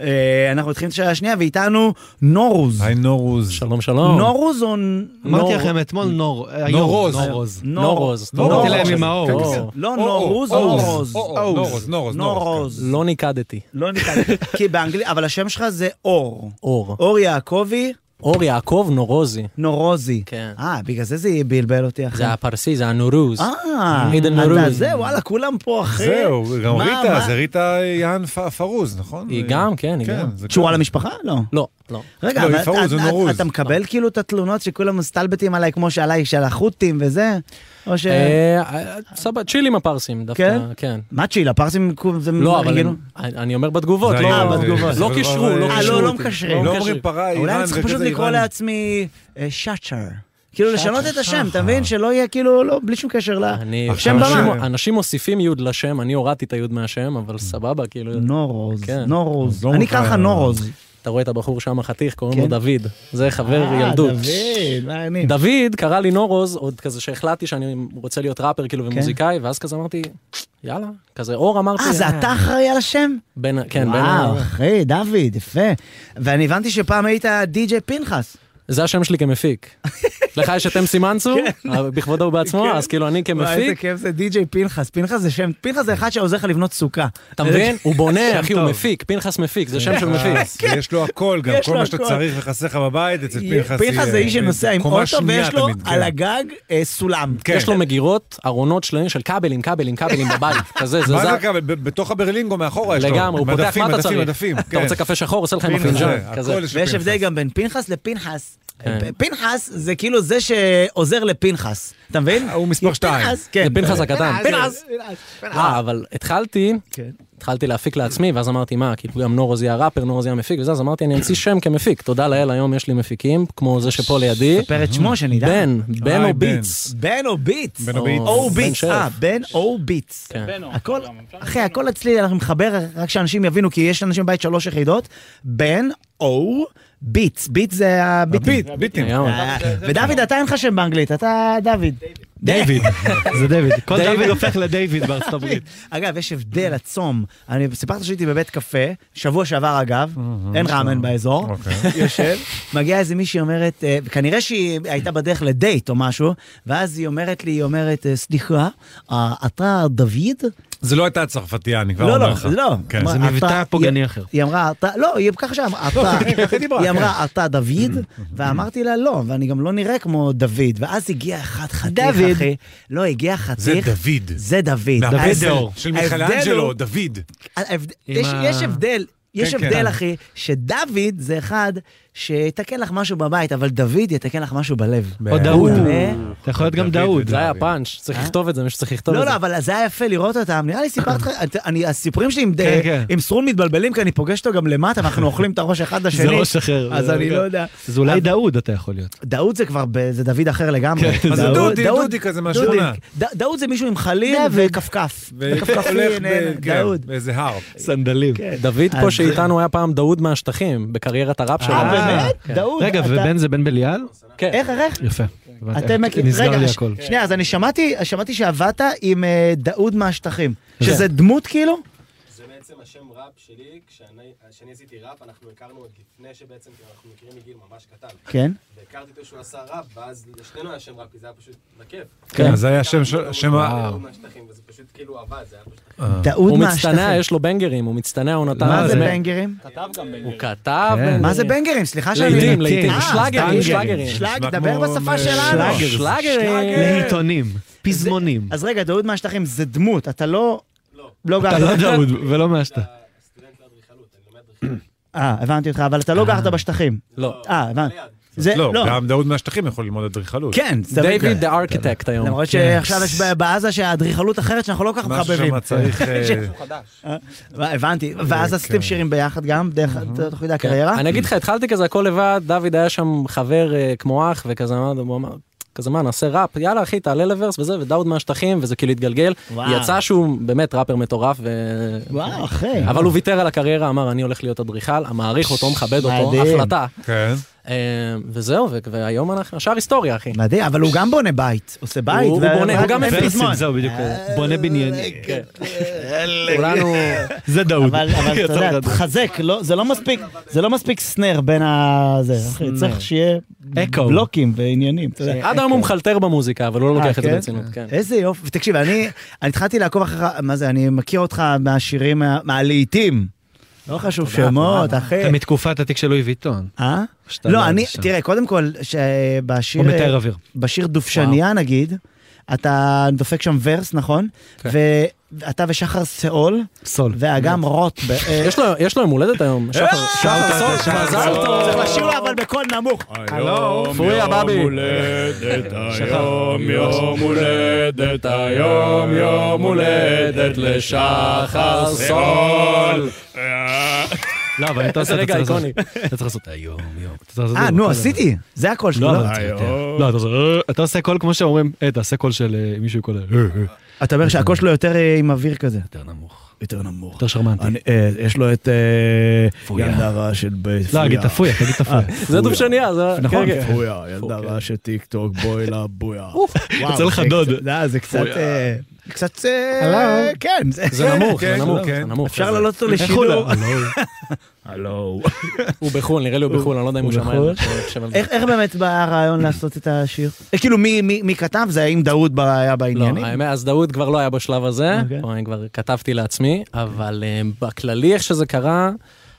[SPEAKER 1] אה, אנחנו מתחילים את השעה השנייה, ואיתנו נורוז.
[SPEAKER 3] היי נורוז.
[SPEAKER 6] שלום שלום.
[SPEAKER 1] נורוז או... נ-
[SPEAKER 2] אמרתי
[SPEAKER 6] נור-
[SPEAKER 2] לכם אתמול נור, אה, היום,
[SPEAKER 3] נורוז.
[SPEAKER 2] נורוז.
[SPEAKER 6] נורוז.
[SPEAKER 3] נורוז.
[SPEAKER 6] נורוז.
[SPEAKER 2] נתתי להם עם האור.
[SPEAKER 6] כן, כן.
[SPEAKER 2] אור.
[SPEAKER 1] לא
[SPEAKER 3] או,
[SPEAKER 1] נורוז,
[SPEAKER 3] או, או,
[SPEAKER 1] נורוז.
[SPEAKER 3] או, או, נורוז, נורוז, נורוז.
[SPEAKER 1] נורוז.
[SPEAKER 6] לא ניקדתי.
[SPEAKER 1] לא ניתן. כי באנגלית, אבל השם שלך זה אור.
[SPEAKER 6] אור.
[SPEAKER 1] אור יעקבי,
[SPEAKER 6] אור יעקב נורוזי.
[SPEAKER 1] נורוזי.
[SPEAKER 6] כן.
[SPEAKER 1] אה, בגלל זה זה בלבל אותי אחרי.
[SPEAKER 6] זה הפרסי, זה הנורוז.
[SPEAKER 1] אה,
[SPEAKER 6] עידן
[SPEAKER 1] אתה
[SPEAKER 6] נורוז.
[SPEAKER 1] זה, וואלה, כולם פה אחרי.
[SPEAKER 3] זהו, גם
[SPEAKER 1] מה,
[SPEAKER 3] ריטה,
[SPEAKER 1] מה?
[SPEAKER 3] זה ריטה יהן פ- פרוז, נכון?
[SPEAKER 6] היא גם, כן, היא גם.
[SPEAKER 3] זה
[SPEAKER 1] קשורה
[SPEAKER 3] גם.
[SPEAKER 1] למשפחה? לא.
[SPEAKER 6] לא, לא.
[SPEAKER 1] רגע,
[SPEAKER 3] לא,
[SPEAKER 1] אבל
[SPEAKER 3] היא פרוז,
[SPEAKER 1] אתה-
[SPEAKER 3] זה
[SPEAKER 1] אתה-
[SPEAKER 3] נורוז.
[SPEAKER 1] אתה מקבל כאילו את התלונות שכולם מסתלבטים עליי כמו שעליי, של החות'ים וזה? או ש...
[SPEAKER 6] אה, אה, סבבה, צ'יל עם הפרסים דווקא,
[SPEAKER 1] כן?
[SPEAKER 6] כן.
[SPEAKER 1] מה צ'יל, הפרסים זה
[SPEAKER 6] לא, אבל
[SPEAKER 1] כאילו-
[SPEAKER 6] הם- אני אני אומר בתגובות,
[SPEAKER 3] זה
[SPEAKER 6] לא-
[SPEAKER 3] היה-
[SPEAKER 6] לא
[SPEAKER 3] זה-
[SPEAKER 6] בתגובות.
[SPEAKER 3] זה
[SPEAKER 6] לא
[SPEAKER 3] דבר-
[SPEAKER 6] קישרו, לא
[SPEAKER 1] אה,
[SPEAKER 6] קישרו.
[SPEAKER 1] לא, לא
[SPEAKER 6] אותי.
[SPEAKER 1] מקשרים.
[SPEAKER 3] לא
[SPEAKER 6] מקשרים.
[SPEAKER 3] אומרים פרה, איראן,
[SPEAKER 1] אולי אני צריך פשוט
[SPEAKER 3] וכזה
[SPEAKER 1] לקרוא
[SPEAKER 3] איראן.
[SPEAKER 1] לעצמי שאצ'ר. כאילו לשנות את השם, אתה מבין? שלא יהיה כאילו, לא, בלי שום קשר ל...
[SPEAKER 6] אני,
[SPEAKER 1] שם
[SPEAKER 6] אנשים-
[SPEAKER 1] במה.
[SPEAKER 6] אנשים מוסיפים יוד לשם, אני הורדתי את היוד מהשם, אבל סבבה, כאילו,
[SPEAKER 1] נורוז,
[SPEAKER 6] כן.
[SPEAKER 1] נורוז.
[SPEAKER 3] אז לא
[SPEAKER 1] אני
[SPEAKER 3] מוכר.
[SPEAKER 1] אקרא לך נורוז.
[SPEAKER 6] אתה רואה את הבחור שם החתיך, קוראים לו
[SPEAKER 1] כן.
[SPEAKER 6] דוד. זה חבר
[SPEAKER 1] אה,
[SPEAKER 6] ילדות.
[SPEAKER 1] דוד, מה העניינים?
[SPEAKER 6] דוד קרא לי נורוז, עוד כזה שהחלטתי שאני רוצה להיות ראפר כאילו ומוזיקאי, ואז כזה אמרתי, יאללה, כזה אור אמרתי.
[SPEAKER 1] כן. אה, זה אתה אחראי על השם?
[SPEAKER 6] בין, כן, בין,
[SPEAKER 1] וואו, אחי, דוד, יפה. ואני הבנתי שפעם היית די.ג'יי פנחס.
[SPEAKER 6] זה השם שלי כמפיק. לך יש את אמסי מנצור,
[SPEAKER 1] (laughs)
[SPEAKER 6] אה, בכבודו ובעצמו, אז כאילו אני
[SPEAKER 1] כן. וואי, איזה
[SPEAKER 6] כמפיק,
[SPEAKER 1] כיף זה די.ג'יי פנחס. פנחס זה שם, פנחס זה אחד שעוזר לך לבנות סוכה. (laughs)
[SPEAKER 6] אתה מבין? הוא בונה, אחי, הוא מפיק, פנחס מפיק,
[SPEAKER 1] כן.
[SPEAKER 6] זה שם של מפיק.
[SPEAKER 3] אז יש אה, כן. לו הכל גם,
[SPEAKER 1] יש
[SPEAKER 3] כל
[SPEAKER 1] לו
[SPEAKER 3] מה שאתה
[SPEAKER 1] הכל.
[SPEAKER 3] צריך וחסר לך בבית, אצל פנחס.
[SPEAKER 1] פנחס זה
[SPEAKER 3] יהיה-
[SPEAKER 1] איש שנוסע עם
[SPEAKER 3] קומה
[SPEAKER 1] אוטו
[SPEAKER 3] שנייה
[SPEAKER 1] ויש לו
[SPEAKER 3] תמיד, כן.
[SPEAKER 1] על הגג אה, סולם.
[SPEAKER 3] כן.
[SPEAKER 6] יש לו מגירות, ארונות שלמים של כבלים, כבלים, כבלים בבית, כזה, זה
[SPEAKER 3] מה זה
[SPEAKER 6] זה.
[SPEAKER 3] הכבל? ב- בתוך הברלינגו מאחורה יש לו.
[SPEAKER 6] לגמרי, הוא פותח,
[SPEAKER 3] מדפים,
[SPEAKER 6] מה אתה
[SPEAKER 3] מדפים,
[SPEAKER 6] צריך?
[SPEAKER 3] מדפים,
[SPEAKER 6] אתה
[SPEAKER 3] כן.
[SPEAKER 6] רוצה קפה שחור, עושה לך עם
[SPEAKER 3] פנחס,
[SPEAKER 6] הפינג'אן,
[SPEAKER 3] זה,
[SPEAKER 6] כזה.
[SPEAKER 3] הכל יש
[SPEAKER 1] ויש
[SPEAKER 3] לפנחס.
[SPEAKER 1] הבדל גם בין פנחס לפנחס.
[SPEAKER 6] כן.
[SPEAKER 1] פנחס זה כאילו זה שעוזר לפנחס, אתה מבין?
[SPEAKER 3] הוא מספר שתיים.
[SPEAKER 1] פנחס, כן.
[SPEAKER 6] זה פנחס הקטן.
[SPEAKER 1] פנחס.
[SPEAKER 6] אה, אבל התחלתי,
[SPEAKER 1] כן.
[SPEAKER 6] התחלתי להפיק לעצמי, ואז אמרתי, מה, כאילו גם נורוז יהיה ראפר, נורוז יהיה מפיק וזה, אז אמרתי, אני אמציא שם כמפיק. תודה לאל, היום יש לי מפיקים, כמו זה שפה לידי.
[SPEAKER 1] ספר את שמו אה, שנדע.
[SPEAKER 6] בן, בן
[SPEAKER 3] היי,
[SPEAKER 6] או
[SPEAKER 3] בן.
[SPEAKER 6] ביטס.
[SPEAKER 1] בן או ביטס.
[SPEAKER 3] בן או ביטס.
[SPEAKER 1] או
[SPEAKER 6] בן
[SPEAKER 1] ביטס.
[SPEAKER 6] שרף.
[SPEAKER 1] אה, בן או ביטס.
[SPEAKER 6] כן.
[SPEAKER 1] הכל, אחי,
[SPEAKER 6] לא.
[SPEAKER 1] הכל אצלי, אנחנו נחבר, רק שאנשים יבינו, כי יש לאנשים בבית שלוש יחידות. בן או ביטס. ביטס זה הביטים.
[SPEAKER 3] ביט, ביטים.
[SPEAKER 6] לגמרי.
[SPEAKER 1] אה, ודוד, אתה אין לך שם באנגלית, אתה דוד.
[SPEAKER 2] דיוויד, זה דיוויד. כן, כל
[SPEAKER 1] דיוויד.
[SPEAKER 2] דיוויד הופך לדיוויד
[SPEAKER 1] (laughs)
[SPEAKER 2] בארצות הברית.
[SPEAKER 1] אגב, יש הבדל עצום. אני סיפרתי שהייתי בבית קפה, שבוע שעבר אגב, אין ראמן באזור.
[SPEAKER 3] אוקיי.
[SPEAKER 1] (laughs) יושב, מגיעה איזה מישהי אומרת, אה, כנראה שהיא הייתה בדרך לדייט או משהו, ואז היא אומרת לי, היא אומרת, אה, סליחה, אה, אתה דוד?
[SPEAKER 3] זה לא הייתה הצרפתייה, אני כבר
[SPEAKER 1] לא,
[SPEAKER 3] אומר
[SPEAKER 1] לא,
[SPEAKER 3] לך.
[SPEAKER 1] לא.
[SPEAKER 3] כן.
[SPEAKER 1] אמרה,
[SPEAKER 2] זה
[SPEAKER 1] "אתה-"
[SPEAKER 2] מבטא פוגעני
[SPEAKER 1] היא-
[SPEAKER 2] אחר.
[SPEAKER 1] היא אמרה, "אתה-" לא, היא ככה
[SPEAKER 3] (laughs)
[SPEAKER 1] שם, "אתה-"
[SPEAKER 3] ככה היא דיברה,
[SPEAKER 1] היא
[SPEAKER 3] כן.
[SPEAKER 1] אמרה, אתה דוד? ואמרתי לה, לא, ואני גם לא נראה כמו דוד. ואז הגיע אחד חתיך,
[SPEAKER 2] דוד.
[SPEAKER 1] אחי. לא, הגיע
[SPEAKER 3] זה
[SPEAKER 1] חתיך.
[SPEAKER 3] דוד.
[SPEAKER 1] זה דוד.
[SPEAKER 3] מהפסל
[SPEAKER 1] ההבדל-
[SPEAKER 3] של
[SPEAKER 1] ההבדל
[SPEAKER 3] מיכלאנג'לו,
[SPEAKER 1] הוא-
[SPEAKER 3] דוד.
[SPEAKER 1] ההבד-
[SPEAKER 2] עם
[SPEAKER 1] יש
[SPEAKER 2] ה-
[SPEAKER 1] יש הבדל. יש
[SPEAKER 3] כן.
[SPEAKER 1] הבדל, אחי, שדוד זה אחד שיתקן לך משהו בבית, אבל דוד יתקן לך משהו בלב.
[SPEAKER 2] או דאוד.
[SPEAKER 1] אה?
[SPEAKER 2] אתה יכול להיות גם
[SPEAKER 3] דוד,
[SPEAKER 2] דאוד.
[SPEAKER 3] זה
[SPEAKER 6] זה היה
[SPEAKER 3] אה?
[SPEAKER 6] פאנץ', צריך לכתוב את זה, מישהו צריך לכתוב את
[SPEAKER 1] לא,
[SPEAKER 6] זה.
[SPEAKER 1] לא, אבל זה היה יפה לראות אותם. נראה לי סיפרתי לך, את- אני- הסיפורים שלי עם ד-
[SPEAKER 2] כן, כן.
[SPEAKER 1] עם סרון מתבלבלים, כי אני פוגש אותו גם למטה, ואנחנו אוכלים את הראש אחד
[SPEAKER 2] זה
[SPEAKER 1] לשני.
[SPEAKER 2] ראש כן. אחר.
[SPEAKER 1] אז
[SPEAKER 2] זה
[SPEAKER 1] אני
[SPEAKER 2] רגע.
[SPEAKER 1] לא יודע.
[SPEAKER 2] אז אולי
[SPEAKER 1] אבל-
[SPEAKER 2] דאוד אתה יכול להיות.
[SPEAKER 1] דאוד זה כבר, ב- זה דוד אחר לגמרי.
[SPEAKER 2] כן,
[SPEAKER 3] אז זה
[SPEAKER 1] דאוד-
[SPEAKER 3] דודי,
[SPEAKER 1] דאוד-
[SPEAKER 3] דודי כזה
[SPEAKER 1] דודי.
[SPEAKER 3] מהשכונה.
[SPEAKER 1] ד- דאוד זה מישהו עם חליל וכפכף.
[SPEAKER 3] והולך
[SPEAKER 1] וכפכפים, אה,
[SPEAKER 3] ב- כן,
[SPEAKER 1] דאוד.
[SPEAKER 3] באיזה הר.
[SPEAKER 2] סנדלים.
[SPEAKER 1] כן.
[SPEAKER 6] דוד פה
[SPEAKER 1] אז-
[SPEAKER 6] שאיתנו היה פעם דאוד מהשטחים, בקריירת הראפ שלו.
[SPEAKER 1] אה, באמת? דאוד.
[SPEAKER 2] כן. רגע,
[SPEAKER 1] אתה-
[SPEAKER 2] ובן זה בן בליעל?
[SPEAKER 6] כן.
[SPEAKER 1] איך, איך?
[SPEAKER 2] יפה.
[SPEAKER 1] אתם מכירים,
[SPEAKER 2] נסגר לי
[SPEAKER 1] רגע, ש-
[SPEAKER 2] הכל.
[SPEAKER 1] שנייה, אז אני שמעתי, שמעתי שעבדת עם אה, דאוד מהשטחים,
[SPEAKER 2] כן.
[SPEAKER 1] שזה דמות כאילו?
[SPEAKER 8] זה בעצם השם ראפ שלי, כשאני כשאני עשיתי ראפ, אנחנו הכרנו עוד לפני שבעצם, כי אנחנו מכירים מגיל ממש קטן.
[SPEAKER 1] כן.
[SPEAKER 8] והכרתי אותו שהוא עשה ראפ, ואז לשנינו היה שם ראפ, כי זה היה פשוט בכיף.
[SPEAKER 3] כן, אז זה היה השם של... שם ה-
[SPEAKER 8] הוא מהשטחים, וזה פשוט כאילו עבד, זה היה פשוט...
[SPEAKER 2] אה.
[SPEAKER 1] דאוד
[SPEAKER 6] הוא
[SPEAKER 1] מהשטחים.
[SPEAKER 6] מצטנע, יש אה, לו בנגרים, הוא מצטנע, הוא נתן...
[SPEAKER 1] מה
[SPEAKER 6] אז
[SPEAKER 1] זה
[SPEAKER 6] מ-
[SPEAKER 1] בנגרים?
[SPEAKER 6] הוא כתב...
[SPEAKER 2] כן.
[SPEAKER 6] בנגרים.
[SPEAKER 1] מה זה בנגרים? סליחה שאני...
[SPEAKER 6] לעיתים,
[SPEAKER 2] אה,
[SPEAKER 6] לעיתים.
[SPEAKER 2] אה,
[SPEAKER 6] שלאגרים,
[SPEAKER 2] סטנגרים.
[SPEAKER 6] שלאגרים.
[SPEAKER 1] שלאג,
[SPEAKER 3] נשמע
[SPEAKER 1] דבר
[SPEAKER 3] כמו-
[SPEAKER 1] בשפה שלנו.
[SPEAKER 2] שלאגר.
[SPEAKER 6] שלאגרים.
[SPEAKER 2] לעיתונים, פזמונים.
[SPEAKER 1] אז רגע, דאוד מהשטחים זה דמות, אתה לא... לא
[SPEAKER 2] אתה לא
[SPEAKER 1] גרת...
[SPEAKER 2] דאוד ולא מהשטח.
[SPEAKER 1] אה, הבנתי אותך, אבל אתה לא גרת בשטחים.
[SPEAKER 6] לא.
[SPEAKER 1] אה, הבנתי. זה,
[SPEAKER 3] לא,
[SPEAKER 1] לא.
[SPEAKER 3] גם דאוד מהשטחים יכול ללמוד אדריכלות.
[SPEAKER 1] כן, זה כן.
[SPEAKER 6] דיוויד דה ארכיטקט היום.
[SPEAKER 1] למרות שעכשיו יש בעזה שהאדריכלות אחרת שאנחנו לא כל כך
[SPEAKER 3] משהו
[SPEAKER 1] מחבבים.
[SPEAKER 3] שם כן. צריך...
[SPEAKER 1] (laughs)
[SPEAKER 3] אה,
[SPEAKER 1] הבנתי, ואז עשיתם שירים ביחד גם, דרך תוך כדי הקריירה?
[SPEAKER 6] כן. אני אגיד לך, התחלתי כזה הכל לבד, דוד היה שם חבר אה, כמו אח, וכזה אמר, הוא אמר, כזה מה, נעשה ראפ, יאללה אחי, תעלה לברס וזה, ודאוד מהשטחים, וזה כאילו התגלגל.
[SPEAKER 1] וואו.
[SPEAKER 6] יצא שהוא באמת ראפר מטורף, ו-
[SPEAKER 1] וואו, אחי.
[SPEAKER 6] אבל הוא ויתר על הקריירה, אמר, אני הולך להיות אדריכל, מעריך אותו, מכבד אותו,
[SPEAKER 1] מדהים.
[SPEAKER 6] החלטה.
[SPEAKER 3] כן.
[SPEAKER 6] אה, וזהו, ו- והיום אנחנו, השאר היסטוריה, אחי.
[SPEAKER 1] מדהים, אבל הוא גם בונה בית. עושה בית.
[SPEAKER 6] הוא-
[SPEAKER 1] ו-
[SPEAKER 6] הוא בונה, הוא גם
[SPEAKER 1] ורסים,
[SPEAKER 6] פזמון.
[SPEAKER 2] זהו בדיוק,
[SPEAKER 1] אה,
[SPEAKER 2] בונה בניינים.
[SPEAKER 1] (laughs)
[SPEAKER 6] כולנו...
[SPEAKER 2] זה דאוד.
[SPEAKER 1] כן. אבל
[SPEAKER 2] (laughs)
[SPEAKER 3] (laughs)
[SPEAKER 1] אבל אתה יודע, תחזק, לא- זה לא מספיק, זה לא מספיק סנר בין ה... זה, אחי,
[SPEAKER 2] סנר.
[SPEAKER 1] צריך שיהיה
[SPEAKER 2] אקו.
[SPEAKER 1] בלוקים ועניינים, אתה יודע.
[SPEAKER 6] עד היום הוא מחלטר במוזיקה, אבל הוא לא
[SPEAKER 1] כן. אה,
[SPEAKER 6] לוקח את זה
[SPEAKER 1] כן?
[SPEAKER 6] ברצינות, כן.
[SPEAKER 1] איזה יופי. תקשיב, אני אני התחלתי לעקוב אחריך, מה זה, אני מכיר אותך מהשירים, ה- מהלהיטים. לא חשוב שמות, אחי.
[SPEAKER 2] אתה מתקופת התיק של לואי ויטון.
[SPEAKER 1] אה?
[SPEAKER 2] שאתה
[SPEAKER 1] לא,
[SPEAKER 2] לא
[SPEAKER 1] אני,
[SPEAKER 2] שם.
[SPEAKER 1] תראה, קודם כל, שבשיר...
[SPEAKER 2] הוא מתאר אוויר.
[SPEAKER 1] בשיר דובשניה נגיד, אתה דופק שם ורס, נכון? ואתה ושחר סאול,
[SPEAKER 2] סול.
[SPEAKER 1] ואגם רוט. ב- אה,
[SPEAKER 6] יש לו- יש לו יום הולדת היום, שחר שחר סוף, מזל טוב.
[SPEAKER 1] צריך לשיר לו אבל בקול נמוך.
[SPEAKER 3] היום
[SPEAKER 6] פורי הבאבי.
[SPEAKER 3] הולדת, היום יום הולדת, היום יום הולדת לשחר סול.
[SPEAKER 2] לא, אבל אתה עושה,
[SPEAKER 6] זה
[SPEAKER 2] אתה
[SPEAKER 6] רגע
[SPEAKER 2] צריך לעשות.
[SPEAKER 6] איקוני.
[SPEAKER 2] אתה צריך לעשות היום, יום. אתה צריך לעשות את
[SPEAKER 1] אה,
[SPEAKER 2] זה
[SPEAKER 1] נו,
[SPEAKER 2] בכל
[SPEAKER 1] עשיתי. זה הקול שלו.
[SPEAKER 2] לא,
[SPEAKER 1] לא?
[SPEAKER 2] אבל צריך יותר. לא, אתה עושה, "אה", אתה עושה קול כמו שאומרים, אה, תעשה קול של אה, מישהו קול, אה, אה,
[SPEAKER 1] אתה אומר שהקול שלו יותר אה, עם אוויר כזה.
[SPEAKER 2] יותר נמוך,
[SPEAKER 1] יותר נמוך.
[SPEAKER 2] יותר שרמנטי.
[SPEAKER 1] אני, אה, יש לו את אה,
[SPEAKER 2] פויה.
[SPEAKER 1] ילדה רעה של בית
[SPEAKER 2] לא, תגיד תפויה, תגיד תפויה.
[SPEAKER 6] זה דובשניה, זה...
[SPEAKER 1] נכון,
[SPEAKER 6] כן, כן.
[SPEAKER 1] פויה, ילדה רעה של טיק טוק, בואי לה בויה.
[SPEAKER 2] יוצא לך
[SPEAKER 1] זה
[SPEAKER 2] דוד.
[SPEAKER 1] קצת- לא, זה קצת... אה, קצת... אה,
[SPEAKER 2] הלו.
[SPEAKER 1] כן.
[SPEAKER 6] זה נמוך,
[SPEAKER 3] כן,
[SPEAKER 6] זה נמוך,
[SPEAKER 3] כן.
[SPEAKER 6] זה נמוך.
[SPEAKER 1] אפשר
[SPEAKER 6] זה-
[SPEAKER 1] לעלות אותו
[SPEAKER 2] איך
[SPEAKER 1] לשידור.
[SPEAKER 2] הוא לא- הלו.
[SPEAKER 6] הוא בחו"ל, נראה לי הוא בחו"ל, אני לא יודע אם הוא
[SPEAKER 1] הוא
[SPEAKER 6] שמע
[SPEAKER 1] בחו"ל?
[SPEAKER 6] את זה. אני חושב על זה.
[SPEAKER 1] איך איך באמת בא הרעיון לעשות את השיר? אה, כאילו, מי- מי מי כתב? זה האם דאוד ב- היה
[SPEAKER 6] לא,
[SPEAKER 1] בעניינים?
[SPEAKER 6] האמת, אז דאוד כבר לא היה בשלב הזה,
[SPEAKER 1] אוקיי.
[SPEAKER 6] פה אני כבר כתבתי לעצמי, אבל אה, בכללי איך שזה קרה,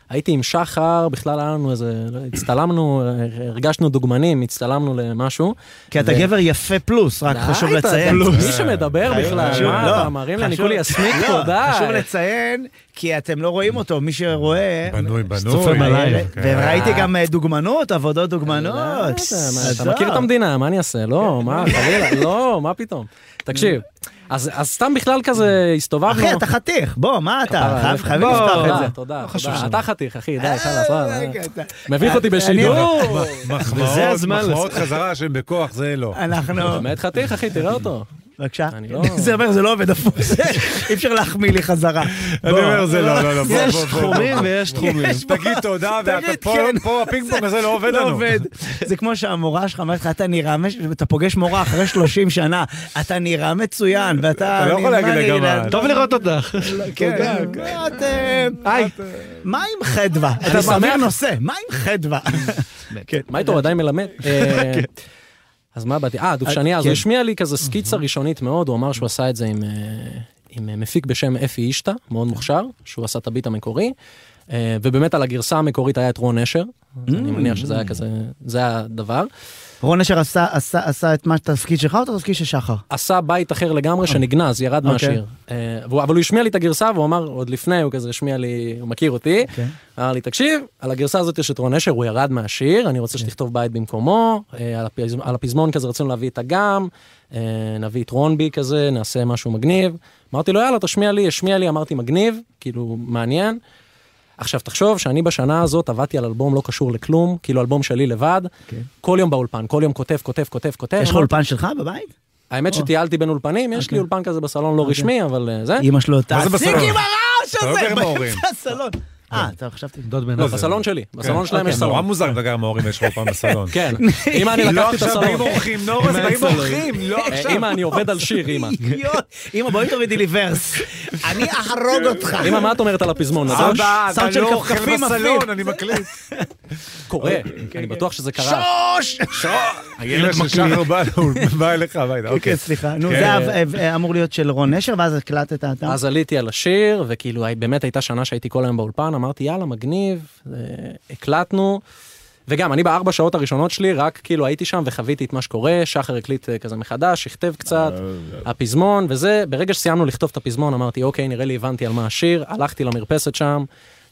[SPEAKER 6] הייתי עם שחר, בכלל היה לנו איזה, לא, הצטלמנו, הר- הרגשנו דוגמנים, הצטלמנו למשהו.
[SPEAKER 1] כי אתה
[SPEAKER 6] ו-
[SPEAKER 1] גבר יפה פלוס, רק חשוב
[SPEAKER 6] די, אתה-
[SPEAKER 1] לציין.
[SPEAKER 6] מי שמדבר
[SPEAKER 1] חשוב,
[SPEAKER 6] בכלל,
[SPEAKER 1] חשוב,
[SPEAKER 6] מה
[SPEAKER 1] לא,
[SPEAKER 6] אתה מרים
[SPEAKER 1] חשוב-
[SPEAKER 6] לניקולי יסמיק
[SPEAKER 1] לא,
[SPEAKER 6] פה,
[SPEAKER 1] חשוב
[SPEAKER 6] די.
[SPEAKER 1] לציין, כי אתם לא רואים אותו, מי שרואה...
[SPEAKER 9] בנוי, בנוי.
[SPEAKER 2] צופה בלילה.
[SPEAKER 3] כן.
[SPEAKER 1] וראיתי גם אה, דוגמנות, עבודות דוגמנות.
[SPEAKER 6] אה, אתה יודע, מה, אתה
[SPEAKER 1] עזוב.
[SPEAKER 6] מכיר את המדינה, מה אני אעשה? לא,
[SPEAKER 1] כן.
[SPEAKER 6] מה,
[SPEAKER 1] (laughs)
[SPEAKER 6] חלילה, לא, מה פתאום. תקשיב, אז אז סתם בכלל כזה הסתובבנו.
[SPEAKER 1] אחי, אתה חתיך, בוא, מה אתה?
[SPEAKER 6] אה,
[SPEAKER 1] חייב-
[SPEAKER 6] אה,
[SPEAKER 1] חייבים
[SPEAKER 6] תודה,
[SPEAKER 1] לפתוח את זה. לא
[SPEAKER 6] תודה, תודה. אתה חתיך, אחי, די, חלאס,
[SPEAKER 1] אה,
[SPEAKER 6] וואלה.
[SPEAKER 1] רגע, אתה-
[SPEAKER 6] מביך אותי בשידור.
[SPEAKER 2] וזה
[SPEAKER 9] מחמאות,
[SPEAKER 2] הזמן
[SPEAKER 9] מחמאות חזרה שהם בכוח, זה לא.
[SPEAKER 1] (laughs) אנחנו...
[SPEAKER 6] באמת חתיך, אחי,
[SPEAKER 1] (laughs)
[SPEAKER 6] תראה אותו.
[SPEAKER 1] בבקשה.
[SPEAKER 6] אני לא-
[SPEAKER 1] זה אומר, זה לא עובד
[SPEAKER 6] (laughs)
[SPEAKER 1] הפוך. אי אפשר להחמיא לי חזרה.
[SPEAKER 9] אני
[SPEAKER 1] בוא.
[SPEAKER 9] אומר, זה לא,
[SPEAKER 1] (laughs)
[SPEAKER 9] לא, לא, בוא,
[SPEAKER 2] יש
[SPEAKER 9] בוא, בוא.
[SPEAKER 2] תחומים ויש תחומים.
[SPEAKER 9] תגיד תודה,
[SPEAKER 1] תגיד,
[SPEAKER 9] ואתה- פה-
[SPEAKER 1] כן.
[SPEAKER 9] פה הפינג פונג הזה לא עובד
[SPEAKER 1] לא
[SPEAKER 9] לנו.
[SPEAKER 1] עובד. זה כמו שהמורה שלך אומרת לך, אתה נראה, מש- אתה פוגש מורה אחרי 30 שנה, אתה נראה מצוין, ואתה...
[SPEAKER 9] אתה לא יכול
[SPEAKER 1] אני-
[SPEAKER 9] להגיד
[SPEAKER 1] מה
[SPEAKER 9] לה
[SPEAKER 1] אני-
[SPEAKER 9] גם מה.
[SPEAKER 2] טוב לראות אותך.
[SPEAKER 1] כן, את... אה, את, אה, מה עם חדווה? אתה
[SPEAKER 6] שמח-
[SPEAKER 1] מעביר נושא, מה עם חדווה? כן.
[SPEAKER 6] מה איתו, הוא עדיין
[SPEAKER 1] (laughs)
[SPEAKER 6] מלמד? אה, אז מה באתי? אה, דובשניה, אז הוא
[SPEAKER 1] כן.
[SPEAKER 6] השמיע לי כזה סקיצה ראשונית מאוד, הוא אמר שהוא עשה את זה עם, אה, עם אה, מפיק בשם אפי אישטה, מאוד מוכשר, שהוא עשה את הביט המקורי, אה, ובאמת על הגרסה המקורית היה את רון נשר, אני מניח שזה
[SPEAKER 1] Mm.
[SPEAKER 6] היה כזה, זה היה הדבר.
[SPEAKER 1] (laughs) רון אשר עשה- עשה עשה את מה, את התפקיד שלך או את התפקיד של שחר?
[SPEAKER 6] עשה בית אחר לגמרי שנגנז, ירד
[SPEAKER 1] אוקיי.
[SPEAKER 6] מהשיר. אה, והוא- אבל הוא השמיע לי את הגרסה והוא אמר, עוד לפני הוא כזה השמיע לי, הוא מכיר אותי,
[SPEAKER 1] אוקיי.
[SPEAKER 6] אמר לי, תקשיב, על הגרסה הזאת יש את רון אשר, הוא ירד מהשיר, אני
[SPEAKER 1] אוקיי.
[SPEAKER 6] רוצה שתכתוב בית במקומו, אה, על הפז- על הפזמון כזה רצינו להביא את אגם, אה, נביא את רונבי כזה, נעשה משהו מגניב. אמרתי לו, יאללה, תשמיע לי, השמיע לי, אמרתי, מגניב, כאילו, מעניין. עכשיו תחשוב שאני בשנה הזאת עבדתי על אלבום לא קשור לכלום, כאילו אלבום שלי לבד, כל יום באולפן, כל יום כותב, כותב, כותב, כותב.
[SPEAKER 1] אוקיי. יש לך
[SPEAKER 6] אמרתי,
[SPEAKER 1] אולפן שלך בבית?
[SPEAKER 6] האמת שטיילתי בין אולפנים,
[SPEAKER 9] אוקיי.
[SPEAKER 6] יש לי אולפן כזה בסלון לא רשמי, אבל אה, זה.
[SPEAKER 1] אמא שלו,
[SPEAKER 9] זה
[SPEAKER 1] תפסיק
[SPEAKER 9] בסלון?
[SPEAKER 1] עם הרעש
[SPEAKER 9] אתה לא גר
[SPEAKER 1] הזה,
[SPEAKER 9] עם ההורים.
[SPEAKER 1] באמצע הסלון. אה, אתה חשבתי.
[SPEAKER 2] דוד בן
[SPEAKER 6] לא,
[SPEAKER 2] עזר.
[SPEAKER 6] בסלון שלי, בסלון שלהם יש
[SPEAKER 9] זה כן. אוקיי, נורא
[SPEAKER 6] סלון.
[SPEAKER 9] מוזר לדבר עם ההורים יש אולפן בסלון. (laughs)
[SPEAKER 6] כן, אמא אני
[SPEAKER 9] לא
[SPEAKER 6] לקחתי את
[SPEAKER 9] עכשיו באים
[SPEAKER 6] הסלון. (laughs)
[SPEAKER 9] אורחים, נורס, באים אורחים, לא
[SPEAKER 6] אה,
[SPEAKER 9] עכשיו.
[SPEAKER 6] אמא אני
[SPEAKER 1] (laughs)
[SPEAKER 6] עובד על שיר,
[SPEAKER 9] (laughs)
[SPEAKER 6] אמא.
[SPEAKER 1] אמא, בואי תורידי לי
[SPEAKER 6] (laughs)
[SPEAKER 1] ורס. אני אחרוג אותך.
[SPEAKER 6] אמא מה את אומרת על הפזמון? אז זה
[SPEAKER 9] אבא, אתה
[SPEAKER 1] סאונד של
[SPEAKER 9] לא אוקיי, אוכל
[SPEAKER 1] כפכפים
[SPEAKER 9] בסלון,
[SPEAKER 1] עפים.
[SPEAKER 9] אני מקליט.
[SPEAKER 6] קורה, אני בטוח שזה קרה.
[SPEAKER 1] שוש!
[SPEAKER 9] הילד של שחר בא לו- בא אליך הביתה,
[SPEAKER 1] כן,
[SPEAKER 9] אוקיי.
[SPEAKER 1] סליחה. נו, זה ה- אה, אמור להיות של רון נשר, ואז הקלטת אתה.
[SPEAKER 6] אז עליתי על השיר, וכאילו הי- באמת הייתה שנה שהייתי כל היום באולפן, אמרתי יאללה מגניב, אה, הקלטנו. וגם אני בארבע שעות הראשונות שלי רק כאילו הייתי שם וחוויתי את מה שקורה, שחר הקליט אה, כזה מחדש, הכתב קצת, הפזמון וזה, ברגע שסיימנו לכתוב את הפזמון אמרתי אוקיי נראה לי הבנתי על מה השיר, הלכתי למרפסת שם,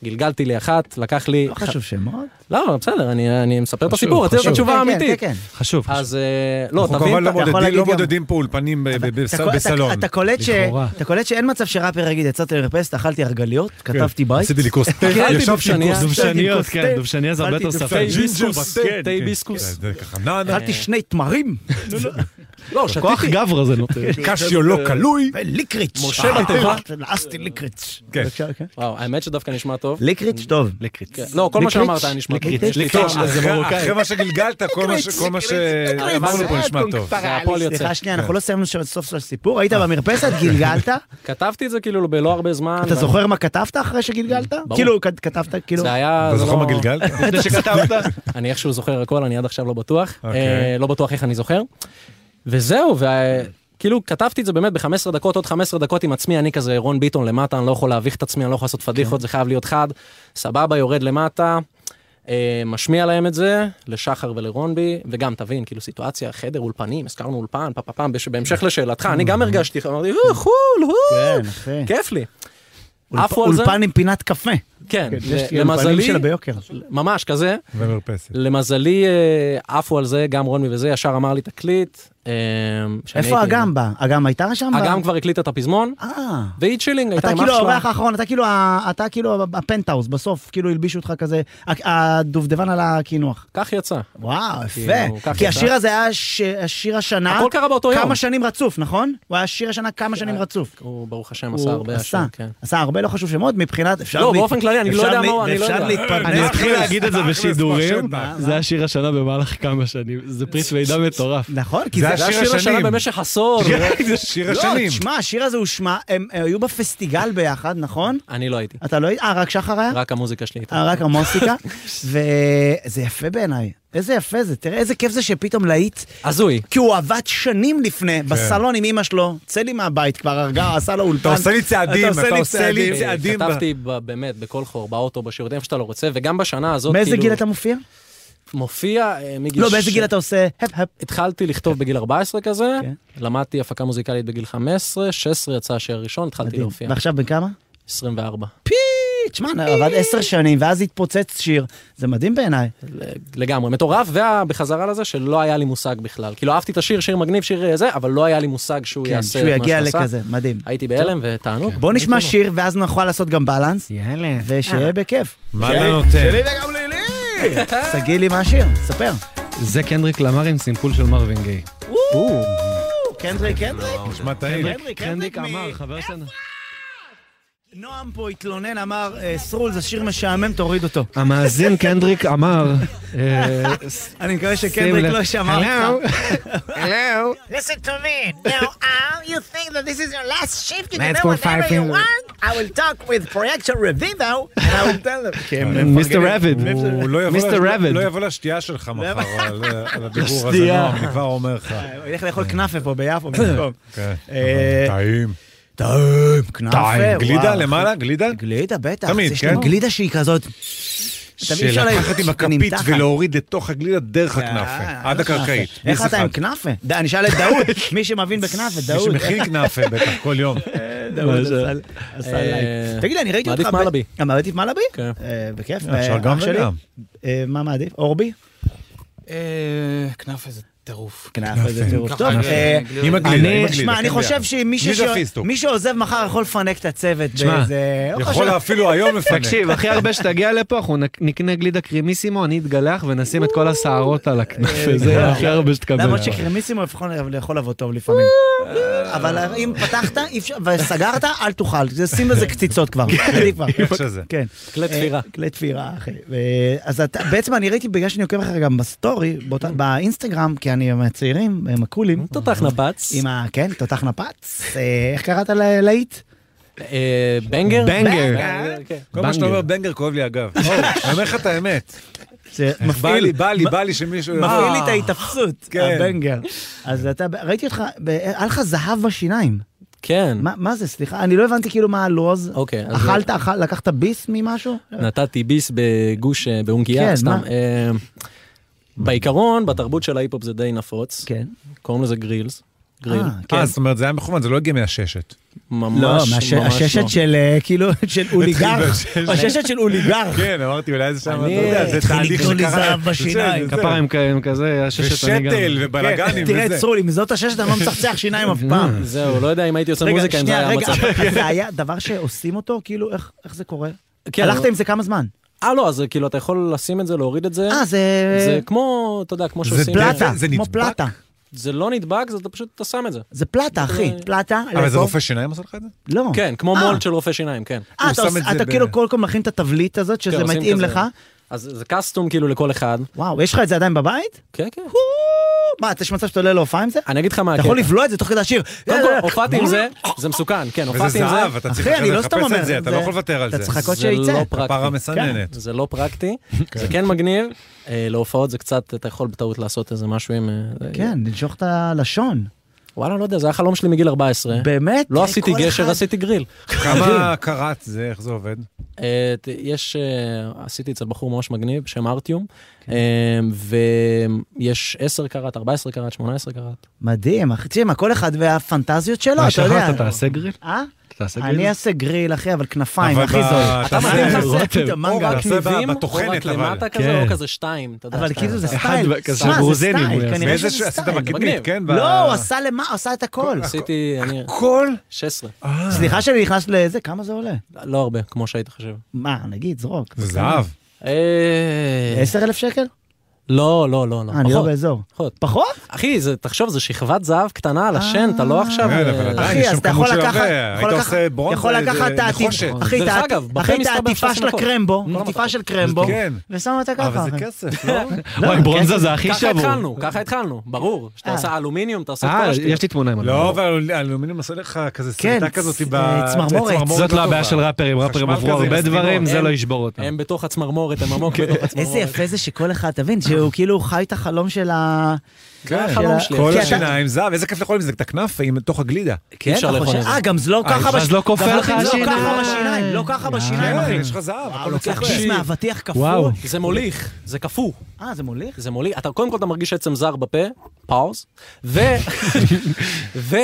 [SPEAKER 6] גלגלתי לי אחת, לקח לי...
[SPEAKER 1] לא חשוב שמות.
[SPEAKER 6] לא בסדר, אני, אני מספר את הסיפור, רציתי
[SPEAKER 2] חשוב.
[SPEAKER 6] את התשובה
[SPEAKER 1] כן, כן,
[SPEAKER 6] האמיתית.
[SPEAKER 1] כן, כן.
[SPEAKER 2] חשוב.
[SPEAKER 6] אז אה, לא,
[SPEAKER 9] אנחנו
[SPEAKER 6] תבין,
[SPEAKER 9] כמובן
[SPEAKER 1] אתה
[SPEAKER 9] לא
[SPEAKER 1] יכול
[SPEAKER 9] מודדים-
[SPEAKER 1] להגיד
[SPEAKER 9] לא
[SPEAKER 1] גם-
[SPEAKER 9] מודדים פה אולפנים ב- ב-
[SPEAKER 1] אתה-
[SPEAKER 9] בס-
[SPEAKER 1] אתה-
[SPEAKER 9] בסלון.
[SPEAKER 1] אתה קולט ש-
[SPEAKER 2] לכאורה.
[SPEAKER 1] אתה קולט שאין מצב שראפר יגיד, יצאתי למרפסת, אכלתי הרגליות, כתבתי בית.
[SPEAKER 9] כן. עשיתי לי כוס תה,
[SPEAKER 6] אכלתי
[SPEAKER 9] ישבתי עם
[SPEAKER 6] דובשניה.
[SPEAKER 9] כוס
[SPEAKER 2] דובשניות,
[SPEAKER 1] תה.
[SPEAKER 2] כן, דובשניה זה הרבה יותר
[SPEAKER 1] אכלתי
[SPEAKER 2] ספק.
[SPEAKER 9] תה, ג'ינג'ר
[SPEAKER 6] ביסקוס,
[SPEAKER 9] בתה, כן,
[SPEAKER 6] תה
[SPEAKER 9] כן.
[SPEAKER 6] ביסקוס.
[SPEAKER 9] זה ככה נענה,
[SPEAKER 1] אכלתי שני תמרים
[SPEAKER 6] אה. לא,
[SPEAKER 2] (laughs) כוח
[SPEAKER 6] שתיתי,
[SPEAKER 2] גברא זה נותן.
[SPEAKER 9] קשיו לא קלוי.
[SPEAKER 1] וליקריץ'.
[SPEAKER 6] משה
[SPEAKER 1] (laughs)
[SPEAKER 6] בתיבה.
[SPEAKER 1] לעסתי ליקריץ'.
[SPEAKER 9] כן.
[SPEAKER 1] בבקשה, כן.
[SPEAKER 6] וואו, האמת שדווקא נשמע טוב.
[SPEAKER 1] ליקריץ' טוב.
[SPEAKER 6] כן, לא, כל מה שאמרת היה נשמע טוב. יש לי טעם.
[SPEAKER 9] אחרי מה שגלגלת, כל מה ש- כל מה שאמרנו פה נשמע טוב. כן. אה.
[SPEAKER 6] זה הפועל יוצא.
[SPEAKER 1] סליחה שנייה, אנחנו לא סיימנו שם את סוף של הסיפור. היית במרפסת,
[SPEAKER 9] (laughs)
[SPEAKER 1] גלגלת,
[SPEAKER 6] כתבתי את זה כאילו בלא הרבה זמן.
[SPEAKER 1] אתה
[SPEAKER 6] ואני-
[SPEAKER 1] זוכר מה כתבת אחרי שגלגלת? כאילו, כת- כתבת, כאילו...
[SPEAKER 6] זה היה...
[SPEAKER 9] אתה
[SPEAKER 6] זה
[SPEAKER 9] זוכר
[SPEAKER 6] לא-
[SPEAKER 9] מה גלגלת?
[SPEAKER 2] לפני שכתבת.
[SPEAKER 6] אני איכשהו זוכר הכל, אני עד עכשיו לא בטוח.
[SPEAKER 9] אוקיי.
[SPEAKER 6] אה, לא בטוח איך אני זוכר. וזהו, וכאילו כתבתי את זה באמת ב-15 דקות, עוד 15 דקות עם עצמי, אני כזה רון ביטון למטה, אני לא יכול להביך את עצמי, אני לא יכול לעשות פדיחות, זה חייב להיות חד. סבבה, יורד למטה. אה, משמיע להם את זה, לשחר ולרונבי, וגם תבין, כאילו סיטואציה, חדר, אולפנים, הזכרנו אולפן, פה פה פעם, בש- בהמשך לשאלתך, אני גם הרגשתי, אמרתי, "אה, חול, אה,
[SPEAKER 1] כן, אחי.
[SPEAKER 6] כיף לי.
[SPEAKER 9] כן,
[SPEAKER 1] אולפ-
[SPEAKER 6] עפו על זה.
[SPEAKER 1] אולפן עם פינת קפה. כן,
[SPEAKER 6] כן, ל-
[SPEAKER 1] יש לי אולפנים
[SPEAKER 6] למזלי,
[SPEAKER 1] שלה ביוקר.
[SPEAKER 6] ממש כזה,
[SPEAKER 9] במרפסת.
[SPEAKER 6] למזלי אה, עפו על זה, גם רונמי וזה, ישר אמר לי תקליט. אה, שאני
[SPEAKER 1] איפה
[SPEAKER 6] הייתי-
[SPEAKER 1] אגם בא? אגם הייתה שם?
[SPEAKER 6] אגם כבר הקליטה את הפזמון,
[SPEAKER 1] אה.
[SPEAKER 6] והיא צ'ילינג,
[SPEAKER 1] אתה
[SPEAKER 6] הייתה עם אח
[SPEAKER 1] כאילו האורח
[SPEAKER 6] שלה.
[SPEAKER 1] האחרון, אתה כאילו ה- אתה כאילו הפנטהאוס, בסוף כאילו הלבישו אותך כזה, ה- הדובדבן על הקינוח.
[SPEAKER 6] כך יצא.
[SPEAKER 1] וואו,
[SPEAKER 6] כאילו,
[SPEAKER 1] יפה.
[SPEAKER 6] ככה
[SPEAKER 1] כי
[SPEAKER 6] יצא.
[SPEAKER 1] השיר הזה היה ש- השיר השנה,
[SPEAKER 6] הכל קרה באותו יום. אה,
[SPEAKER 1] כמה שנים רצוף, נכון? הוא היה שיר השנה כמה שנים רצוף.
[SPEAKER 6] הוא ברוך השם עשה
[SPEAKER 1] הוא
[SPEAKER 6] הרבה
[SPEAKER 1] עשה,
[SPEAKER 6] השם, כן.
[SPEAKER 1] עשה הרבה לא חשוב שמות מבחינת, אפשר...
[SPEAKER 6] לא,
[SPEAKER 1] לה-
[SPEAKER 6] באופן כללי, אני לא
[SPEAKER 1] אפשר
[SPEAKER 6] יודע
[SPEAKER 1] לה-
[SPEAKER 6] מה הוא- אני לא
[SPEAKER 1] ואפשר
[SPEAKER 6] יודע.
[SPEAKER 1] להתפרנס.
[SPEAKER 2] אני אתחיל להגיד את זה
[SPEAKER 9] תכלס,
[SPEAKER 1] כן,
[SPEAKER 2] בשידורים,
[SPEAKER 9] בשטח.
[SPEAKER 2] זה השיר השנה במהלך כמה שנים, זה פריט מידע מטורף.
[SPEAKER 1] נכון, כי
[SPEAKER 9] זה
[SPEAKER 1] זה...
[SPEAKER 6] זה
[SPEAKER 9] השיר
[SPEAKER 6] השיר השנה
[SPEAKER 9] השנים. כן.
[SPEAKER 6] במשך עשור.
[SPEAKER 9] זה שיר
[SPEAKER 1] לא,
[SPEAKER 9] השנים.
[SPEAKER 1] תשמע, השיר הזה הושמע, הם הם היו בפסטיגל ביחד, נכון?
[SPEAKER 6] אני לא הייתי,
[SPEAKER 1] אתה לא... היית- אה, רק שחר היה?
[SPEAKER 6] רק המוזיקה שלי הייתה.
[SPEAKER 1] אה, רק המוסיקה, (laughs) וזה יפה בעיניי. איזה יפה זה, תראה איזה כיף זה שפתאום להיט,
[SPEAKER 6] הזוי.
[SPEAKER 1] כי הוא עבד שנים לפני בסלון עם אמא שלו, צא לי מהבית כבר, הרגה, עשה לו אולפן.
[SPEAKER 9] אתה עושה לי צעדים,
[SPEAKER 1] אתה עושה
[SPEAKER 9] אתה
[SPEAKER 1] לי
[SPEAKER 9] עושה לי
[SPEAKER 1] צעדים.
[SPEAKER 9] צעדים. ב-
[SPEAKER 6] אה, כתבתי ב- באמת בכל חור, באוטו, בשירותים, איפה שאתה לא רוצה, וגם בשנה הזאת,
[SPEAKER 1] מאיזה
[SPEAKER 6] כאילו,
[SPEAKER 1] גיל אתה מופיע?
[SPEAKER 6] מופיע אה, מגיל...
[SPEAKER 1] לא, באיזה
[SPEAKER 6] ש-
[SPEAKER 1] גיל אתה עושה? הפ, הפ.
[SPEAKER 6] התחלתי לכתוב בגיל 14 כזה,
[SPEAKER 1] כן.
[SPEAKER 6] למדתי הפקה מוזיקלית בגיל 15, 16 יצא השיר הראשון, התחלתי
[SPEAKER 1] מדהים.
[SPEAKER 6] להופיע.
[SPEAKER 1] ועכשיו בן כמה?
[SPEAKER 6] 24.
[SPEAKER 1] תשמע, עבד עשר שנים, ואז התפוצץ שיר. זה מדהים בעיניי.
[SPEAKER 6] לגמרי, מטורף, ובחזרה לזה שלא היה לי מושג בכלל. כאילו אהבתי את השיר, שיר מגניב, שיר זה, אבל לא היה לי מושג שהוא
[SPEAKER 1] כן,
[SPEAKER 6] יעשה
[SPEAKER 1] שהוא
[SPEAKER 6] את מה
[SPEAKER 1] יגיע
[SPEAKER 6] שעשה.
[SPEAKER 1] לכזה, כן. מדהים.
[SPEAKER 6] הייתי בהלם וטענו.
[SPEAKER 1] בוא נשמע שיר, ואז נוכל לעשות גם בלנס,
[SPEAKER 2] יאללה.
[SPEAKER 1] ושיהיה בכיף.
[SPEAKER 9] מה אתה נותן?
[SPEAKER 1] תגיד לי מה השיר, ספר.
[SPEAKER 2] זה קנדריק למר עם סימפול של מרווין גיי.
[SPEAKER 1] קנדריק, קנדריק.
[SPEAKER 9] נשמע טעים.
[SPEAKER 2] אה, קנדריק אמר, חבר שלנו.
[SPEAKER 1] נועם פה התלונן, אמר, אה, סרול, זה שיר משעמם, תוריד אותו.
[SPEAKER 2] המאזין קנדריק אמר, אה, ס-
[SPEAKER 1] אני מקווה
[SPEAKER 2] שים
[SPEAKER 1] שקנדריק
[SPEAKER 2] לב.
[SPEAKER 1] לא שמע אותך.
[SPEAKER 2] (laughs) הלו.
[SPEAKER 10] Listen to me. Now, all you think that this is your last shift, you
[SPEAKER 2] Let's
[SPEAKER 10] can
[SPEAKER 2] go
[SPEAKER 10] do whatever
[SPEAKER 2] five
[SPEAKER 10] you
[SPEAKER 2] in-
[SPEAKER 10] want. I will talk with Projection Revivo, and I will tell them.
[SPEAKER 1] (laughs)
[SPEAKER 2] מיסטר רביד.
[SPEAKER 9] הוא לא יבוא
[SPEAKER 2] מיסטר
[SPEAKER 9] לש-
[SPEAKER 2] רביד.
[SPEAKER 9] לא יבוא לשתייה שלך מחר, על על הדיבור הזה,
[SPEAKER 1] לשתייה.
[SPEAKER 9] נועם, אני כבר אומר לך.
[SPEAKER 1] הוא ילך לאכול כנאפה פה
[SPEAKER 2] (coughs)
[SPEAKER 1] ביפו במקום.
[SPEAKER 9] כן.
[SPEAKER 1] אה,
[SPEAKER 9] טעים.
[SPEAKER 1] טעים, כנאפה, וואו.
[SPEAKER 9] גלידה למעלה? גלידה?
[SPEAKER 1] גלידה, בטח.
[SPEAKER 9] תמיד,
[SPEAKER 1] יש
[SPEAKER 9] כן?
[SPEAKER 1] לו גלידה שהיא כזאת... תמיד אפשר
[SPEAKER 9] שלקחת
[SPEAKER 1] להכניס
[SPEAKER 9] עם הכפית
[SPEAKER 1] תחת.
[SPEAKER 9] ולהוריד לתוך הגלידה דרך
[SPEAKER 1] אה,
[SPEAKER 9] הכנאפה,
[SPEAKER 3] לא
[SPEAKER 9] עד הקרקעית.
[SPEAKER 1] איך
[SPEAKER 9] ביס
[SPEAKER 1] אתה
[SPEAKER 9] אחד.
[SPEAKER 1] עם כנאפה? די, אני אשאל את דאוד, מי שמבין בכנאפה,
[SPEAKER 9] מי
[SPEAKER 1] דאוד.
[SPEAKER 9] שמכין כנאפה בטח כל יום.
[SPEAKER 1] דאוד עשה- עשה
[SPEAKER 6] אה,
[SPEAKER 1] לייק. תגיד לי, אני ראיתי אותך...
[SPEAKER 6] מעדיף
[SPEAKER 1] ב-
[SPEAKER 6] מלאבי.
[SPEAKER 1] אה, מעדיף מלאבי?
[SPEAKER 6] כן.
[SPEAKER 1] אה, בכיף.
[SPEAKER 9] אפשר
[SPEAKER 1] אה,
[SPEAKER 9] גם
[SPEAKER 1] אח שלי.
[SPEAKER 9] וגם.
[SPEAKER 1] אה, מה מעדיף? אורבי?
[SPEAKER 8] כנף איזה טירוף.
[SPEAKER 1] כנאפה זה טירוף. טוב, אה,
[SPEAKER 9] עם הגלידה, עם הגלידה.
[SPEAKER 1] שמע, אני
[SPEAKER 9] כן,
[SPEAKER 1] חושב
[SPEAKER 9] ביחד.
[SPEAKER 1] שמי שש-
[SPEAKER 9] גלידה פיסטוק.
[SPEAKER 1] מי שעוזב מחר יכול לפנק את הצוות באיזה... לא חשוב.
[SPEAKER 9] יכול אפילו היום לפנק.
[SPEAKER 2] תקשיב, הכי הרבה שתגיע לפה, אנחנו נק- נקנה גלידה קרימיסימו, אני אתגלח ונשים את כל השערות על
[SPEAKER 9] אה,
[SPEAKER 2] הכנף. זה הכי הרבה שתקבל.
[SPEAKER 1] למרות שקרמיסימו לפחות יכול לבוא טוב לפעמים.
[SPEAKER 9] אה,
[SPEAKER 1] אבל אם פתחת אי אפשר- וסגרת, אל תאכל. זה- שים לזה קציצות כבר. עדיף כבר.
[SPEAKER 9] איך שזה.
[SPEAKER 1] כן.
[SPEAKER 6] כלי תפירה.
[SPEAKER 1] אה, כלי תפירה, אחי. אה, אז אתה- בעצם אני ראיתי, בגלל שאני עוקב אחריך גם בסטורי, באותה-
[SPEAKER 9] Mm.
[SPEAKER 1] באינסטגרם, כי אני מהצעירים, הם הקולים.
[SPEAKER 6] תותח נפץ.
[SPEAKER 1] עם ה... כן, תותח נפץ. אה, איך קראת ל- להיט?
[SPEAKER 6] אה, בנגר?
[SPEAKER 2] בנגר.
[SPEAKER 6] כן.
[SPEAKER 9] כל מה שאתה
[SPEAKER 2] בנגר.
[SPEAKER 9] אומר בנגר כואב לי הגב. אני אומר לך את (laughs) האמת.
[SPEAKER 1] זה
[SPEAKER 9] בא
[SPEAKER 1] מפעיל
[SPEAKER 9] לי, בא לי, בא לי שמישהו...
[SPEAKER 1] מפעיל לי את
[SPEAKER 9] אה,
[SPEAKER 1] ההיתפסות,
[SPEAKER 9] כן.
[SPEAKER 1] הבנגר. אז אתה, ראיתי אותך, ב- היה לך זהב בשיניים.
[SPEAKER 6] כן.
[SPEAKER 1] מה מה זה, סליחה? אני לא הבנתי כאילו מה הלוז.
[SPEAKER 6] אוקיי, אז-
[SPEAKER 1] אכלת, אכל- לקחת ביס ממשהו?
[SPEAKER 6] נתתי ביס בגוש, אה,
[SPEAKER 1] כן,
[SPEAKER 6] באונגייה, סתם.
[SPEAKER 1] מה?
[SPEAKER 6] אה, בעיקרון, בתרבות של ההיפ-הופ זה די נפוץ.
[SPEAKER 1] כן.
[SPEAKER 6] קוראים לזה גרילס. גריל.
[SPEAKER 1] אה,
[SPEAKER 9] אה,
[SPEAKER 1] כן.
[SPEAKER 9] זאת אומרת, זה היה מכוון, זה לא הגיע מהששת.
[SPEAKER 6] ממש,
[SPEAKER 1] לא,
[SPEAKER 6] ממש
[SPEAKER 1] מהש-
[SPEAKER 6] לא.
[SPEAKER 1] הששת של אה, כאילו, (laughs) של אוליגרך.
[SPEAKER 9] בשש.
[SPEAKER 1] (laughs) הששת של אוליגרך.
[SPEAKER 9] כן, אמרתי, אולי זה שם, אתה
[SPEAKER 6] אני-
[SPEAKER 9] יודע, זה
[SPEAKER 1] התחיל
[SPEAKER 9] תהליך
[SPEAKER 1] לקרוא לי
[SPEAKER 9] שקרה.
[SPEAKER 1] זהב בשיניים.
[SPEAKER 9] זה- זה-
[SPEAKER 2] כפיים כאלה, כזה, הששת אני גם. כן. לא,
[SPEAKER 9] ושתל ובלאגנים
[SPEAKER 1] כן. תראה את
[SPEAKER 9] וזה.
[SPEAKER 1] סרול, אם זאת הששת, אני לא מצחצח שיניים אף פעם.
[SPEAKER 6] זהו, לא יודע אם הייתי עושה מוזיקה, אם זה היה
[SPEAKER 1] רגע,
[SPEAKER 6] המצב.
[SPEAKER 1] (laughs) אבל זה היה דבר שעושים אותו? כאילו, איך איך זה קורה?
[SPEAKER 6] כן,
[SPEAKER 1] הלכת עם זה כמה זמן?
[SPEAKER 6] אה, לא, אז כאילו, אתה יכול לשים את זה, להוריד את זה.
[SPEAKER 1] אה, זה...
[SPEAKER 6] זה כמו, אתה יודע, כמו שעושים...
[SPEAKER 1] פלטה,
[SPEAKER 9] זה
[SPEAKER 1] כמו
[SPEAKER 9] נדבק?
[SPEAKER 1] פלטה.
[SPEAKER 6] זה לא נדבק, זה אתה פשוט, אתה שם את זה.
[SPEAKER 1] זה פלטה, אחי. פלטה.
[SPEAKER 9] אבל זה
[SPEAKER 1] לאכול.
[SPEAKER 9] רופא שיניים עושה לך את זה?
[SPEAKER 1] לא.
[SPEAKER 6] אה, כן, כמו
[SPEAKER 1] אה.
[SPEAKER 6] מולד של רופא שיניים, כן.
[SPEAKER 1] אה, אתה
[SPEAKER 9] הוא שם
[SPEAKER 1] עוש-
[SPEAKER 9] את זה
[SPEAKER 1] אתה
[SPEAKER 9] ב-
[SPEAKER 1] כאילו כל הזמן מכין את התבלית הזאת,
[SPEAKER 6] כן,
[SPEAKER 1] שזה
[SPEAKER 6] עושים
[SPEAKER 1] מתאים
[SPEAKER 6] כזה.
[SPEAKER 1] לך.
[SPEAKER 6] אז זה קאסטום כאילו לכל אחד.
[SPEAKER 1] וואו, יש לך את זה עדיין בבית?
[SPEAKER 6] כן, כן.
[SPEAKER 1] מה, אתה יש מצב שאתה עולה להופעה עם זה?
[SPEAKER 6] אני אגיד לך מה
[SPEAKER 1] אתה
[SPEAKER 6] הקטע.
[SPEAKER 1] יכול לבלוע את זה תוך כדי השיר. אה,
[SPEAKER 6] קודם כל, הופעתי עם זה, זה מסוכן, כן,
[SPEAKER 9] וזה
[SPEAKER 6] הופעתי עם זה.
[SPEAKER 9] זהב, אתה צריך
[SPEAKER 1] אחי,
[SPEAKER 9] אחרי
[SPEAKER 1] אני
[SPEAKER 9] זה
[SPEAKER 1] לא סתם
[SPEAKER 9] לחפש
[SPEAKER 1] אומר.
[SPEAKER 9] את זה, אתה לא יכול לוותר על
[SPEAKER 1] אתה צריך
[SPEAKER 9] זה.
[SPEAKER 1] לחכות
[SPEAKER 6] זה
[SPEAKER 1] שייצא.
[SPEAKER 6] לא פרקטי.
[SPEAKER 1] כן.
[SPEAKER 9] הפרה מסננת.
[SPEAKER 6] זה לא
[SPEAKER 1] (laughs)
[SPEAKER 6] פרקטי, זה כן מגניב. אה, להופעות זה קצת, אתה יכול בטעות לעשות איזה משהו עם... אה,
[SPEAKER 1] כן, לנשוך את הלשון.
[SPEAKER 6] וואלה, לא יודע, זה היה חלום שלי מגיל 14.
[SPEAKER 1] באמת?
[SPEAKER 6] לא עשיתי
[SPEAKER 1] אה, כל
[SPEAKER 6] גשר,
[SPEAKER 1] אחד-
[SPEAKER 6] עשיתי גריל.
[SPEAKER 9] כמה קראט זה, איך זה עובד?
[SPEAKER 6] אה, ת- יש, אה, עשיתי אצל בחור ממש מגניב בשם ארטיום, אה, ויש 10 קראט, 14 קראט, 18 קראט.
[SPEAKER 1] מדהים, אחי. תשמע, כל אחד והפנטזיות שלו,
[SPEAKER 2] מה
[SPEAKER 1] לא, אתה יודע.
[SPEAKER 2] שכחת, תעשה גריל?
[SPEAKER 1] אה?
[SPEAKER 2] תעשה גריל?
[SPEAKER 1] אני אעשה גריל, אחי, אבל כנפיים,
[SPEAKER 9] אבל
[SPEAKER 1] הכי
[SPEAKER 9] ב-
[SPEAKER 1] זול.
[SPEAKER 9] אתה
[SPEAKER 1] מה
[SPEAKER 9] עושה-
[SPEAKER 1] אני אעשה?
[SPEAKER 2] רותם.
[SPEAKER 1] פתאום, מנגל.
[SPEAKER 9] רק זה ב-
[SPEAKER 6] או רק
[SPEAKER 9] בתוכנת, אבל.
[SPEAKER 6] למטה כזה,
[SPEAKER 2] כן.
[SPEAKER 6] או כזה שתיים, אתה יודע.
[SPEAKER 1] אבל
[SPEAKER 6] שתיים.
[SPEAKER 1] כאילו זה
[SPEAKER 2] אחד
[SPEAKER 1] סטייל.
[SPEAKER 2] ו- כזה
[SPEAKER 1] מה, זה
[SPEAKER 2] גרוזינים הוא
[SPEAKER 1] סטייל,
[SPEAKER 2] יעשה.
[SPEAKER 1] כנראה
[SPEAKER 9] מאיזה
[SPEAKER 1] שזה
[SPEAKER 9] שעשית
[SPEAKER 1] סטייל.
[SPEAKER 9] בקדמית,
[SPEAKER 6] מגניב.
[SPEAKER 9] כן? ב-
[SPEAKER 1] לא, הוא עשה למה? הוא עשה את הכל.
[SPEAKER 6] עשיתי, אני...
[SPEAKER 9] הכל?
[SPEAKER 6] 16.
[SPEAKER 9] אה,
[SPEAKER 1] סליחה שאני נכנס לזה, כמה זה עולה?
[SPEAKER 6] לא הרבה, כמו שהיית חושב.
[SPEAKER 1] מה, נגיד, זרוק.
[SPEAKER 9] זה זהב.
[SPEAKER 6] אה,
[SPEAKER 1] 10,000 שקל?
[SPEAKER 6] לא, לא, לא, לא.
[SPEAKER 1] אה, אני לא
[SPEAKER 6] פחות,
[SPEAKER 1] באזור.
[SPEAKER 6] פחות.
[SPEAKER 1] פחות?
[SPEAKER 6] אחי, זה- תחשוב, זה שכבת זהב קטנה על השן, אתה לא עכשיו...
[SPEAKER 9] כן,
[SPEAKER 6] אה,
[SPEAKER 9] אבל עדיין, יש
[SPEAKER 1] אחי, אז
[SPEAKER 9] שם
[SPEAKER 1] אתה יכול
[SPEAKER 9] כמות של
[SPEAKER 1] לקחת...
[SPEAKER 9] הרבה.
[SPEAKER 1] יכול
[SPEAKER 9] היית
[SPEAKER 1] לקחת-
[SPEAKER 9] עושה ברונזה,
[SPEAKER 1] יכול לקחת את
[SPEAKER 9] זה
[SPEAKER 1] העטיפ-
[SPEAKER 9] נחושת.
[SPEAKER 1] אחי, את
[SPEAKER 6] דרך
[SPEAKER 1] העט-
[SPEAKER 6] אגב,
[SPEAKER 1] אחי,
[SPEAKER 6] בפה
[SPEAKER 1] את
[SPEAKER 6] מסתבר
[SPEAKER 1] העטיפה
[SPEAKER 6] אפשר
[SPEAKER 1] של
[SPEAKER 6] לעשות הכל.
[SPEAKER 1] הקרמבו,
[SPEAKER 6] כל
[SPEAKER 1] עטיפה
[SPEAKER 6] המטרות.
[SPEAKER 1] של קרמבו,
[SPEAKER 9] כן.
[SPEAKER 1] ושם אותה
[SPEAKER 3] אה,
[SPEAKER 1] ככה.
[SPEAKER 9] אבל זה
[SPEAKER 1] אחי.
[SPEAKER 9] כסף, (laughs) לא?
[SPEAKER 1] לא,
[SPEAKER 2] וואי, ברונזה
[SPEAKER 1] כסף.
[SPEAKER 2] זה הכי
[SPEAKER 6] ככה
[SPEAKER 2] שבור.
[SPEAKER 6] התחלנו, ככה התחלנו, ברור. כשאתה
[SPEAKER 1] אה.
[SPEAKER 6] עושה אלומיניום, אתה עושה את כל
[SPEAKER 2] אה,
[SPEAKER 6] השטויות.
[SPEAKER 2] יש לי תמונה עם
[SPEAKER 9] לא,
[SPEAKER 2] הדבר.
[SPEAKER 9] אבל האלומיניום עושה לך כזה
[SPEAKER 1] כן,
[SPEAKER 9] סריטה כזאת ב...
[SPEAKER 1] אה, צמרמורת.
[SPEAKER 2] זאת לא הבעיה של ראפרים, ראפרים
[SPEAKER 9] חשמל
[SPEAKER 2] עברו
[SPEAKER 9] כזה עם
[SPEAKER 2] הרבה
[SPEAKER 9] הספינות.
[SPEAKER 2] דברים, זה
[SPEAKER 6] הם-
[SPEAKER 2] לא ישבור אותם. (laughs)
[SPEAKER 6] הם בתוך הצמרמורת, הם עמוק בתוך הצמרמורת.
[SPEAKER 1] איזה יפה זה שכל אחד, תבין, שהוא הוא כאילו חי את החלום של ה...
[SPEAKER 6] זה החלום שלי.
[SPEAKER 9] כן, כל
[SPEAKER 1] כן, כי אתה-
[SPEAKER 9] השיניים זהב, איזה כיף לאכול עם זה, את הכנף עם תוך הגלידה.
[SPEAKER 6] אי אפשר
[SPEAKER 1] אתה
[SPEAKER 6] לאכול
[SPEAKER 1] חושב-
[SPEAKER 6] את זה.
[SPEAKER 1] אה, גם זה לא ככה
[SPEAKER 2] אז
[SPEAKER 1] בש-
[SPEAKER 2] לא כופר
[SPEAKER 1] גם
[SPEAKER 2] לך
[SPEAKER 1] לא
[SPEAKER 2] השיניים?
[SPEAKER 1] ככה בשיניים, לא ככה בשיניים, אחי.
[SPEAKER 9] כן, יש לך זהב.
[SPEAKER 1] אה,
[SPEAKER 9] הכל
[SPEAKER 1] הוא
[SPEAKER 9] לוקח
[SPEAKER 1] לוקח כיס
[SPEAKER 9] שיר.
[SPEAKER 1] מאבטיח
[SPEAKER 2] וואו.
[SPEAKER 1] קפוא.
[SPEAKER 6] זה מוליך, זה קפוא.
[SPEAKER 1] אה, זה מוליך?
[SPEAKER 6] זה מולי, אתה קודם כל אתה מרגיש עצם זר בפה, פאוז, ו...
[SPEAKER 2] (laughs)
[SPEAKER 6] ו...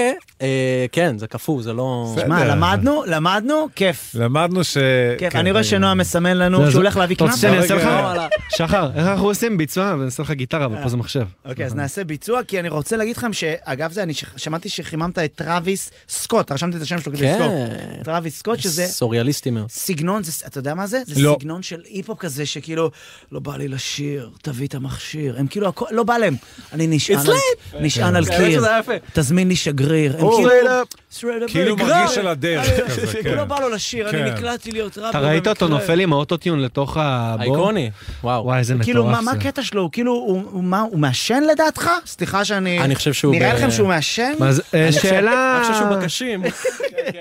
[SPEAKER 6] אה, כן, זה קפוא, זה לא...
[SPEAKER 1] שמע,
[SPEAKER 9] בסדר.
[SPEAKER 1] למדנו, למדנו, כיף.
[SPEAKER 9] למדנו ש...
[SPEAKER 1] כיף.
[SPEAKER 9] כן,
[SPEAKER 1] אני רואה שנועם מסמן
[SPEAKER 2] זה-
[SPEAKER 1] לנו
[SPEAKER 2] זה-
[SPEAKER 1] לא, שהוא הולך להביא לא,
[SPEAKER 2] אתה רוצה שאני
[SPEAKER 1] כנאפה.
[SPEAKER 2] אעשה לך?
[SPEAKER 9] רגע.
[SPEAKER 2] שחר, איך אנחנו עושים ביצוע? ואני אעשה לך גיטרה, אבל פה זה מחשב.
[SPEAKER 1] אוקיי, אז נעשה ביצוע, כי אני רוצה להגיד לכם שאגב זה, אני ש- שמעתי שחיממת את טראביס סקוט, רשמתי את השם שלו כדי לזכור.
[SPEAKER 6] כן.
[SPEAKER 1] טראביס סקוט, שזה
[SPEAKER 6] סוריאליסטי מאוד.
[SPEAKER 1] סגנון, זה, אתה יודע מה זה? זה
[SPEAKER 9] לא.
[SPEAKER 1] סגנון של היפ-הופ כזה, שכאילו, לא בא לי לשיר, תביא את המכשיר. הם כאילו, הכל, לא בא להם. אני נשען על, נשען על
[SPEAKER 9] כן,
[SPEAKER 1] קיר, תזמין לי שגריר. הם כאילו, straight up,
[SPEAKER 9] Oh, כאילו
[SPEAKER 1] נגרר.
[SPEAKER 9] מרגיש על
[SPEAKER 1] (laughs)
[SPEAKER 9] הדרך
[SPEAKER 1] אני-
[SPEAKER 9] כזה, כן.
[SPEAKER 1] לא בא לו לשיר, אני
[SPEAKER 9] כן.
[SPEAKER 1] נקלעתי להיות ראפר.
[SPEAKER 2] אתה ראית אותו
[SPEAKER 1] במקרה.
[SPEAKER 2] נופל עם האוטוטיון לתוך הבור?
[SPEAKER 6] אייקוני, וואו.
[SPEAKER 2] וואי, איזה מטורף זה.
[SPEAKER 1] כאילו, מה מה הקטע שלו? הוא כאילו, הוא- הוא מה, הוא מעשן לדעתך? סליחה שאני...
[SPEAKER 6] אני חושב שהוא
[SPEAKER 1] נראה
[SPEAKER 6] ב-
[SPEAKER 1] לכם שהוא מעשן?
[SPEAKER 2] מה זה- אה,
[SPEAKER 6] אני
[SPEAKER 2] שאלה...
[SPEAKER 6] חושב
[SPEAKER 2] (laughs)
[SPEAKER 6] שהוא בקשים.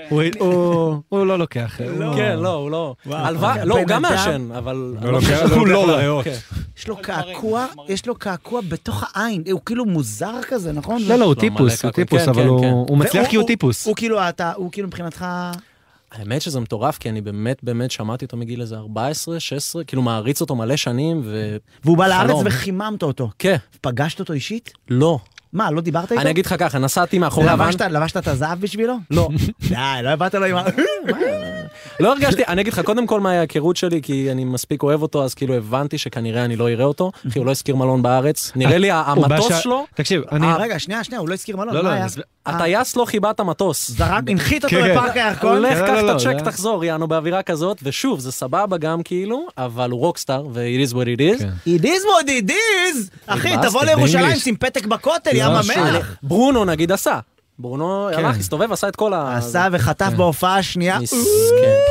[SPEAKER 2] הוא- הוא- הוא לא לוקח. הוא-
[SPEAKER 6] כן, לא, הוא לא. הלוואי, לא, הוא גם מעשן, אבל...
[SPEAKER 9] לא לוקח- לא לוקח לריאות.
[SPEAKER 6] כן.
[SPEAKER 1] יש לו קעקוע, יש לו קעקוע בתוך העין. הוא כאילו מוזר כזה, נכון?
[SPEAKER 2] לא, לא, הוא
[SPEAKER 6] לא,
[SPEAKER 2] טיפוס,
[SPEAKER 6] מלא
[SPEAKER 2] הוא
[SPEAKER 6] קקו,
[SPEAKER 2] טיפוס,
[SPEAKER 6] כן,
[SPEAKER 2] אבל
[SPEAKER 6] כן,
[SPEAKER 2] הוא-
[SPEAKER 6] כן.
[SPEAKER 2] הוא מצליח
[SPEAKER 1] והוא-
[SPEAKER 2] כי הוא
[SPEAKER 1] הוא-
[SPEAKER 2] טיפוס.
[SPEAKER 1] הוא כאילו, אתה, הוא כאילו מבחינתך...
[SPEAKER 6] האמת שזה מטורף, כי אני באמת באמת שמעתי אותו מגיל איזה 14, 16, כאילו מעריץ אותו מלא שנים, ו...
[SPEAKER 1] והוא בא לארץ
[SPEAKER 6] חלום.
[SPEAKER 1] וחיממת אותו.
[SPEAKER 6] כן,
[SPEAKER 1] פגשת אותו אישית?
[SPEAKER 6] לא.
[SPEAKER 1] מה, לא דיברת איתו?
[SPEAKER 6] אני אגיד לך ככה, נסעתי מאחורי הוואן,
[SPEAKER 1] לבשת, לבשת את הזהב בשבילו?
[SPEAKER 6] לא,
[SPEAKER 1] (laughs) די, לא הבאת לו עם ה...
[SPEAKER 6] לא הרגשתי, אני אגיד לך, קודם כל מההיכרות שלי, כי אני מספיק אוהב אותו, אז כאילו הבנתי שכנראה אני לא אראה אותו, כי הוא לא השכיר מלון בארץ. נראה לי
[SPEAKER 2] אה, הוא בא
[SPEAKER 6] המטוס
[SPEAKER 2] שה-
[SPEAKER 6] שלו,
[SPEAKER 2] תקשיב, אני...
[SPEAKER 1] אה, רגע, שנייה, שנייה, הוא לא הזכיר מלון,
[SPEAKER 2] לא, לא,
[SPEAKER 1] מה
[SPEAKER 2] אני
[SPEAKER 1] היה?
[SPEAKER 2] אסביר.
[SPEAKER 6] הטייס לא חיבה את המטוס.
[SPEAKER 1] זרק, הנחית אותו
[SPEAKER 2] כן, כן.
[SPEAKER 1] לפארק הירקון?
[SPEAKER 6] לך
[SPEAKER 2] לא,
[SPEAKER 6] קח
[SPEAKER 2] לא,
[SPEAKER 6] את
[SPEAKER 2] לא,
[SPEAKER 6] הצ'ק
[SPEAKER 2] זה-
[SPEAKER 6] תחזור, יענו באווירה כזאת, ושוב, זה סבבה גם כאילו, אבל הוא רוקסטאר, ו-it is what it is.
[SPEAKER 2] כן.
[SPEAKER 1] It is what it is! אחי,
[SPEAKER 6] התבאסתי,
[SPEAKER 1] תבוא לירושלים,
[SPEAKER 2] באנגליש.
[SPEAKER 1] שים פתק בכותל, ים
[SPEAKER 6] שאני-
[SPEAKER 1] המלח!
[SPEAKER 6] ברונו נגיד עשה. ברונו הלך, הסתובב, עשה את כל ה...
[SPEAKER 1] כן.
[SPEAKER 6] כן,
[SPEAKER 1] עשה וחטף בהופעה השנייה.
[SPEAKER 6] מסכן.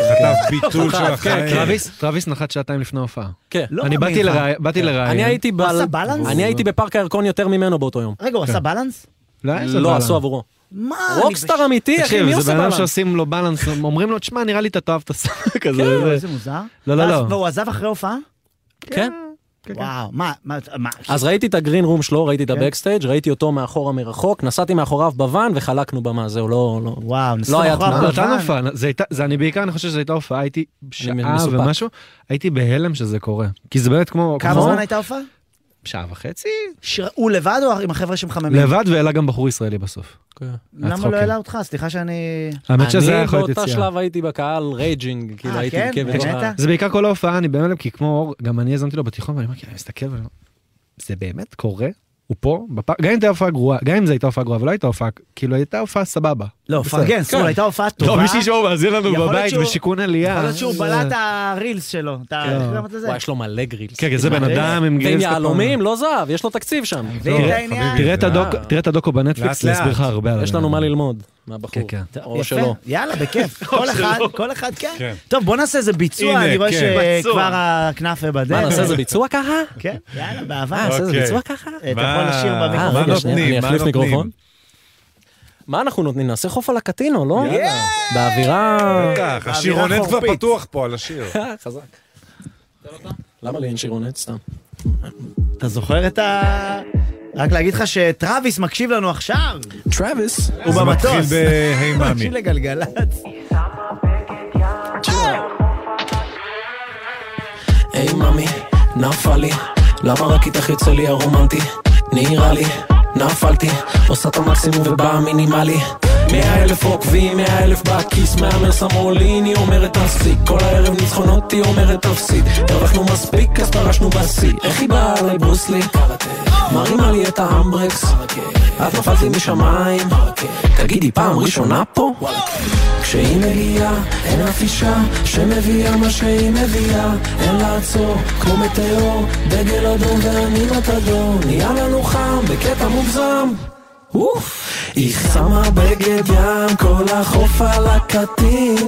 [SPEAKER 9] כתב ביטול של
[SPEAKER 1] כן,
[SPEAKER 9] החיים.
[SPEAKER 2] טרוויס, טרוויס כן, נחת שעתיים לפני ההופעה.
[SPEAKER 6] כן.
[SPEAKER 1] לא
[SPEAKER 2] אני
[SPEAKER 1] מאמין
[SPEAKER 2] באתי
[SPEAKER 1] לך.
[SPEAKER 2] לראי- באתי לראיין.
[SPEAKER 6] אני הייתי ב...
[SPEAKER 1] עשה בלנס?
[SPEAKER 6] אני הייתי בפארק הירקון יותר ממנו באותו יום.
[SPEAKER 1] רגע, הוא עשה אה, בלנס?
[SPEAKER 2] לא, היה איזה
[SPEAKER 6] לא
[SPEAKER 2] בלנס.
[SPEAKER 6] עשו עבורו.
[SPEAKER 1] מה? אני
[SPEAKER 6] רוקסטאר אמיתי, אחי, מי
[SPEAKER 2] תקשיב, זה
[SPEAKER 6] עושה
[SPEAKER 2] בן אדם
[SPEAKER 6] בלנס?
[SPEAKER 2] שעושים לו בלנס, אומרים לו, תשמע, נראה לי אתה תאהב את
[SPEAKER 6] (laughs)
[SPEAKER 2] הסרט כזה.
[SPEAKER 1] בש-
[SPEAKER 2] זה-
[SPEAKER 1] איזה אה, מוזר.
[SPEAKER 2] לא, לא,
[SPEAKER 1] ואז-
[SPEAKER 2] לא.
[SPEAKER 1] והוא עזב אחרי הופעה?
[SPEAKER 6] כן.
[SPEAKER 1] וואו, מה, מה, מה?
[SPEAKER 6] אז ראיתי את הגרין רום שלו, ראיתי את
[SPEAKER 1] כן.
[SPEAKER 6] הבקסטייג', ראיתי אותו מאחורה מרחוק, נסעתי מאחוריו בוואן וחלקנו במה, זהו, לא... לא.
[SPEAKER 1] וואו, נסעו
[SPEAKER 6] לא היה
[SPEAKER 1] אחורה
[SPEAKER 6] תנועה.
[SPEAKER 1] בלבן.
[SPEAKER 2] נתן הופעה, זה הייתה, זה אני בעיקר, אני חושב שזו הייתה הופעה, הייתי שעה
[SPEAKER 6] מסופק.
[SPEAKER 2] ומשהו, הייתי בהלם שזה קורה. כי זה באמת כמו...
[SPEAKER 1] כמה
[SPEAKER 2] כמו-
[SPEAKER 1] זמן הייתה הופעה?
[SPEAKER 2] שעה וחצי?
[SPEAKER 1] שר- לא. הוא לבד או עם החבר'ה שמחממים?
[SPEAKER 2] לבד, והעלה גם בחור ישראלי בסוף.
[SPEAKER 1] למה לא
[SPEAKER 2] צחוקים.
[SPEAKER 1] העלה אותך? סליחה שאני...
[SPEAKER 2] אוקיי. האמת שזה היה
[SPEAKER 6] אני
[SPEAKER 2] יכול להיות
[SPEAKER 6] באותה
[SPEAKER 2] יציאה.
[SPEAKER 6] שלב הייתי בקהל רייג'ינג, כאילו
[SPEAKER 1] אה,
[SPEAKER 6] הייתי
[SPEAKER 1] כן?
[SPEAKER 6] בקבר.
[SPEAKER 1] באמת?
[SPEAKER 6] ה-
[SPEAKER 2] זה בעיקר כל ההופעה, אני בהלם, כי כמו אור, גם אני האזנתי לו בתיכון, ואני אומר, כאילו, אני מסתכל ואני אומר, זה באמת קורה? הוא פה? בפארק?" גם אם הייתה הופעה גרועה, גם אם זו הייתה הופעה גרועה, ולא הייתה הופעה, כאילו הייתה הופעה סבבה.
[SPEAKER 1] לא,
[SPEAKER 2] בסדר.
[SPEAKER 1] פרגן, סול, הייתה הופעה טובה.
[SPEAKER 2] לא, מישהי שהוא מאזין לנו
[SPEAKER 1] יכול להיות
[SPEAKER 2] בבית
[SPEAKER 1] שהוא-
[SPEAKER 2] בשיכון עלייה.
[SPEAKER 1] יכול להיות שהוא
[SPEAKER 2] זה-
[SPEAKER 1] בלע את הרילס שלו. אתה
[SPEAKER 2] כן.
[SPEAKER 1] איך קוראים לזה?
[SPEAKER 6] וואי, יש לו מלא גרילס.
[SPEAKER 2] כן, כן, זה בן
[SPEAKER 1] זה-
[SPEAKER 2] אדם עם
[SPEAKER 6] ועם
[SPEAKER 2] גרילס. כפיים.
[SPEAKER 6] יהלומים, לא זהב, יש לו תקציב שם.
[SPEAKER 1] זה
[SPEAKER 2] לא,
[SPEAKER 1] העניין.
[SPEAKER 2] תראה את הדוק- תראה את הדוקו
[SPEAKER 9] לאט,
[SPEAKER 2] בנטפליקס, זה יסביר לך
[SPEAKER 9] לאט.
[SPEAKER 2] הרבה על
[SPEAKER 6] יש לנו מה
[SPEAKER 2] העניין.
[SPEAKER 6] ללמוד מהבחור.
[SPEAKER 2] כן,
[SPEAKER 6] או
[SPEAKER 1] יפה,
[SPEAKER 6] שלא.
[SPEAKER 1] יאללה,
[SPEAKER 9] (laughs)
[SPEAKER 1] בכיף. כל אחד, כל אחד כן.
[SPEAKER 9] כן.
[SPEAKER 1] טוב, בוא נעשה איזה ביצוע,
[SPEAKER 9] הנה,
[SPEAKER 1] אני רואה
[SPEAKER 9] כן.
[SPEAKER 1] שכבר הכנאפה בדרך.
[SPEAKER 6] מה, נעשה איזה ביצוע ככה?
[SPEAKER 1] כן, יאללה,
[SPEAKER 6] אה,
[SPEAKER 1] באהבה.
[SPEAKER 6] נעשה איזה
[SPEAKER 9] אוקיי.
[SPEAKER 6] ביצוע ככה?
[SPEAKER 1] אתה יכול לשיר
[SPEAKER 6] אה,
[SPEAKER 1] במיקרופון.
[SPEAKER 9] מה
[SPEAKER 6] רגע, שנייה,
[SPEAKER 9] נותנים?
[SPEAKER 6] אני
[SPEAKER 9] מה
[SPEAKER 6] אחליף
[SPEAKER 9] נותנים?
[SPEAKER 6] מיקרופון. מה אנחנו נותנים? נעשה חוף על הקטינו, לא?
[SPEAKER 9] יאללה.
[SPEAKER 6] באווירה...
[SPEAKER 9] כן, בטח, השירונט כבר
[SPEAKER 1] אה, חורפית.
[SPEAKER 9] פתוח פה על השיר.
[SPEAKER 6] (laughs) חזק. לא למה לי אין שירונת? סתם.
[SPEAKER 1] אתה זוכר את ה... רק להגיד לך שטראביס מקשיב לנו עכשיו,
[SPEAKER 6] טראביס.
[SPEAKER 1] הוא
[SPEAKER 9] זה מתחיל
[SPEAKER 1] במטוס. (laughs)
[SPEAKER 9] בהיי מאמי.
[SPEAKER 1] מקשיב לגלגלצ.
[SPEAKER 6] היי מאמי, נפל לי, למה רק איתך יוצא לי הרומנטי? נראה לי, נפלתי, עושה את המקסימום ובא המינימלי. מאה אלף עוקבים, מאה אלף בכיס, מהמר שמו לי, היא אומרת תפסיק. כל הערב ניצחונות היא אומרת תפסיד. הרווחנו מספיק, אז פרשנו בשיא. איך היא באה עליי ברוסלי? מרימה לי את האמברקס. את נפלת לי משמיים. תגידי, פעם ראשונה פה? כשהיא מגיעה, אין אף אישה שמביאה מה שהיא מביאה. אין לעצור, כמו מטאור, דגל אדום ואני מתדור. נהיה לנו חם, בקטע מוגזם. אוף. היא שמה בגד ים, כל החוף על הקטינו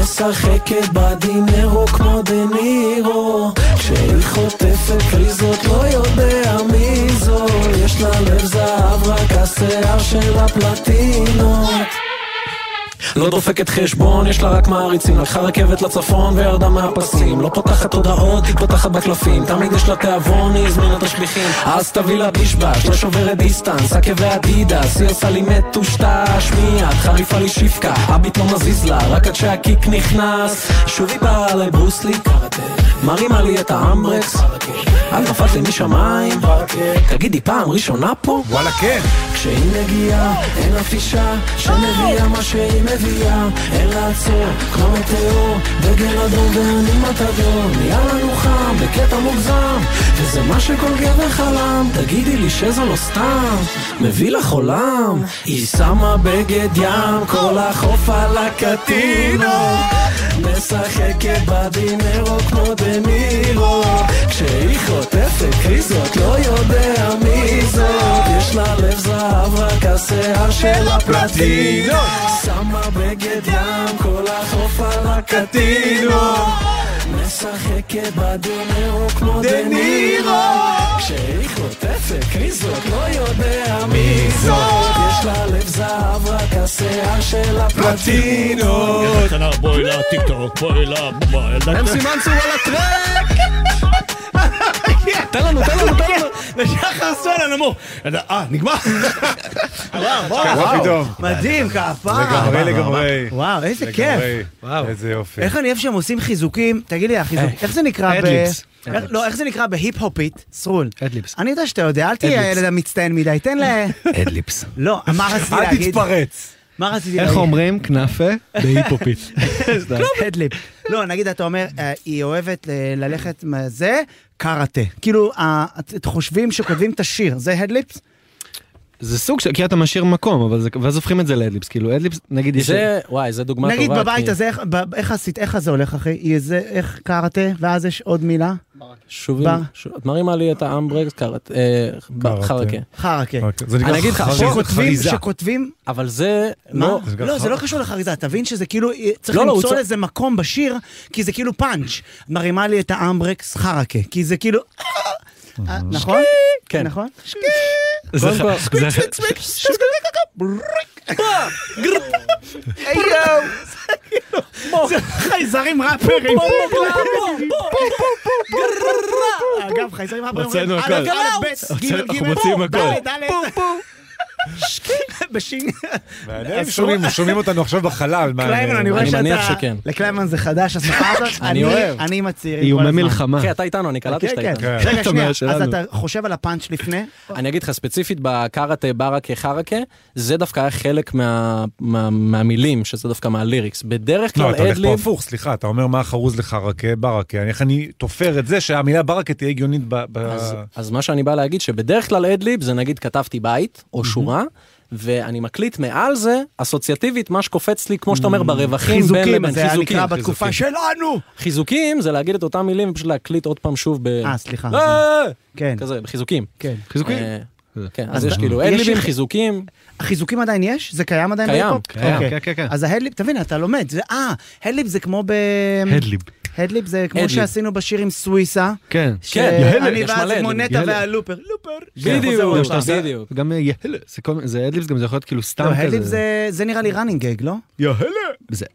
[SPEAKER 6] משחקת בדינרו כמו דנירו כשהיא חוטפת פריזות לא יודע מי זו יש לה לב זהב רק השיער שלה פלטינות
[SPEAKER 9] לא דופקת חשבון, יש לה רק מעריצים. לקחה רכבת לצפון וירדה מהפסים. לא פותחת הודעות, היא פותחת בקלפים. תמיד יש לה תיאבון, היא הזמינה את השליחים. אז תביא לה בישבש, לא שוברת דיסטנס. עקבי אדידס, היא עושה לי מטושטש מיד. חריפה לי שפקה, הביט לא מזיז לה, רק עד שהקיק נכנס. שוב היא באה עליי ברוסלי, מרימה לי את האמברקס. את נפלת לי משמיים, תגידי פעם ראשונה פה?
[SPEAKER 3] וואלה, כן.
[SPEAKER 9] כשהיא מגיעה, אין אף אישה שמביאה מה שהיא מביאה, אין לעצור, כמו מטאור, דגל אדום ואני מתדור, נהיה לנו חם, בקטע מוגזם, וזה מה שכל גבר חלם, תגידי לי שזה לא סתם, מביא לך עולם. היא שמה בגד ים, כל החוף על הקטינו, משחקת בדינרו כמו דמירו, כשהיא חוטפת קריזות לא יודע מי זאת, יש לה לב זהב רק השיער שלה פלטינו, שמה בגד ים כל החוף על הקטינו, משחקת בדינרו כמו דמירו, כשהיא חוטפת קריזות לא יודע מי זאת, יש לה לב זהב רק השיער שלה פלטינו.
[SPEAKER 4] קטנה, בואי לה, טיק טוק, בואי לה, בואי לה.
[SPEAKER 9] הם סימנסו על הטרק! תן לנו, תן לנו, תן לנו.
[SPEAKER 4] לשחר סולן אמרו, אה,
[SPEAKER 9] (laughs)
[SPEAKER 4] נגמר.
[SPEAKER 1] וואו,
[SPEAKER 3] ככה
[SPEAKER 1] וואו,
[SPEAKER 3] פתאום.
[SPEAKER 1] מדהים, כעפה.
[SPEAKER 3] לגמרי, לגמרי.
[SPEAKER 1] וואו, איזה כיף.
[SPEAKER 3] לגמרי.
[SPEAKER 2] וואו.
[SPEAKER 3] איזה יופי.
[SPEAKER 1] איך אני אוהב שהם עושים חיזוקים, תגיד לי, החיזוק, איך זה נקרא ב...
[SPEAKER 2] אדליבס.
[SPEAKER 1] איך- לא, איך זה נקרא בהיפ-הופית? סרול.
[SPEAKER 2] אדליבס.
[SPEAKER 1] אני יודע שאתה יודע, אל תהיה
[SPEAKER 2] אדליבס.
[SPEAKER 1] הילד המצטיין מדי, תן ל...
[SPEAKER 2] אדליפס.
[SPEAKER 1] לא, מה רציתי
[SPEAKER 6] אל
[SPEAKER 1] להגיד?
[SPEAKER 6] תתפרץ.
[SPEAKER 1] מה רציתי להגיד?
[SPEAKER 2] איך אומרים כנאפה? בהיפופית. סתם.
[SPEAKER 1] הדליפ. לא, נגיד אתה אומר, אה, היא אוהבת ל- ללכת מזה, קראטה. כאילו, אה, את- את חושבים שכותבים את השיר, זה הדליפס?
[SPEAKER 2] זה סוג של, כי אתה משאיר מקום, אבל זה, ואז הופכים את זה לאדליפס, כאילו אדליפס, נגיד יש...
[SPEAKER 9] זה, וואי, זה דוגמה טובה.
[SPEAKER 1] נגיד בבית
[SPEAKER 9] כי-
[SPEAKER 1] הזה, איך- ב- איך עשית, איך זה הולך, אחי? היא זה, איך קראטה, ואז יש עוד מילה?
[SPEAKER 9] שוב,
[SPEAKER 1] בר.
[SPEAKER 9] שוב- את מרימה לי את האמברקס קארט, חרקה.
[SPEAKER 1] חרקה.
[SPEAKER 3] אוקיי, זה נקרא
[SPEAKER 9] אני אגיד לך,
[SPEAKER 3] חריזה.
[SPEAKER 1] שכותבים,
[SPEAKER 3] חריזה.
[SPEAKER 1] שכותבים,
[SPEAKER 9] אבל זה,
[SPEAKER 1] מה?
[SPEAKER 9] לא,
[SPEAKER 3] גם
[SPEAKER 1] לא,
[SPEAKER 3] ח-
[SPEAKER 1] זה לא קשור לחריזה, תבין שזה כאילו, צריך
[SPEAKER 9] לא, לא, הוא
[SPEAKER 1] למצוא
[SPEAKER 9] צור-
[SPEAKER 1] לזה מקום בשיר, כי זה כאילו פאנץ'. מרימה לי את האמברקס חרקה, כי זה כאילו... אה, נכון?
[SPEAKER 9] כן.
[SPEAKER 1] נכון?
[SPEAKER 2] זה-
[SPEAKER 9] קודם כל-
[SPEAKER 6] (laughs)
[SPEAKER 2] זה-
[SPEAKER 1] היי יואו! זה חייזרים ראפרים. אגב, חייזרים ראפרים.
[SPEAKER 4] הוצאנו
[SPEAKER 1] אומרים, "אה,
[SPEAKER 4] הכל.
[SPEAKER 1] א', א', לא, ב', ג',
[SPEAKER 4] הוצאנו-
[SPEAKER 1] ג',
[SPEAKER 4] אנחנו מוציאים
[SPEAKER 1] בום,
[SPEAKER 4] הכל.
[SPEAKER 1] ד', ד', בשין.
[SPEAKER 3] מעניין, הם שומעים- שומעים אותנו עכשיו בחלל. מה,
[SPEAKER 1] קליימן, אני רואה
[SPEAKER 9] אני
[SPEAKER 1] שאתה...
[SPEAKER 9] מניח שכן.
[SPEAKER 1] לקליימן זה חדש, השפה
[SPEAKER 9] (laughs)
[SPEAKER 1] הזאת. אני
[SPEAKER 9] אוהב.
[SPEAKER 1] אני עם הצעירים. כל
[SPEAKER 2] איומי
[SPEAKER 1] הזמן.
[SPEAKER 2] מלחמה.
[SPEAKER 9] אחי, אתה איתנו, אני
[SPEAKER 1] כן,
[SPEAKER 9] קלטתי שאתה
[SPEAKER 1] כן.
[SPEAKER 9] איתנו.
[SPEAKER 1] רגע,
[SPEAKER 9] (laughs)
[SPEAKER 2] אתה אומר,
[SPEAKER 1] שנייה, אז
[SPEAKER 2] שלנו.
[SPEAKER 1] אתה חושב על הפאנץ' לפני?
[SPEAKER 3] כן.
[SPEAKER 9] אני אגיד לך, ספציפית בקארטה, ברקה, חרקה, זה דווקא היה חלק מה- מה- מהמילים, שזה דווקא מהליריקס. בדרך
[SPEAKER 3] לא,
[SPEAKER 9] כלל
[SPEAKER 3] אתה הולך פה
[SPEAKER 9] אדליב,
[SPEAKER 3] הפוך, סליחה, אתה אומר מה חרוז לך רכה ברכה, אני- איך אני תופר את זה שהמילה ברכה תהיה הגיונית ב... ב-
[SPEAKER 9] אז- אז מה שאני בא להגיד, שבדרך כלל אדליב זה נגיד כתבתי בית או שורה. ואני מקליט מעל זה, אסוציאטיבית, מה שקופץ לי, כמו שאתה אומר, ברווחים בין
[SPEAKER 1] חיזוקים,
[SPEAKER 9] לבין
[SPEAKER 1] זה היה
[SPEAKER 9] חיזוקים.
[SPEAKER 1] נקרא בתקופה שלנו.
[SPEAKER 9] חיזוקים זה להגיד את אותם מילים ופשוט להקליט עוד פעם שוב ב...
[SPEAKER 1] אה, סליחה.
[SPEAKER 9] אה,
[SPEAKER 1] כן.
[SPEAKER 9] כזה, בחיזוקים.
[SPEAKER 1] כן.
[SPEAKER 2] חיזוקים.
[SPEAKER 9] אה,
[SPEAKER 2] זה-
[SPEAKER 9] כן,
[SPEAKER 1] אז
[SPEAKER 9] אז יש
[SPEAKER 1] אתה-
[SPEAKER 9] כאילו
[SPEAKER 1] יש
[SPEAKER 9] אדליבים,
[SPEAKER 1] לך-
[SPEAKER 9] חיזוקים.
[SPEAKER 1] חיזוקים עדיין יש? זה קיים עדיין
[SPEAKER 9] קיים,
[SPEAKER 1] בהיפ-הופ?
[SPEAKER 2] קיים,
[SPEAKER 1] אוקיי.
[SPEAKER 2] כן, כן, כן.
[SPEAKER 1] אז ההדליפ, תבין, אתה לומד. זה- אה, הדליפ זה כמו ב...
[SPEAKER 2] הדליב.
[SPEAKER 1] הדליפ זה כמו
[SPEAKER 9] הדליפ.
[SPEAKER 1] שעשינו בשיר עם סוויסה.
[SPEAKER 2] כן.
[SPEAKER 9] יהלת,
[SPEAKER 1] שאני
[SPEAKER 9] יש
[SPEAKER 1] ואז
[SPEAKER 9] מלא
[SPEAKER 1] כמו
[SPEAKER 9] הדליפ,
[SPEAKER 1] נטע
[SPEAKER 2] יהלת.
[SPEAKER 1] והלופר. לופר.
[SPEAKER 2] כן,
[SPEAKER 9] בדיוק,
[SPEAKER 2] גם שאתה עושה-
[SPEAKER 9] בדיוק.
[SPEAKER 2] גם אה, יהלה, זה כל מיני- זה אדליפס גם זה יכול להיות כאילו סתם
[SPEAKER 1] לא, הדליפ
[SPEAKER 2] כזה.
[SPEAKER 1] זה- זה נראה לי running gag, לא?
[SPEAKER 2] זה...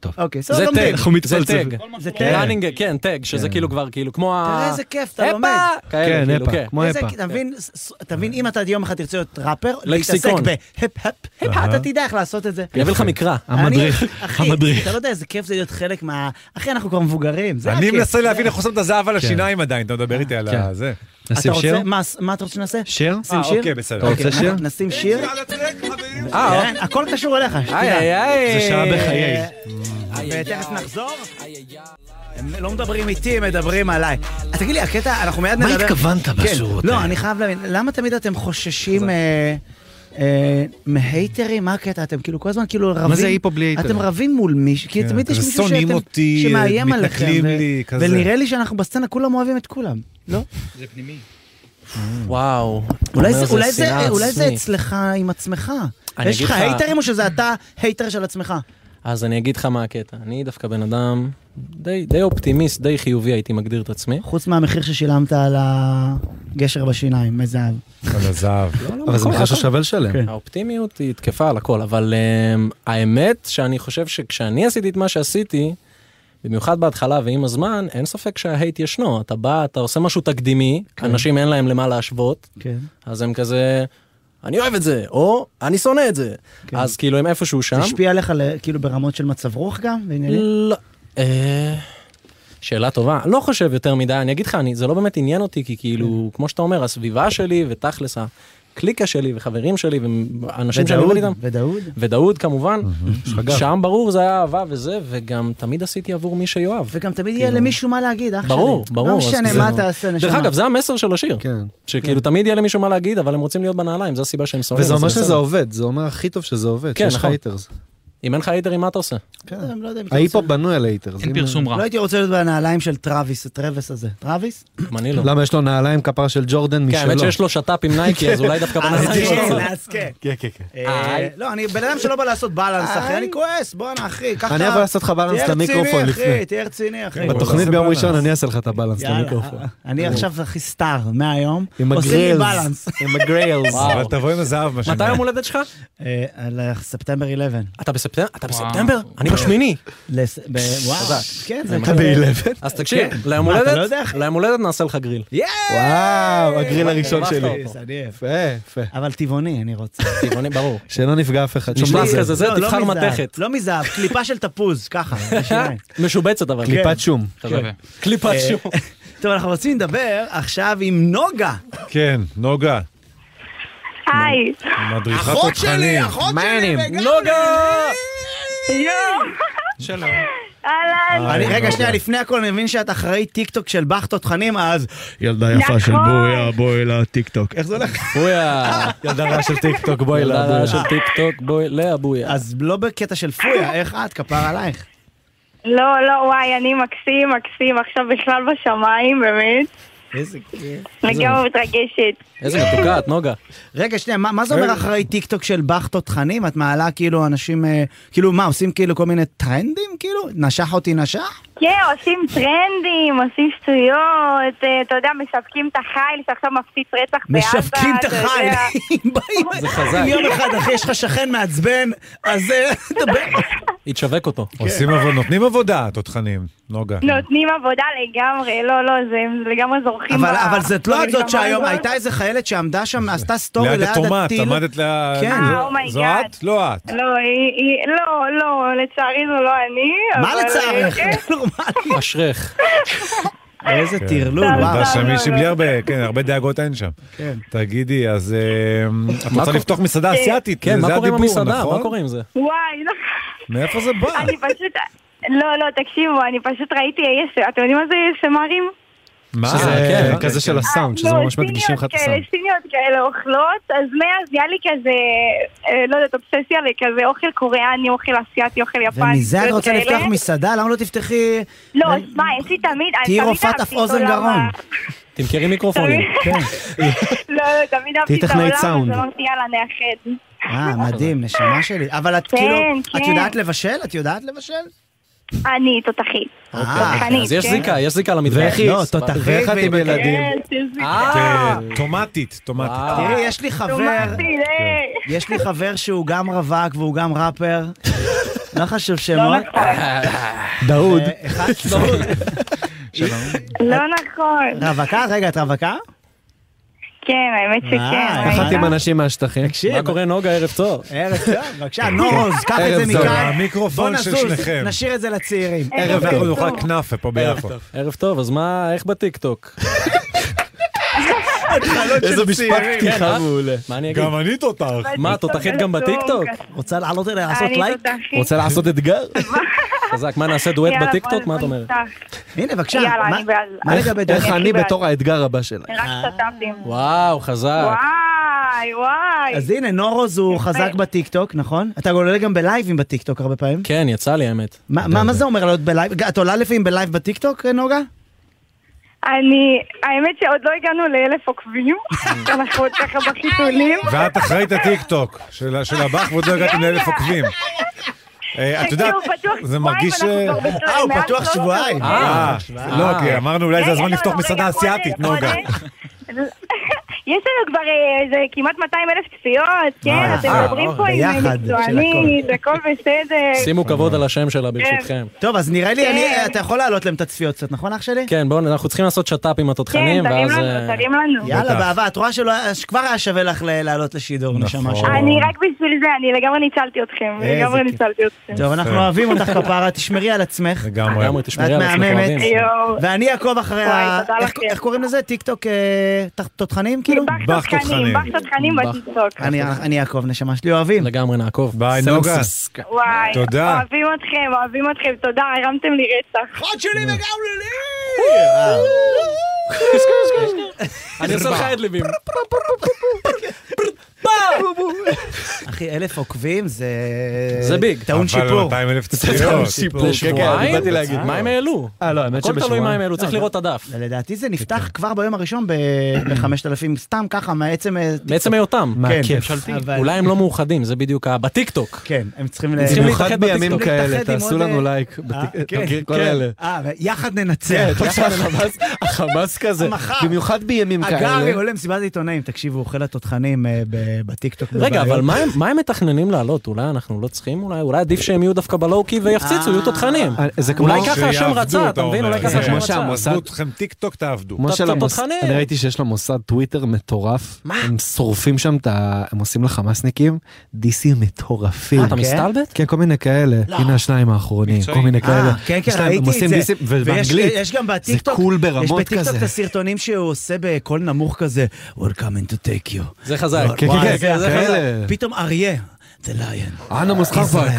[SPEAKER 2] טוב.
[SPEAKER 1] אוקיי, סבבה,
[SPEAKER 9] זה
[SPEAKER 1] לומדים.
[SPEAKER 9] טג,
[SPEAKER 2] אנחנו
[SPEAKER 9] זה
[SPEAKER 2] מתפלצפים.
[SPEAKER 9] טג.
[SPEAKER 1] זה טג.
[SPEAKER 9] ראנינג, כן, טג, שזה כאילו כבר כאילו כמו ה...
[SPEAKER 1] תראה איזה כיף, אתה לומד.
[SPEAKER 9] הפה! כאלה,
[SPEAKER 2] כן,
[SPEAKER 9] כאילו,
[SPEAKER 2] הפה, כמו
[SPEAKER 1] איזה-
[SPEAKER 2] הפה.
[SPEAKER 1] אתה מבין, ס- ס- אתה מבין, אם אתה יום אחד תרצה להיות ראפר, להתעסק
[SPEAKER 9] לקסיקון.
[SPEAKER 1] בהפ-הפ, אתה תדע איך לעשות את זה.
[SPEAKER 9] לא אני אביא לך מקרא.
[SPEAKER 2] המדריך,
[SPEAKER 1] אני- אחי,
[SPEAKER 2] המדריך.
[SPEAKER 1] אתה לא יודע איזה כיף זה להיות חלק מה... אחי, אנחנו כבר מבוגרים, זה
[SPEAKER 3] אני
[SPEAKER 1] הכיף.
[SPEAKER 3] מנסה להבין איך עושים את הזהב על השיניים עדיין, אתה מדבר איתי על
[SPEAKER 2] כן. אה,
[SPEAKER 3] הזה.
[SPEAKER 1] אתה
[SPEAKER 2] נשים שיר?
[SPEAKER 1] רוצה, מה- מה אתה רוצה שנעשה?
[SPEAKER 2] שיר?
[SPEAKER 1] שים שיר?
[SPEAKER 3] אוקיי, בסדר.
[SPEAKER 2] אתה רוצה
[SPEAKER 1] אוקיי,
[SPEAKER 2] שיר?
[SPEAKER 1] נשים שיר?
[SPEAKER 9] אה,
[SPEAKER 1] כן, הכל קשור אליך, שתדע.
[SPEAKER 9] איי, איי, איי.
[SPEAKER 2] זה שעה בחיי.
[SPEAKER 3] Mm.
[SPEAKER 1] ותכף אה, נחזור. הם לא מדברים איתי, הם מדברים עליי. אז תגיד לי, הקטע, אנחנו מיד נדבר... מה התכוונת בשורות? לא, אני חייב להבין, למה תמיד אתם חוששים אה, אה, מהייטרים? מה הקטע? אתם כאילו כל הזמן כאילו רבים...
[SPEAKER 2] זה היפו בלי הייטרים?
[SPEAKER 1] אתם רבים מול מישהו, כי תמיד יש
[SPEAKER 3] כן, כזה
[SPEAKER 1] מישהו
[SPEAKER 3] שונאים
[SPEAKER 1] שאתם-
[SPEAKER 3] אותי,
[SPEAKER 1] שמאיים עליכם.
[SPEAKER 3] מתנכלים
[SPEAKER 1] ו-
[SPEAKER 3] לי, כזה.
[SPEAKER 1] ונראה לי שאנחנו בסצנה כולם אוהבים את כולם, לא?
[SPEAKER 9] וואו.
[SPEAKER 1] אולי
[SPEAKER 9] אומר,
[SPEAKER 1] זה- אולי זה-
[SPEAKER 9] שנאה
[SPEAKER 1] אולי זה
[SPEAKER 9] עצמית.
[SPEAKER 1] אצלך עם עצמך.
[SPEAKER 9] אני
[SPEAKER 1] יש
[SPEAKER 9] אגיד
[SPEAKER 1] לך
[SPEAKER 9] לך-
[SPEAKER 1] הייטרים או שזה אתה הייטר של עצמך?
[SPEAKER 6] אז אני אגיד לך מה הקטע. אני דווקא בן אדם די, די אופטימיסט, די חיובי, הייתי מגדיר את עצמי.
[SPEAKER 1] חוץ מהמחיר ששילמת על הגשר בשיניים, מזהב.
[SPEAKER 9] על הזהב.
[SPEAKER 3] לא,
[SPEAKER 2] אבל זה מחיר ששווה לשלם.
[SPEAKER 3] כן,
[SPEAKER 1] כן.
[SPEAKER 6] האופטימיות היא תקפה על הכל, אבל אמ, האמת שאני חושב שכשאני עשיתי את מה שעשיתי, במיוחד בהתחלה ועם הזמן, אין ספק שההייט ישנו. אתה בא, אתה עושה משהו תקדימי, אנשים אין להם למה להשוות,
[SPEAKER 1] כן.
[SPEAKER 6] אז הם כזה, אני אוהב את זה, או אני שונא את זה. אז כאילו הם איפשהו
[SPEAKER 1] כן. זה
[SPEAKER 6] שם.
[SPEAKER 1] השפיע עליך ל- כאילו ברמות של מצב רוח גם?
[SPEAKER 2] Mm,
[SPEAKER 1] ועניינים?
[SPEAKER 6] לא. אה, שאלה טובה. לא חושב יותר מדי, אני אגיד לך, אני- זה לא באמת עניין אותי, כי כאילו,
[SPEAKER 1] כן.
[SPEAKER 6] כמו שאתה אומר, הסביבה שלי, ותכלס הקליקה שלי, וחברים שלי, ואנשים שאני עובד
[SPEAKER 1] ודאוד,
[SPEAKER 6] איתם,
[SPEAKER 1] ודאוד.
[SPEAKER 6] ודאוד כמובן, שם ברור זה היה אהבה וזה, וגם תמיד עשיתי עבור מי שיואב.
[SPEAKER 1] וגם תמיד
[SPEAKER 2] כאילו.
[SPEAKER 1] יהיה למישהו מה להגיד, אח שלי.
[SPEAKER 6] ברור, ברור.
[SPEAKER 1] לא
[SPEAKER 6] אז
[SPEAKER 1] משנה
[SPEAKER 6] כאילו-
[SPEAKER 1] מה תעשה, נשמה.
[SPEAKER 6] דרך אגב, זה המסר של השיר.
[SPEAKER 2] כן.
[SPEAKER 6] שכאילו תמיד יהיה למישהו מה להגיד, אבל הם רוצים להיות בנעליים, זו הסיבה שהם שונאים.
[SPEAKER 2] אוקיי. וזה
[SPEAKER 6] אז
[SPEAKER 2] אומר שזה
[SPEAKER 6] בסדר.
[SPEAKER 2] עובד, זה אומר הכי טוב שזה עובד,
[SPEAKER 6] כן,
[SPEAKER 2] שיש לך
[SPEAKER 6] נכון.
[SPEAKER 2] הייטרס.
[SPEAKER 6] אם אין לך הייטרים, מה אתה עושה?
[SPEAKER 1] אני לא יודע אם אתה
[SPEAKER 2] ההיפ-הופ
[SPEAKER 1] רוצה-
[SPEAKER 2] בנוי על הייטרס.
[SPEAKER 11] אין
[SPEAKER 2] אם-
[SPEAKER 11] פרסום רע.
[SPEAKER 1] לא הייתי רוצה להיות בנעליים של טראביס, הטרווס הזה. טראביס?
[SPEAKER 6] גם אני לא.
[SPEAKER 2] למה יש לו נעליים כפרה של ג'ורדן
[SPEAKER 6] כן,
[SPEAKER 2] משלו?
[SPEAKER 6] האמת שיש לו שת"פ עם נייקי, אז אולי דווקא
[SPEAKER 1] אז
[SPEAKER 6] בנעליים
[SPEAKER 1] כן,
[SPEAKER 6] שלו.
[SPEAKER 1] אז כן.
[SPEAKER 2] כן, כן, כן.
[SPEAKER 1] אה, לא, אני בן אדם שלא בא לעשות בלנס, אחי, אני כועס, בואנה, אחי, ככה...
[SPEAKER 2] אני אבל לעשות לך בלנס למיקרופון לפני.
[SPEAKER 1] תהיה רציני, אחי.
[SPEAKER 2] בתוכנית ביום ראשון אני אעשה לך את הבלנס
[SPEAKER 1] יאללה,
[SPEAKER 2] למיקרופון.
[SPEAKER 1] אני עכשיו הכי סטאר, מהיום.
[SPEAKER 2] עם
[SPEAKER 1] עושים לי
[SPEAKER 2] הגרילס.
[SPEAKER 1] בלנס.
[SPEAKER 2] עם הגרילס.
[SPEAKER 3] אה,
[SPEAKER 9] אבל תבוא עם הזהב מה
[SPEAKER 6] מתי
[SPEAKER 9] שאני
[SPEAKER 6] יום הולדת שלך?
[SPEAKER 1] אה, על אה, ספטמבר 11.
[SPEAKER 6] אתה בספטמבר? אתה בספטמבר? אני בשמיני.
[SPEAKER 1] לס- ב- וואו, כן, זה
[SPEAKER 6] אתה
[SPEAKER 1] כזה-
[SPEAKER 6] אז תקשיב,
[SPEAKER 1] כן.
[SPEAKER 6] ליום
[SPEAKER 1] מה, אתה לא
[SPEAKER 6] הולדת,
[SPEAKER 1] יודע, אחי?
[SPEAKER 6] ליום הולדת נעשה לך גריל.
[SPEAKER 2] וואו, הגריל הראשון
[SPEAKER 6] ממש
[SPEAKER 2] שלי.
[SPEAKER 6] טוב.
[SPEAKER 1] yes, אני אוהב.
[SPEAKER 2] יפה, יפה.
[SPEAKER 1] אבל טבעוני, אני רוצה.
[SPEAKER 6] טבעוני, ברור.
[SPEAKER 2] שלא נפגע אף אחד. שום
[SPEAKER 6] נשמע
[SPEAKER 2] דבר.
[SPEAKER 6] כזה, זה,
[SPEAKER 1] לא, לא
[SPEAKER 6] תבחר
[SPEAKER 1] מזהב,
[SPEAKER 6] מתכת.
[SPEAKER 1] לא מזהב, קליפה של תפוז, ככה.
[SPEAKER 6] (laughs)
[SPEAKER 1] בשיניים.
[SPEAKER 6] משובצת אבל.
[SPEAKER 2] קליפת שום.
[SPEAKER 6] כן.
[SPEAKER 11] שווה.
[SPEAKER 6] קליפת שום.
[SPEAKER 1] טוב, אנחנו רוצים לדבר עכשיו עם נוגה.
[SPEAKER 9] כן, נוגה,
[SPEAKER 12] היי,
[SPEAKER 9] מדריכת רותחנים.
[SPEAKER 1] אחות
[SPEAKER 6] נוגה!
[SPEAKER 11] שלום.
[SPEAKER 12] אהלן,
[SPEAKER 1] אני, רגע, שנייה, לפני הכל, אני מבין שאת אחראי טיקטוק של בכתות תכנים, אז
[SPEAKER 13] ילדה יפה של בויה, בואי לטיקטוק. איך זה הולך?
[SPEAKER 6] בויה.
[SPEAKER 2] ילדה רעה של טיקטוק, בואי
[SPEAKER 6] ילדה
[SPEAKER 2] לה.
[SPEAKER 6] של טיק טוק, בואי, לאה בויה.
[SPEAKER 1] אז לא בקטע של פויה, איך את? כפר עלייך.
[SPEAKER 12] לא, לא, וואי, אני מקסים, מקסים, עכשיו בכלל בשמיים, באמת.
[SPEAKER 1] איזה כיף.
[SPEAKER 12] אני גם מתרגשת.
[SPEAKER 6] איזה מתוקה את, נוגה.
[SPEAKER 1] רגע, שנייה, מה, מה זה אומר אחראי טיקטוק של בכתות תכנים? את מעלה כאילו אנשים, אה, כאילו מה, עושים כאילו כל מיני טרנדים? כאילו, נשך אותי נשך?
[SPEAKER 12] כן, עושים טרנדים, עושים שטויות, אה, אתה יודע, משווקים את החיל שעכשיו מפציץ רצח בעזה.
[SPEAKER 1] משווקים את
[SPEAKER 12] אתה (laughs)
[SPEAKER 1] החי.
[SPEAKER 12] יודע.
[SPEAKER 1] (laughs) אם באים-
[SPEAKER 6] זה חזק.
[SPEAKER 1] אם יום אחד, אחי, יש לך שכן מעצבן, אז אה, דבר.
[SPEAKER 6] יתשווק אותו.
[SPEAKER 3] אוקיי.
[SPEAKER 9] עושים עבודה, נותנים עבודה, התותחנים, נוגה.
[SPEAKER 12] נותנים עבודה לגמרי, לא, לא, זה הם לגמרי זורקים.
[SPEAKER 1] אבל,
[SPEAKER 12] ב-
[SPEAKER 1] אבל זאת לא את זאת
[SPEAKER 12] במלחמה
[SPEAKER 1] שהיום,
[SPEAKER 12] הזאת.
[SPEAKER 1] הייתה איזה חיילת שעמדה שם, עשתה סטורי ליד
[SPEAKER 9] ליד
[SPEAKER 1] הטיל.
[SPEAKER 9] התומת, עמדת ל...
[SPEAKER 1] כן.
[SPEAKER 9] זו-
[SPEAKER 12] אה, אומייגאד.
[SPEAKER 9] זו את? לא את.
[SPEAKER 12] לא, היא, היא, לא, לא, לצערי זו לא אני.
[SPEAKER 1] מה
[SPEAKER 12] אבל-
[SPEAKER 1] לצערך?
[SPEAKER 12] כן,
[SPEAKER 1] (laughs) נורמלי.
[SPEAKER 6] אשריך.
[SPEAKER 1] איזה
[SPEAKER 9] כן.
[SPEAKER 1] טרלול,
[SPEAKER 12] לא,
[SPEAKER 1] וואו.
[SPEAKER 9] עמדה
[SPEAKER 12] לא,
[SPEAKER 9] שם
[SPEAKER 12] לא,
[SPEAKER 9] מישהי
[SPEAKER 12] לא.
[SPEAKER 9] בלי הרבה, כן, הרבה דאגות אין שם.
[SPEAKER 1] כן.
[SPEAKER 9] תגידי, אז אה, את רוצה
[SPEAKER 6] קורה?
[SPEAKER 9] לפתוח מסעדה אסיאתית,
[SPEAKER 6] כן,
[SPEAKER 9] זה
[SPEAKER 6] מה קורה עם
[SPEAKER 9] הדיבור,
[SPEAKER 6] המסעדה?
[SPEAKER 9] נכון?
[SPEAKER 6] מה קורה עם זה?
[SPEAKER 12] וואי,
[SPEAKER 1] (laughs)
[SPEAKER 12] לא.
[SPEAKER 9] מאיפה זה בא?
[SPEAKER 12] אני פשוט... לא, לא, תקשיבו, אני פשוט ראיתי ASMR, אתם יודעים מה זה ASMRים?
[SPEAKER 9] מה?
[SPEAKER 2] שזה
[SPEAKER 9] אה,
[SPEAKER 2] כן, כזה של הסאונד, שזה
[SPEAKER 12] לא,
[SPEAKER 2] ממש מדגישים לך את
[SPEAKER 12] סיניות כאלה,
[SPEAKER 2] הסאונד.
[SPEAKER 12] סיניות כאלה אוכלות, אז מאז נהיה לי כזה, אה, לא יודעת, אובססיה לכזה אוכל קוריאני, אוכל אסיאתי, אוכל יפני.
[SPEAKER 1] ומזה את
[SPEAKER 12] שטויות
[SPEAKER 1] רוצה
[SPEAKER 12] כאלה.
[SPEAKER 1] לפתוח מסעדה? למה לא תפתחי... אה?
[SPEAKER 12] לא, מה, יש לי תמיד, אני
[SPEAKER 1] תהיי
[SPEAKER 12] תמיד
[SPEAKER 1] רופאת אף
[SPEAKER 12] אהבתי את
[SPEAKER 1] אוזן
[SPEAKER 12] עולם
[SPEAKER 1] גרון.
[SPEAKER 12] ה-
[SPEAKER 6] תמכרי מיקרופונים.
[SPEAKER 12] לא, לא, תמיד אהבתי את
[SPEAKER 2] טכנאית
[SPEAKER 12] העולם, אז
[SPEAKER 2] סאונד.
[SPEAKER 12] אמרתי, יאללה, נאחד.
[SPEAKER 1] אה, מדהים, נשמה שלי. אבל את כאילו,
[SPEAKER 12] כן.
[SPEAKER 1] את יודעת לבשל? את יודעת לבשל?
[SPEAKER 12] אני תותחית.
[SPEAKER 1] אה,
[SPEAKER 12] אני,
[SPEAKER 6] אוקיי, אז יש
[SPEAKER 12] כן.
[SPEAKER 6] זיקה, יש זיקה למטבח.
[SPEAKER 2] ואיך היא-
[SPEAKER 1] לא, תותחית.
[SPEAKER 2] ואיך את עם
[SPEAKER 1] ו-
[SPEAKER 2] ילדים?
[SPEAKER 12] כן, יש זיקה.
[SPEAKER 6] אה,
[SPEAKER 9] אה, טומטית, טומטית.
[SPEAKER 6] וואו.
[SPEAKER 1] תראי, כאילו, יש לי חבר,
[SPEAKER 12] תומכתי, אה.
[SPEAKER 1] יש לי חבר שהוא גם רווק והוא גם ראפר. לא חשוב שמות.
[SPEAKER 12] נכון.
[SPEAKER 1] אה,
[SPEAKER 2] דאוד.
[SPEAKER 1] אחד צהוב.
[SPEAKER 12] לא נכון.
[SPEAKER 1] רווקה? רגע, את רווקה?
[SPEAKER 12] כן, האמת שכן.
[SPEAKER 1] אה,
[SPEAKER 12] רגע.
[SPEAKER 2] אחת עם אנשים מהשטחים.
[SPEAKER 1] תקשיב.
[SPEAKER 6] מה קורה, נוגה? ערב טוב.
[SPEAKER 1] ערב טוב, בבקשה, נורוז, קח את
[SPEAKER 2] ערב
[SPEAKER 1] זה
[SPEAKER 2] טוב.
[SPEAKER 1] מכאן. בוא
[SPEAKER 9] המיקרופון של
[SPEAKER 1] נזוז,
[SPEAKER 9] שניכם.
[SPEAKER 1] נשאיר את זה לצעירים.
[SPEAKER 9] ערב
[SPEAKER 12] טוב.
[SPEAKER 9] אנחנו נאכל כנאפה פה ביפו.
[SPEAKER 6] כן. ערב טוב, אז מה, איך בטיקטוק?
[SPEAKER 12] כן.
[SPEAKER 2] איזה משפט פתיחה
[SPEAKER 6] אה?
[SPEAKER 2] מעולה.
[SPEAKER 6] מה אני אגיד?
[SPEAKER 9] גם אני תותח.
[SPEAKER 6] מה, תותחית גם בטיקטוק?
[SPEAKER 1] רוצה לעלות אליה לעשות
[SPEAKER 12] אני
[SPEAKER 1] לייק?
[SPEAKER 12] תותחית.
[SPEAKER 2] רוצה לעשות אתגר?
[SPEAKER 6] חזק, מה, נעשה דואט
[SPEAKER 12] יאללה,
[SPEAKER 6] בטיקטוק?
[SPEAKER 12] בוא-
[SPEAKER 6] מה את
[SPEAKER 12] בוא
[SPEAKER 6] אומרת?
[SPEAKER 12] נפתח.
[SPEAKER 1] הנה, בבקשה.
[SPEAKER 12] יאללה,
[SPEAKER 1] מה-
[SPEAKER 12] אני בעד.
[SPEAKER 1] מה
[SPEAKER 2] איך-
[SPEAKER 1] לגבי
[SPEAKER 2] איך
[SPEAKER 1] דרך?
[SPEAKER 2] אני
[SPEAKER 12] בעד.
[SPEAKER 2] בתור האתגר הבא שלך?
[SPEAKER 12] רק סטאפים.
[SPEAKER 6] וואו, חזק.
[SPEAKER 12] וואי, וואי.
[SPEAKER 1] אז הנה, נורוז הוא
[SPEAKER 12] אה.
[SPEAKER 1] חזק בטיקטוק, נכון? אתה עולה גם בלייבים בטיקטוק הרבה פעמים.
[SPEAKER 6] כן, יצא לי האמת.
[SPEAKER 1] מה- מה מה זה אומר לעלות בלייב? את עולה לפעמים בלייב בטיקטוק, אה, נוגה?
[SPEAKER 12] אני, האמת שעוד לא הגענו לאלף עוקבים. אנחנו עוד ככה בחיתולים.
[SPEAKER 9] ואת אחראית הטיקטוק של של הבח, ועוד לא הגעתם לאלף עוקבים.
[SPEAKER 3] אה, את יודעת,
[SPEAKER 12] תקשיבו, פתוח
[SPEAKER 3] זה
[SPEAKER 12] שבועיים,
[SPEAKER 3] מרגיש...
[SPEAKER 12] אנחנו
[SPEAKER 3] אה,
[SPEAKER 12] כבר בטוח- אה, הוא מאז פתוח לא- שבועיים.
[SPEAKER 3] אה,
[SPEAKER 12] אה.
[SPEAKER 3] לא, כי אמרנו אולי זה
[SPEAKER 12] רגע,
[SPEAKER 3] הזמן
[SPEAKER 12] לא,
[SPEAKER 3] לפתוח
[SPEAKER 12] לא,
[SPEAKER 3] מסעדה
[SPEAKER 12] רגע, חודש,
[SPEAKER 3] אסיאתית, נוגה.
[SPEAKER 12] יש לנו כבר אה, איזה כמעט 200 אלף צפיות, כן,
[SPEAKER 9] אה,
[SPEAKER 12] אתם
[SPEAKER 9] אה,
[SPEAKER 12] מדברים
[SPEAKER 9] אה,
[SPEAKER 12] פה עם
[SPEAKER 9] ביחד,
[SPEAKER 12] מקצוענית,
[SPEAKER 9] של
[SPEAKER 12] הכל בסדר.
[SPEAKER 9] שימו כבוד על השם שלה ברשותכם.
[SPEAKER 12] ברשותכם.
[SPEAKER 1] טוב, אז נראה לי, אני-
[SPEAKER 12] כן.
[SPEAKER 1] אתה יכול להעלות להם את הצפיות קצת, נכון אח שלי?
[SPEAKER 9] כן, בואו, אנחנו צריכים לעשות שת"פ עם התותחנים,
[SPEAKER 12] כן, תרים
[SPEAKER 9] ואז...
[SPEAKER 12] לנו,
[SPEAKER 9] אה,
[SPEAKER 12] תרים לנו.
[SPEAKER 1] יאללה,
[SPEAKER 9] בטח. נכון,
[SPEAKER 1] באהבה, את רואה שלא היה- שכבר היה שווה לך ל- לעלות לשידור, נשמה שלנו.
[SPEAKER 12] אני רק בשביל זה, אני לגמרי ניצלתי אתכם,
[SPEAKER 1] איזה
[SPEAKER 12] לגמרי
[SPEAKER 1] כיף.
[SPEAKER 12] ניצלתי אתכם.
[SPEAKER 1] טוב, אנחנו אוהבים אותך כפרה, תשמרי על עצמך.
[SPEAKER 3] לגמרי.
[SPEAKER 9] לגמרי, תשמרי על
[SPEAKER 1] ואת
[SPEAKER 9] עצמך,
[SPEAKER 1] מהממת.
[SPEAKER 9] אוהבים.
[SPEAKER 1] ואני אעקוב אחרי
[SPEAKER 12] וואי,
[SPEAKER 1] ה...
[SPEAKER 12] תודה
[SPEAKER 1] איך-
[SPEAKER 12] לכם.
[SPEAKER 1] איך קוראים לזה? טיק טוק אה, ת- תותחנים כאילו?
[SPEAKER 12] באך תותחנים, באך תותחנים בטיסוק.
[SPEAKER 1] אני- אני אעקוב, נשמה שלי, אוהבים.
[SPEAKER 9] לגמרי נעקוב.
[SPEAKER 3] ביי,
[SPEAKER 9] סלם
[SPEAKER 3] נוגה.
[SPEAKER 9] סס.
[SPEAKER 12] וואי,
[SPEAKER 3] תודה.
[SPEAKER 12] אוהבים אתכם, אוהבים אתכם, תודה, הרמתם לי רצח. חוד שלי וגם
[SPEAKER 9] אני עושה לך את ליבים.
[SPEAKER 1] אחי, אלף עוקבים זה...
[SPEAKER 9] זה ביג.
[SPEAKER 1] טעון
[SPEAKER 3] אבל
[SPEAKER 1] שיפור.
[SPEAKER 3] 200 אלף צפיות.
[SPEAKER 9] זה שבועיים? מה הם העלו?
[SPEAKER 2] אה, לא, האמת
[SPEAKER 9] הכל תלוי
[SPEAKER 2] שבשבועיים.
[SPEAKER 9] מה הם העלו, צריך
[SPEAKER 1] לא,
[SPEAKER 9] לראות את הדף.
[SPEAKER 1] לדעתי זה
[SPEAKER 9] כן.
[SPEAKER 1] נפתח כבר ביום הראשון ב-5,000, סתם ככה, מעצם... אה, טיק
[SPEAKER 9] מעצם
[SPEAKER 1] טוק.
[SPEAKER 9] היותם.
[SPEAKER 1] כן, אבל-
[SPEAKER 9] אולי הם לא מאוחדים, זה בדיוק ה... בטיקטוק.
[SPEAKER 1] כן, הם צריכים...
[SPEAKER 9] הם צריכים
[SPEAKER 2] במיוחד
[SPEAKER 9] להתאחד
[SPEAKER 2] בימים
[SPEAKER 9] בטיקטוק.
[SPEAKER 2] כאלה,
[SPEAKER 1] להתאחד עם
[SPEAKER 2] תעשו
[SPEAKER 1] עוד,
[SPEAKER 2] לנו
[SPEAKER 1] אה,
[SPEAKER 2] לייק,
[SPEAKER 1] אה,
[SPEAKER 2] בטיקטוק,
[SPEAKER 1] כן,
[SPEAKER 2] אתה מכיר כל
[SPEAKER 1] כן. (laughs)
[SPEAKER 2] אלה.
[SPEAKER 1] אה, יחד
[SPEAKER 2] (laughs) כן,
[SPEAKER 1] ננצח.
[SPEAKER 2] אתה
[SPEAKER 1] יחד
[SPEAKER 2] יודע, החמאס- החמאס כזה,
[SPEAKER 1] מחר.
[SPEAKER 2] במיוחד בימים
[SPEAKER 1] הגרי
[SPEAKER 2] כאלה.
[SPEAKER 1] עולה למסיבת עיתונאים, תקשיבו, אוכל התותחנים אה, ב- בטיקטוק.
[SPEAKER 9] רגע,
[SPEAKER 1] בבעיות.
[SPEAKER 9] אבל מה הם- מה הם מתכננים לעלות? אולי אנחנו לא צריכים? אולי אולי עדיף שהם יהיו דווקא בלואו-קי ויפציצו, יהיו תותחנים.
[SPEAKER 2] אה, זה כמו
[SPEAKER 9] אולי ככה השם
[SPEAKER 3] שיעבדו,
[SPEAKER 9] רצה, אתה מבין? אולי
[SPEAKER 3] אומר.
[SPEAKER 9] ככה
[SPEAKER 3] זה
[SPEAKER 9] השם
[SPEAKER 3] כמו
[SPEAKER 9] רצה.
[SPEAKER 2] שהמוסד-
[SPEAKER 3] עזבו אתכם טיק טוק תעבדו.
[SPEAKER 2] כמו
[SPEAKER 9] אתה-
[SPEAKER 2] של
[SPEAKER 9] אתה
[SPEAKER 2] המוס-
[SPEAKER 9] תותחנים.
[SPEAKER 2] אני ראיתי שיש לו מוסד טוויטר מטורף. מה? הם שורפים שם את ה... הם עושים לחמאסניקים דיסים מטורפים.
[SPEAKER 9] אה, אתה מסתלבט?
[SPEAKER 2] כן, כל מיני כאלה. הנה השניים האחרונים, כל מיני כאלה.
[SPEAKER 1] אה, כן,
[SPEAKER 2] יש
[SPEAKER 1] כן,
[SPEAKER 2] להם- הם
[SPEAKER 1] ראיתי
[SPEAKER 2] עושים
[SPEAKER 1] את זה.
[SPEAKER 2] דיסים,
[SPEAKER 1] ויש
[SPEAKER 2] ובאנגלית.
[SPEAKER 1] יש גם בטיקטוק,
[SPEAKER 2] זה קול ברמות
[SPEAKER 1] יש בטיקטוק את
[SPEAKER 2] כזה.
[SPEAKER 1] הסרטונים שהוא עושה בקול נמוך כזה, Welcome in to take you.
[SPEAKER 9] זה חזק.
[SPEAKER 1] וואי,
[SPEAKER 2] כן,
[SPEAKER 1] (laughs)
[SPEAKER 2] כן,
[SPEAKER 1] זה- זה חזק.
[SPEAKER 2] כאלה.
[SPEAKER 1] פתאום אריה, the lion.
[SPEAKER 2] אנא מוסחפק.
[SPEAKER 1] ישראל,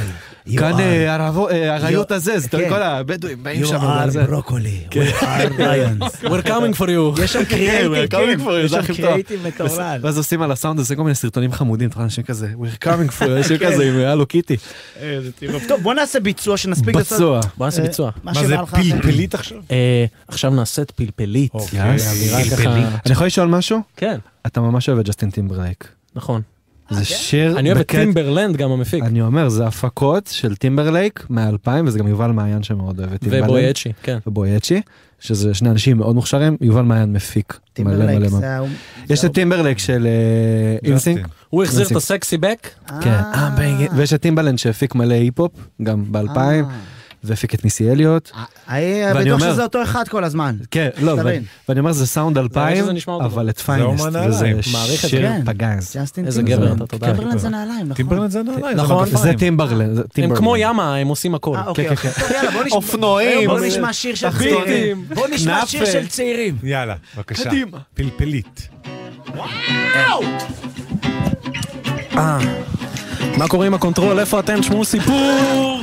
[SPEAKER 1] you
[SPEAKER 2] כאן
[SPEAKER 1] are-
[SPEAKER 2] אה, הרבו- אה, האריות
[SPEAKER 1] You-
[SPEAKER 2] הזה, זה
[SPEAKER 1] כן.
[SPEAKER 2] כל הבדואים באים
[SPEAKER 1] You
[SPEAKER 2] שם. כן.
[SPEAKER 1] are
[SPEAKER 2] וזה.
[SPEAKER 1] broccoli, we are
[SPEAKER 2] (laughs)
[SPEAKER 1] lions.
[SPEAKER 9] We're coming for you.
[SPEAKER 1] יש שם קריאייטיב,
[SPEAKER 2] We're coming for you,
[SPEAKER 1] כן, יש
[SPEAKER 2] זה
[SPEAKER 1] שם
[SPEAKER 2] הכי טוב.
[SPEAKER 1] קריאייטיב מטורלל.
[SPEAKER 2] ואז עושים על הסאונד הזה כל מיני סרטונים חמודים, אתה רואה אנשים כזה, We're coming for you, אנשים כזה עם אה, הלו (laughs) קיטי.
[SPEAKER 1] טוב, בוא נעשה ביצוע שנספיק אה,
[SPEAKER 2] בצוע.
[SPEAKER 9] בוא נעשה ביצוע.
[SPEAKER 1] מה
[SPEAKER 3] מה זה
[SPEAKER 1] שבא לך.
[SPEAKER 3] פלפלית עכשיו?
[SPEAKER 9] אה, עכשיו נעשה את פלפלית.
[SPEAKER 3] אוקיי.
[SPEAKER 9] אווירה ככה...
[SPEAKER 2] אני יכול לשאול משהו?
[SPEAKER 9] כן,
[SPEAKER 2] אתה ממש אוהב את ג'סטין טימברלייק.
[SPEAKER 9] נכון.
[SPEAKER 2] זה שיר...
[SPEAKER 9] אני אוהב את
[SPEAKER 2] אה, בקט-
[SPEAKER 9] טימברלנד גם המפיק.
[SPEAKER 2] אני אומר, זה הפקות של טימברלייק מ-2000, וזה גם יובל מעיין שמאוד אוהב את טימברלייק.
[SPEAKER 9] ובויאצ'י, כן.
[SPEAKER 2] ובויאצ'י, שזה שני אנשים מאוד מוכשרים, יובל מעיין מפיק. מלא
[SPEAKER 1] טימברלייק,
[SPEAKER 2] מלא מלא.
[SPEAKER 1] זה ה-
[SPEAKER 2] יש
[SPEAKER 1] זה אוקיי.
[SPEAKER 2] את טימברלייק של אינסינק.
[SPEAKER 9] הוא החזיר את הסקסי בק.
[SPEAKER 1] ה-
[SPEAKER 2] כן,
[SPEAKER 1] אה,
[SPEAKER 2] I'm bringing it. ויש את טימבלנד שהפיק מלא היפ-הופ, גם ב-2000,
[SPEAKER 1] אה.
[SPEAKER 2] והפיק את ניסי אליוט.
[SPEAKER 1] אני
[SPEAKER 2] ואני
[SPEAKER 1] אה, בטוח
[SPEAKER 2] אומר-
[SPEAKER 1] שזה אותו אחד כל הזמן.
[SPEAKER 2] כן, לא,
[SPEAKER 1] אתה
[SPEAKER 2] ו-
[SPEAKER 1] מבין.
[SPEAKER 2] ואני אומר, זה סאונד 2000,
[SPEAKER 9] שזה נשמע אותו
[SPEAKER 2] אבל
[SPEAKER 9] דבר.
[SPEAKER 2] את פיינס,
[SPEAKER 3] אומן
[SPEAKER 2] וזה
[SPEAKER 3] נעליים.
[SPEAKER 9] מעריך את
[SPEAKER 2] שיר
[SPEAKER 1] כן.
[SPEAKER 2] פגז.
[SPEAKER 1] ג'סטין
[SPEAKER 9] איזה
[SPEAKER 1] טימברלנד.
[SPEAKER 9] גבר אתה, תודה.
[SPEAKER 1] טימברלנד זה נעליים, נכון?
[SPEAKER 3] טימברלנד לא, זה נעליים.
[SPEAKER 9] נכון.
[SPEAKER 3] זה
[SPEAKER 2] זה
[SPEAKER 3] מגפיים.
[SPEAKER 2] טימברלנד. זה
[SPEAKER 9] הם
[SPEAKER 2] טימברלנד.
[SPEAKER 9] כמו ימה, הם עושים הכל. כן,
[SPEAKER 1] אה, אוקיי, אוקיי. טוב, יאללה, בוא נשמע-
[SPEAKER 2] אופנועים.
[SPEAKER 1] בוא נשמע שיר של
[SPEAKER 2] תחתונים.
[SPEAKER 1] צעירים. בוא נשמע שיר
[SPEAKER 2] כנאפה.
[SPEAKER 1] של צעירים.
[SPEAKER 3] יאללה, בבקשה.
[SPEAKER 2] קדימה.
[SPEAKER 3] פלפלית.
[SPEAKER 9] מה קורה עם הקונטרול? איפה אתם? תשמעו סיפור!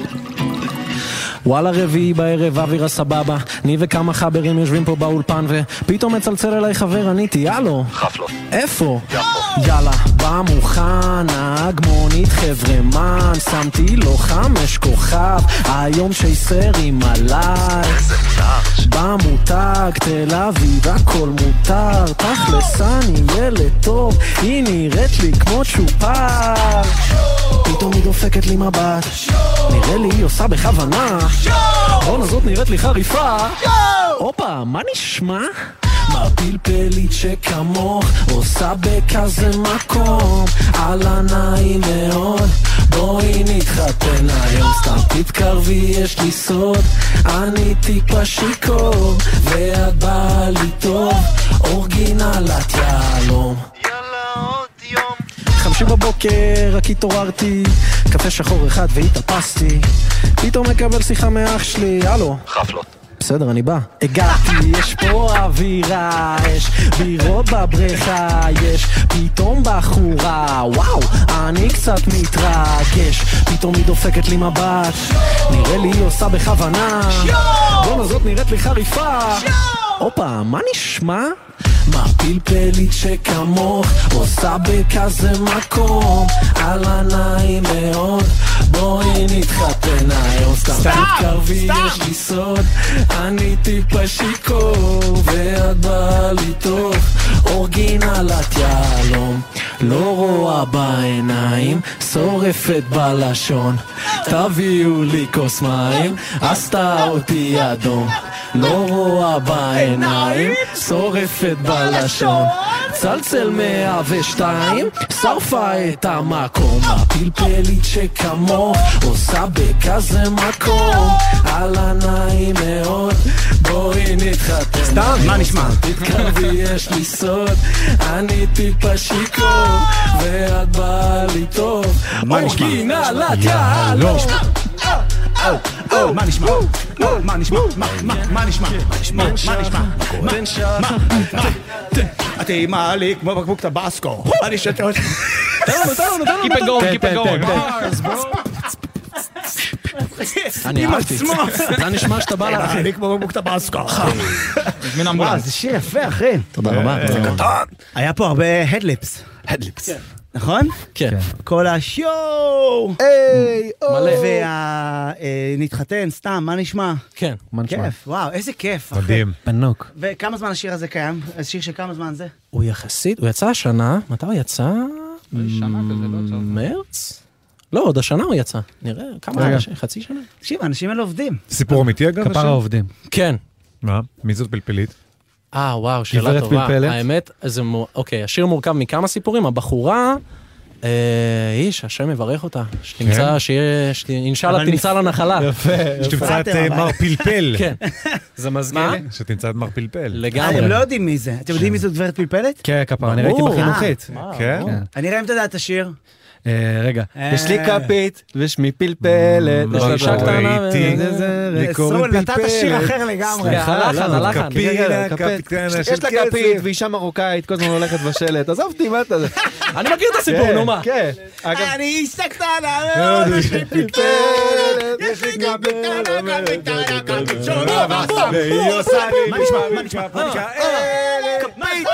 [SPEAKER 9] וואלה רביעי בערב, אווירה סבבה. אני וכמה חברים יושבים פה באולפן ופתאום מצלצל אליי חבר, עניתי, יאלו. חפלות. איפה? יפו. יאללה, בא מוכן, נהג מונית חברמן, שמתי לו חמש כוכב, היום שייסרים עליי. בא מותג, תל אביב, הכל מותר, תכלס אני ילד טוב, היא נראית לי כמו צ'ופר. פתאום היא דופקת לי מבט, נראה לי היא עושה בכוונה. רונה זאת נראית לי חריפה. הופה, מה נשמע? מה פלפלית שכמוך עושה בכזה מקום? אללה נעים מאוד, בואי נתחתן היום. סתם תתקרבי, יש לי סוד, אני טיפה שיכור, ואת באה לי טוב, אורגינלת יהלום. חמישי בבוקר, רק התעוררתי, קפה שחור אחד והתאפסתי. פתאום מקבל שיחה מאח שלי, הלו. חפלות. בסדר, אני בא. הגעתי, יש פה אווירה, יש בירות בבריכה, יש פתאום בחורה, וואו, אני קצת מתרגש. פתאום היא דופקת לי מבט, נראה לי היא עושה בכוונה. בואנה, זאת נראית לי חריפה. הופה, מה נשמע? מה פלפלית שכמוך עושה בכזה מקום? אללה נעים מאוד, בואי נתחתן היום. סתם תתקרבי, יש לי סוד, אני טיפה שיכור, ואת באה לי טוב, אורגינלת יהלום.
[SPEAKER 6] לא רואה בעיניים, שורפת בלשון. תביאו לי כוס מים, עשתה אותי אדום. לא רואה בעיניים, שורפת בלשון. צלצל 102, שרפה את המקום. הפלפלית שכמוך, עושה בכזה מקום. אהלה נעים מאוד, בואי נתחתן.
[SPEAKER 1] סתם, מה נשמע?
[SPEAKER 6] תתקרבי, יש לי סוד, אני טיפה שיכור, ואת באה לי טוב.
[SPEAKER 1] מה נשמע?
[SPEAKER 6] אורגינלת
[SPEAKER 1] יאללה.
[SPEAKER 6] יאללה.
[SPEAKER 13] לא.
[SPEAKER 1] או, או, אה, מה נשמע? או, מה נשמע? מה, מה, מה נשמע? מה נשמע? מה נשמע? מה, מה, מה? ת- הטעימה לי כמו בקבוק טבסקו. אני שותה אותה.
[SPEAKER 6] תן לנו, תן לנו, תן לנו.
[SPEAKER 1] Keep it going,
[SPEAKER 6] תן,
[SPEAKER 1] keep it
[SPEAKER 6] תן,
[SPEAKER 1] going.
[SPEAKER 6] תן, תן.
[SPEAKER 1] Mars,
[SPEAKER 6] אני
[SPEAKER 1] עם
[SPEAKER 6] אהבתי.
[SPEAKER 1] עצמו.
[SPEAKER 6] זה נשמע
[SPEAKER 1] (laughs)
[SPEAKER 6] שאתה בא לה-
[SPEAKER 1] אני כמו בקבוק טבסקו.
[SPEAKER 13] מזמין אמבולנס.
[SPEAKER 1] וואו, זה שיר יפה, אחי.
[SPEAKER 13] תודה רבה.
[SPEAKER 1] זה קטן. היה פה הרבה הדליפס. הדליפס. נכון?
[SPEAKER 6] כן.
[SPEAKER 1] כל השואו! היי! מלא. והנתחתן, סתם, מה נשמע?
[SPEAKER 6] כן.
[SPEAKER 2] מה נשמע?
[SPEAKER 1] כיף, וואו, איזה כיף. אחי.
[SPEAKER 2] פנוק.
[SPEAKER 1] וכמה זמן השיר הזה קיים? השיר של כמה זמן זה?
[SPEAKER 6] הוא יחסית, הוא יצא השנה, מתי הוא יצא? מרץ? לא, עוד השנה הוא יצא. נראה, כמה
[SPEAKER 9] רגע.
[SPEAKER 6] אנשים? חצי שנה?
[SPEAKER 1] תקשיב, האנשים האלה עובדים.
[SPEAKER 9] סיפור אמיתי אגב?
[SPEAKER 2] כפרה
[SPEAKER 9] השם?
[SPEAKER 2] עובדים.
[SPEAKER 6] כן.
[SPEAKER 9] מה? מי זאת פלפלית?
[SPEAKER 6] אה, וואו, שאלה
[SPEAKER 9] גברת
[SPEAKER 6] טובה.
[SPEAKER 9] פלפלת.
[SPEAKER 6] האמת, זה מו... אוקיי, השיר מורכב מכמה סיפורים. הבחורה, אה, איש, השם יברך אותה. שתמצא,
[SPEAKER 9] כן.
[SPEAKER 6] שיהיה, שת- אינשאללה
[SPEAKER 9] אבל
[SPEAKER 6] תמצא לה נחלה.
[SPEAKER 9] שתמצא את אה, מר פלפל.
[SPEAKER 6] כן.
[SPEAKER 2] זה
[SPEAKER 6] מה?
[SPEAKER 2] מזכיר לי.
[SPEAKER 9] שתמצא את מר פלפל.
[SPEAKER 1] אה, אתם לא יודעים מי זה. אתם יודעים מי זאת גברת פלפלת?
[SPEAKER 2] כן, כפרה, אני ראיתי
[SPEAKER 1] ברור.
[SPEAKER 2] בחינוכית.
[SPEAKER 9] כן?
[SPEAKER 1] אני אראה אם אתה יודע את השיר.
[SPEAKER 2] אה, רגע,
[SPEAKER 1] אה.
[SPEAKER 2] יש לי כפית ושמי פלפלת.
[SPEAKER 3] לא,
[SPEAKER 2] יש לה
[SPEAKER 6] אישה
[SPEAKER 2] דור.
[SPEAKER 6] קטנה ו-
[SPEAKER 3] אה,
[SPEAKER 2] זה, זה, זה, לי קוראים
[SPEAKER 1] סול, אה, נתת
[SPEAKER 2] פלפלת.
[SPEAKER 1] שיר אחר לגמרי. אה,
[SPEAKER 6] סליחה, הלחן,
[SPEAKER 2] למה?
[SPEAKER 6] הלחן.
[SPEAKER 2] אה, כפית,
[SPEAKER 9] כן, כן,
[SPEAKER 2] כפית.
[SPEAKER 9] כפית קטנה של
[SPEAKER 2] יש לה
[SPEAKER 9] כסף.
[SPEAKER 2] כפית ואישה מרוקאית, כל הזמן הולכת בשלט. עזוב אותי, מה אתה...
[SPEAKER 6] אני מכיר את הסיפור, נו מה.
[SPEAKER 2] כן. אגב,
[SPEAKER 1] אני אה, אישה קטנה
[SPEAKER 9] לא,
[SPEAKER 1] מאוד, יש לי פלפלת.
[SPEAKER 9] יש לי כפית
[SPEAKER 1] קטנה, קטנה, קטנה, שונה,
[SPEAKER 9] מה
[SPEAKER 1] ועשה.
[SPEAKER 9] והיא עושה לי...
[SPEAKER 1] מה נשמע? מה נשמע? מה נשמע?
[SPEAKER 9] כפית!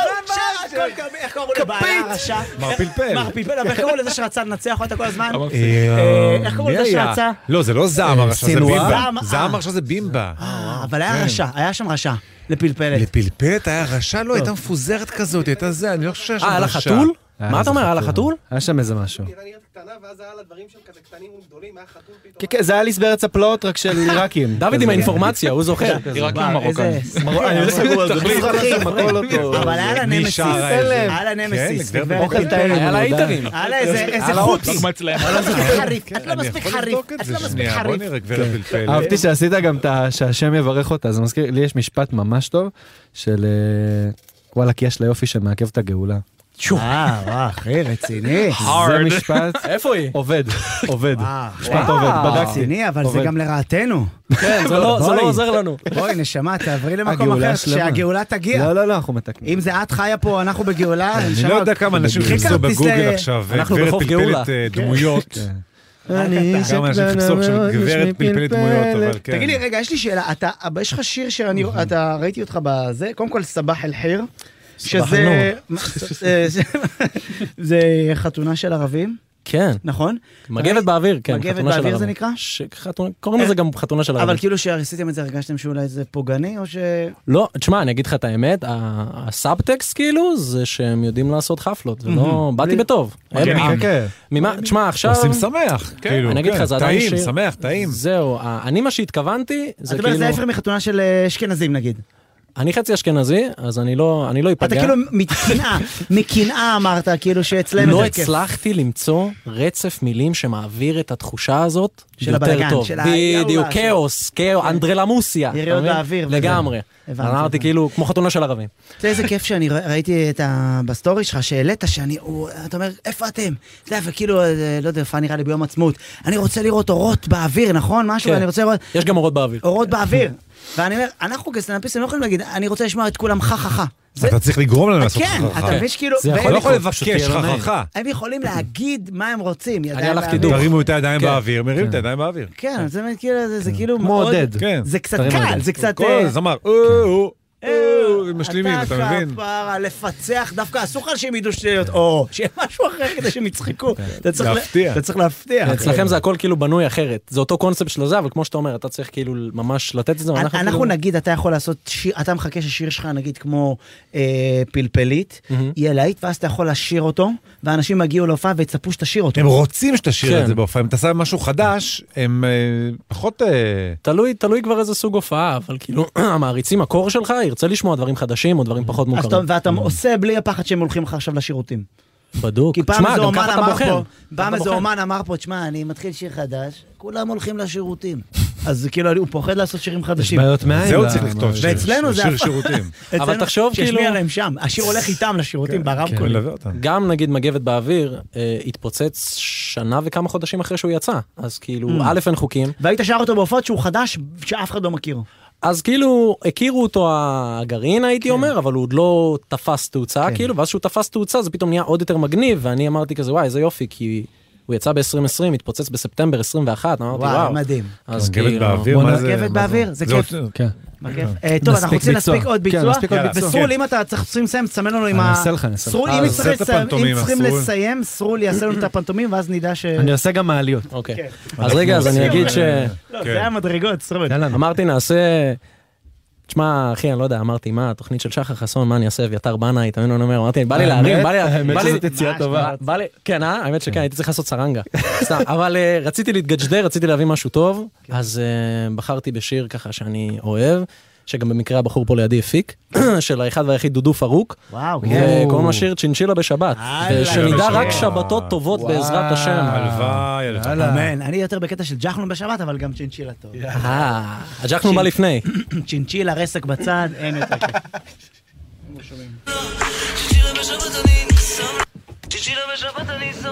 [SPEAKER 1] איך קראו לבעלה הרשע?
[SPEAKER 9] מר פלפל.
[SPEAKER 1] אה, מר פלפל, אבל איך קראו לזה שרצה לנצח אותה כל הזמן?
[SPEAKER 9] אה,
[SPEAKER 1] איך קוראים
[SPEAKER 9] מי
[SPEAKER 1] לזה
[SPEAKER 9] היה?
[SPEAKER 1] שרצה?
[SPEAKER 9] לא, זה לא זעם הרשע, זה
[SPEAKER 1] סינואר?
[SPEAKER 9] בימבה.
[SPEAKER 1] זעם, אה.
[SPEAKER 9] זעם הרשע זה בימבה. אה,
[SPEAKER 1] אה, אבל היה רשע, היה שם רשע, לפלפלת.
[SPEAKER 9] כן. לפלפלת היה רשע? לא, הייתה מפוזרת כזאת, הייתה זה, אני לא חושב שהיה שם
[SPEAKER 6] אה, היה לה
[SPEAKER 9] רשע.
[SPEAKER 6] חתול?
[SPEAKER 2] היה
[SPEAKER 6] מה אתה
[SPEAKER 2] איזה
[SPEAKER 6] אומר, היה לה חתול?
[SPEAKER 2] אה, היה שם איזה משהו.
[SPEAKER 8] קטנה, ואז היה לה דברים שהם כזה קטנים וגדולים, היה חתול פתאום.
[SPEAKER 2] כן, כן, זה היה לסברץ הפלוט, רק של עיראקים.
[SPEAKER 6] דוד עם האינפורמציה, הוא זוכר.
[SPEAKER 13] עיראקים
[SPEAKER 1] וואו, איזה-
[SPEAKER 13] מרוקאים.
[SPEAKER 2] אני לא סגור על זה, בלי
[SPEAKER 1] מזרחים. אה, אבל היה לה
[SPEAKER 9] מי
[SPEAKER 1] נמסיס,
[SPEAKER 9] שרה את זה?
[SPEAKER 1] היה לה נמסיס,
[SPEAKER 9] כן, לגברת
[SPEAKER 1] לגברת
[SPEAKER 2] אוקיי,
[SPEAKER 9] אוכל
[SPEAKER 1] פלפלת.
[SPEAKER 6] היה לה איתרים.
[SPEAKER 1] היה לה איזה- איזה
[SPEAKER 6] לה
[SPEAKER 1] חוץ.
[SPEAKER 13] לחמץ להם.
[SPEAKER 1] את לא מספיק חריף, את לא
[SPEAKER 9] אני
[SPEAKER 1] מספיק
[SPEAKER 9] יכול
[SPEAKER 1] חריף,
[SPEAKER 9] לבדוק את
[SPEAKER 1] את לא
[SPEAKER 9] זה
[SPEAKER 1] מספיק
[SPEAKER 9] שנייה, בוא
[SPEAKER 1] חריף.
[SPEAKER 9] נראה גברת פלפלת.
[SPEAKER 2] אהבתי שעשית גם את ה- שהשם יברך אותה, זה מזכיר, לי יש משפט ממש טוב של אה, וואלה כי יש לה יופי שמעכב את הגאולה.
[SPEAKER 1] אה, וואו, אחי, רציני.
[SPEAKER 2] זה
[SPEAKER 1] (laughs)
[SPEAKER 2] משפט
[SPEAKER 6] איפה
[SPEAKER 2] (laughs)
[SPEAKER 6] היא?
[SPEAKER 2] עובד, עובד,
[SPEAKER 1] וואו,
[SPEAKER 2] משפט עובד, בדקתי.
[SPEAKER 1] רציני, אבל זה
[SPEAKER 2] אה, עובד.
[SPEAKER 1] גם לרעתנו.
[SPEAKER 6] כן, זה לא זה
[SPEAKER 1] בואי.
[SPEAKER 6] לא עוזר לנו.
[SPEAKER 1] בואי, נשמה, תעברי למקום
[SPEAKER 2] הגאולה
[SPEAKER 1] אחר,
[SPEAKER 2] שלמה.
[SPEAKER 1] שהגאולה תגיע.
[SPEAKER 2] לא, לא, לא, אנחנו מתקנים.
[SPEAKER 1] אם זה את חיה פה, אנחנו בגאולה,
[SPEAKER 9] אני לא יודע כמה אנשים
[SPEAKER 1] בדיוק.
[SPEAKER 9] חיפשו
[SPEAKER 1] הכרתי
[SPEAKER 9] בגוגל
[SPEAKER 1] זה-
[SPEAKER 9] עכשיו,
[SPEAKER 6] אנחנו
[SPEAKER 9] גברת
[SPEAKER 6] בחוף גאולה.
[SPEAKER 9] פלפלת אה,
[SPEAKER 1] כן.
[SPEAKER 9] דמויות.
[SPEAKER 2] אני אישה
[SPEAKER 9] כמה אנשים
[SPEAKER 2] קטנה
[SPEAKER 9] חיפשו עכשיו
[SPEAKER 2] מאוד,
[SPEAKER 9] גברת
[SPEAKER 2] שמי
[SPEAKER 9] פלפלת דמויות, אבל כן.
[SPEAKER 1] כן. תגיד לי, רגע, יש לי שאלה, אתה, אבא, יש לך שיר שאני, אתה, ראיתי אותך בזה, קודם כל סבח אל חיר, שזה, אה, זה- זה חתונה של ערבים,
[SPEAKER 6] כן.
[SPEAKER 1] נכון?
[SPEAKER 6] מגבת באוויר, כן,
[SPEAKER 1] מגבת
[SPEAKER 6] חתונה של
[SPEAKER 1] באוויר זה
[SPEAKER 6] ערבים. לא
[SPEAKER 1] נקרא?
[SPEAKER 6] ש- חתונה- קוראים לזה גם חתונה של
[SPEAKER 1] אבל
[SPEAKER 6] ערבים.
[SPEAKER 1] כאילו שעשיתם את זה הרגשתם שאולי זה פוגעני, או ש...
[SPEAKER 6] לא, תשמע, אני אגיד לך את האמת, ה- הסאבטקסט כאילו, זה שהם יודעים לעשות חפלות, זה לא... באתי בטוב.
[SPEAKER 9] כן,
[SPEAKER 6] הם- אה,
[SPEAKER 9] כן.
[SPEAKER 6] ממה, תשמע, עכשיו...
[SPEAKER 9] עושים שמח, כאילו,
[SPEAKER 6] אני אגיד לך,
[SPEAKER 9] כן,
[SPEAKER 6] זה עדיין
[SPEAKER 9] טעים,
[SPEAKER 6] שיר-
[SPEAKER 9] שמח, טעים.
[SPEAKER 6] זהו, ה- אני מה שהתכוונתי, זה
[SPEAKER 1] אתה לא אומר, זה ההפך
[SPEAKER 6] כאילו...
[SPEAKER 1] מחתונה של אה, אשכנזים נגיד.
[SPEAKER 6] אני חצי אשכנזי, אז אני לא אני לא
[SPEAKER 1] אתה
[SPEAKER 6] ייפגע.
[SPEAKER 1] כאילו מקנאה, מקנאה אמרת, כאילו שאצלנו
[SPEAKER 6] לא
[SPEAKER 1] זה כיף.
[SPEAKER 6] הצלחתי למצוא רצף מילים שמעביר את התחושה הזאת
[SPEAKER 1] של
[SPEAKER 6] יותר
[SPEAKER 1] הבלגן,
[SPEAKER 6] טוב.
[SPEAKER 1] של ה-
[SPEAKER 6] בדיוק,
[SPEAKER 1] יאללה, של- כן.
[SPEAKER 6] כאוס, כאוס, אנדרלמוסיה. אתה
[SPEAKER 1] יריות
[SPEAKER 6] מבין?
[SPEAKER 1] באוויר וזה.
[SPEAKER 6] לגמרי.
[SPEAKER 1] הבנתי, הבנתי.
[SPEAKER 6] אמרתי כאילו, כמו חתונה של ערבים.
[SPEAKER 1] אתה יודע איזה כיף שאני רא- ראיתי את ה... בסטורי שלך שהעלית, שאני... הוא- אתה אומר, איפה אתם? אתה יודע, וכאילו, אה, לא יודע, איפה נראה לי ביום עצמאות. אני רוצה לראות אורות באוויר, נכון? משהו,
[SPEAKER 6] כן.
[SPEAKER 1] אני רוצה לראות
[SPEAKER 6] יש גם אורות באוויר.
[SPEAKER 1] אורות באוויר. ואני אומר, אנחנו כסטנאפיסטים לא יכולים להגיד, אני רוצה לשמוע את כולם חככה. זה-
[SPEAKER 9] אתה צריך לגרום להם לעשות
[SPEAKER 1] כן,
[SPEAKER 9] חככה.
[SPEAKER 1] אתה מבין שכאילו...
[SPEAKER 6] זה יכול
[SPEAKER 9] אתה
[SPEAKER 1] והם-
[SPEAKER 9] לא יכול
[SPEAKER 6] לקרות, פשוט
[SPEAKER 9] לבקש
[SPEAKER 6] תהיה לא נעים.
[SPEAKER 9] חככה.
[SPEAKER 1] הם יכולים להגיד מה הם רוצים. ידיים
[SPEAKER 6] הלכתי
[SPEAKER 1] באוויר.
[SPEAKER 6] דוך.
[SPEAKER 9] תרימו את הידיים
[SPEAKER 6] כן.
[SPEAKER 9] באוויר, מרים את הידיים באוויר.
[SPEAKER 1] כן, זה כאילו, זה- זה כאילו
[SPEAKER 2] כמו
[SPEAKER 1] מאוד...
[SPEAKER 2] עודד.
[SPEAKER 9] כן.
[SPEAKER 1] זה קצת
[SPEAKER 2] תרים
[SPEAKER 1] קל,
[SPEAKER 2] רגל.
[SPEAKER 1] זה קצת...
[SPEAKER 9] כל
[SPEAKER 1] אה,
[SPEAKER 9] הזמר, אה, אה,
[SPEAKER 3] משלימים, אתה מבין?
[SPEAKER 1] אתה כפרה, לפצח, דווקא אסור לך שהם ידעו שזה להיות או, שיהיה משהו אחר כדי שהם יצחקו. אתה צריך ל- אתה צריך
[SPEAKER 6] כן.
[SPEAKER 1] להפתיע.
[SPEAKER 4] אצלכם זה הכל כאילו בנוי אחרת. זה אותו קונספט של זה, אבל כמו שאתה אומר, אתה צריך כאילו ממש לתת את זה. ואנחנו
[SPEAKER 1] אנחנו
[SPEAKER 4] כאילו-
[SPEAKER 1] נגיד, אתה יכול לעשות שיר, אתה מחכה ששיר שלך, נגיד כמו אה, פלפלית, יהיה להיט, ואז אתה יכול לשיר אותו, ואנשים יגיעו להופעה ויצפו שתשיר אותו.
[SPEAKER 3] הם רוצים שתשאיר את זה בהופעה, אם אתה שם משהו חדש, הם אה, פחות... אה,
[SPEAKER 4] תלוי, תלוי כבר איזה סוג הופעה, אבל כאילו, (clears throat) המעריצים, הקור שלך ירצה לשמוע דברים חדשים או דברים
[SPEAKER 6] לא
[SPEAKER 4] פחות
[SPEAKER 1] אז אתה-
[SPEAKER 4] מוכרים.
[SPEAKER 1] ואתה עושה בלי הפחד שהם הולכים לך עכשיו לשירותים.
[SPEAKER 4] בדוק.
[SPEAKER 6] אוקיי,
[SPEAKER 1] כי פעם
[SPEAKER 4] תשמע,
[SPEAKER 1] איזה
[SPEAKER 4] גם
[SPEAKER 1] אומן
[SPEAKER 4] ככה אתה
[SPEAKER 1] אמר
[SPEAKER 4] בוחר.
[SPEAKER 1] פה, פעם
[SPEAKER 4] אתה
[SPEAKER 1] איזה
[SPEAKER 4] בוחר.
[SPEAKER 1] אומן אמר פה, תשמע, אני מתחיל שיר חדש, כולם הולכים לשירותים. אז כאילו, הוא פוחד לעשות שירים חדשים.
[SPEAKER 2] בעיות מעיים
[SPEAKER 3] זה הוא צריך לכתוב שיר,
[SPEAKER 1] ואצלנו זה...
[SPEAKER 3] שיר
[SPEAKER 1] הפ- (laughs)
[SPEAKER 3] שירותים.
[SPEAKER 1] אצלנו-
[SPEAKER 4] אבל תחשוב,
[SPEAKER 1] שישמיע
[SPEAKER 4] כאילו-
[SPEAKER 1] להם שם, השיר הולך איתם
[SPEAKER 2] כן,
[SPEAKER 1] לשירותים ברמקולים.
[SPEAKER 4] גם נגיד מגבת באוויר אה, התפוצץ שנה וכמה חודשים אחרי שהוא יצא, אז כאילו,
[SPEAKER 1] Mm.
[SPEAKER 4] א' אין חוקים.
[SPEAKER 1] והיית שר אותו בהופעות שהוא חדש, שאף אחד לא מכיר.
[SPEAKER 4] אז כאילו הכירו אותו הגרעין הייתי כן. אומר אבל הוא עוד לא תפס תאוצה כן. כאילו ואז שהוא תפס תאוצה זה פתאום נהיה עוד יותר מגניב ואני אמרתי כזה וואי איזה יופי כי הוא יצא ב-2020 התפוצץ בספטמבר 21 אמרתי
[SPEAKER 1] וואי,
[SPEAKER 4] וואו.
[SPEAKER 1] מדהים.
[SPEAKER 4] אז
[SPEAKER 3] מגבת
[SPEAKER 4] כאילו.
[SPEAKER 3] כן, באוויר, מה זה?
[SPEAKER 1] רכבת באוויר, זה כיף.
[SPEAKER 2] כן.
[SPEAKER 1] מה כיף? אה, טוב, אנחנו
[SPEAKER 2] מספיק
[SPEAKER 1] רוצים להספיק
[SPEAKER 2] ביצוע.
[SPEAKER 1] עוד
[SPEAKER 2] כן,
[SPEAKER 1] ביצוע.
[SPEAKER 2] מספיק עוד
[SPEAKER 1] יאללה.
[SPEAKER 2] ביצוע.
[SPEAKER 1] וסרול,
[SPEAKER 2] כן.
[SPEAKER 1] אם אתה צריך צריכים לסיים, תסמן לנו עם
[SPEAKER 2] אני
[SPEAKER 1] ה...
[SPEAKER 2] אעשה לך, אני אעשה לך.
[SPEAKER 1] סרול, אם
[SPEAKER 2] אה,
[SPEAKER 1] צריך
[SPEAKER 2] עושה את
[SPEAKER 1] לסיים- אם
[SPEAKER 2] הפנטומימה,
[SPEAKER 1] צריכים
[SPEAKER 2] סרול.
[SPEAKER 1] לסיים, סרול יעשה לנו את הפנטומים, ואז נדע ש...
[SPEAKER 2] אני עושה גם מעליות.
[SPEAKER 4] אוקיי.
[SPEAKER 1] כן.
[SPEAKER 4] אז רגע אז אני אגיד ש...
[SPEAKER 2] כן.
[SPEAKER 1] לא, זה היה מדרגות, סרול.
[SPEAKER 4] אמרתי נעשה... תשמע אחי אני לא יודע אמרתי מה התוכנית של שחר חסון מה אני אעשה אביתר בנאי תמיד אני אומר אמרתי בא לי להרים
[SPEAKER 2] האמת-
[SPEAKER 4] בא לי
[SPEAKER 2] האמת
[SPEAKER 4] בא לי-
[SPEAKER 2] שזאת יציאה טובה.
[SPEAKER 4] בא לי כן אה האמת שכן הייתי צריך לעשות סרנגה (laughs) סתם אבל אה, רציתי להתגג'דר רציתי להביא משהו טוב
[SPEAKER 1] כן.
[SPEAKER 4] אז אה, בחרתי בשיר ככה שאני אוהב שגם במקרה הבחור פה לידי הפיק (clears throat) של האחד והיחיד דודו פרוק.
[SPEAKER 1] וואו, כן.
[SPEAKER 4] וקוראים לשיר צ'ינצ'ילה בשבת
[SPEAKER 1] הלאה,
[SPEAKER 4] ושנדע
[SPEAKER 1] צ'ינצ'ילה.
[SPEAKER 4] רק שבתות טובות בעזרת השם.
[SPEAKER 3] הלוואי, הלוואי.
[SPEAKER 1] אמן. אני יותר בקטע של ג'חנון בשבת, אבל גם צ'ינצ'ילה טוב.
[SPEAKER 4] אה, הג'חנון בא
[SPEAKER 2] (clears throat)
[SPEAKER 4] לפני.
[SPEAKER 1] צ'ינצ'ילה, רסק בצד, אין יותר
[SPEAKER 2] (laughs)
[SPEAKER 1] כיף.
[SPEAKER 14] צ'יצ'ילה בשבת אני שם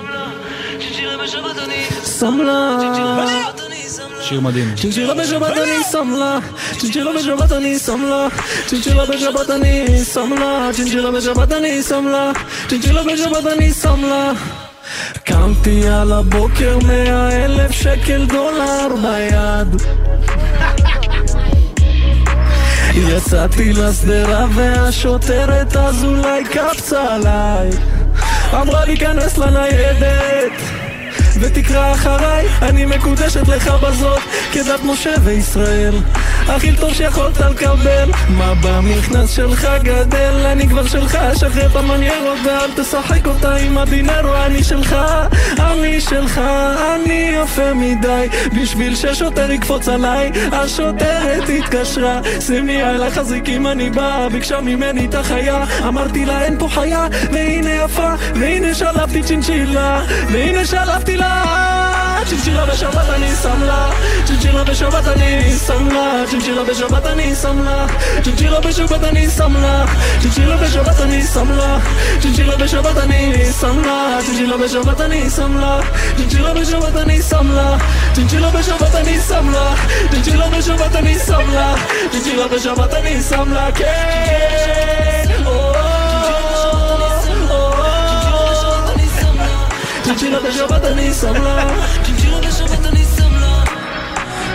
[SPEAKER 14] לה, צ'יצ'ילה בשבת אני
[SPEAKER 4] שם לה.
[SPEAKER 2] שיר מדהים.
[SPEAKER 4] צ'ינצ'ילה בשבת אני שם לה, צ'ינצ'ילה בשבת אני שם לה, צ'ינצ'ילה בשבת אני שם לה, צ'ינצ'ילה בשבת אני שם לה, צ'ינצ'ילה בשבת אני שם לה. קמתי על הבוקר מאה אלף שקל דולר ביד יצאתי לשדרה והשוטרת אז אולי קפצה עליי אמרה לי כנס לניידת ותקרא אחריי, אני מקודשת לך בזאת כדת משה וישראל הכי טוב שיכולת לקבל מה במכנס שלך גדל אני כבר שלך, שחרר את המניירות ואל תשחק אותה עם הדינרו אני שלך, אני שלך, אני יפה מדי בשביל ששוטר יקפוץ עליי השוטרת התקשרה שימי על החזיקים אני באה ביקשה ממני את החיה אמרתי לה אין פה חיה והנה יפה והנה שלפתי צ'ינצ'ילה והנה שלפתי לה צ'ינצ'ילה בשבת אני שם לה צ'ינצ'ילה בשבת אני שם לה צ'ינצ'ילה בשבת אני שם לה צ'ינצ'ילה בשבת אני שם לה צ'ינצ'ילה בשבת אני שם לה צ'ינצ'ילה בשבת אני שם לה צ'ינצ'ילה בשבת אני שם לה צ'ינצ'ילה בשבת אני שם לה צ'ינצ'ילה בשבת אני שם לה צ'ינצ'ילה בשבת אני שם לה צ'ינצ'ילה בשבת אני שם לה כן או, או, צ'ינצ'ילה בשבת אני שם לה
[SPEAKER 14] צ'יצ'ילה בשבת אני שם לה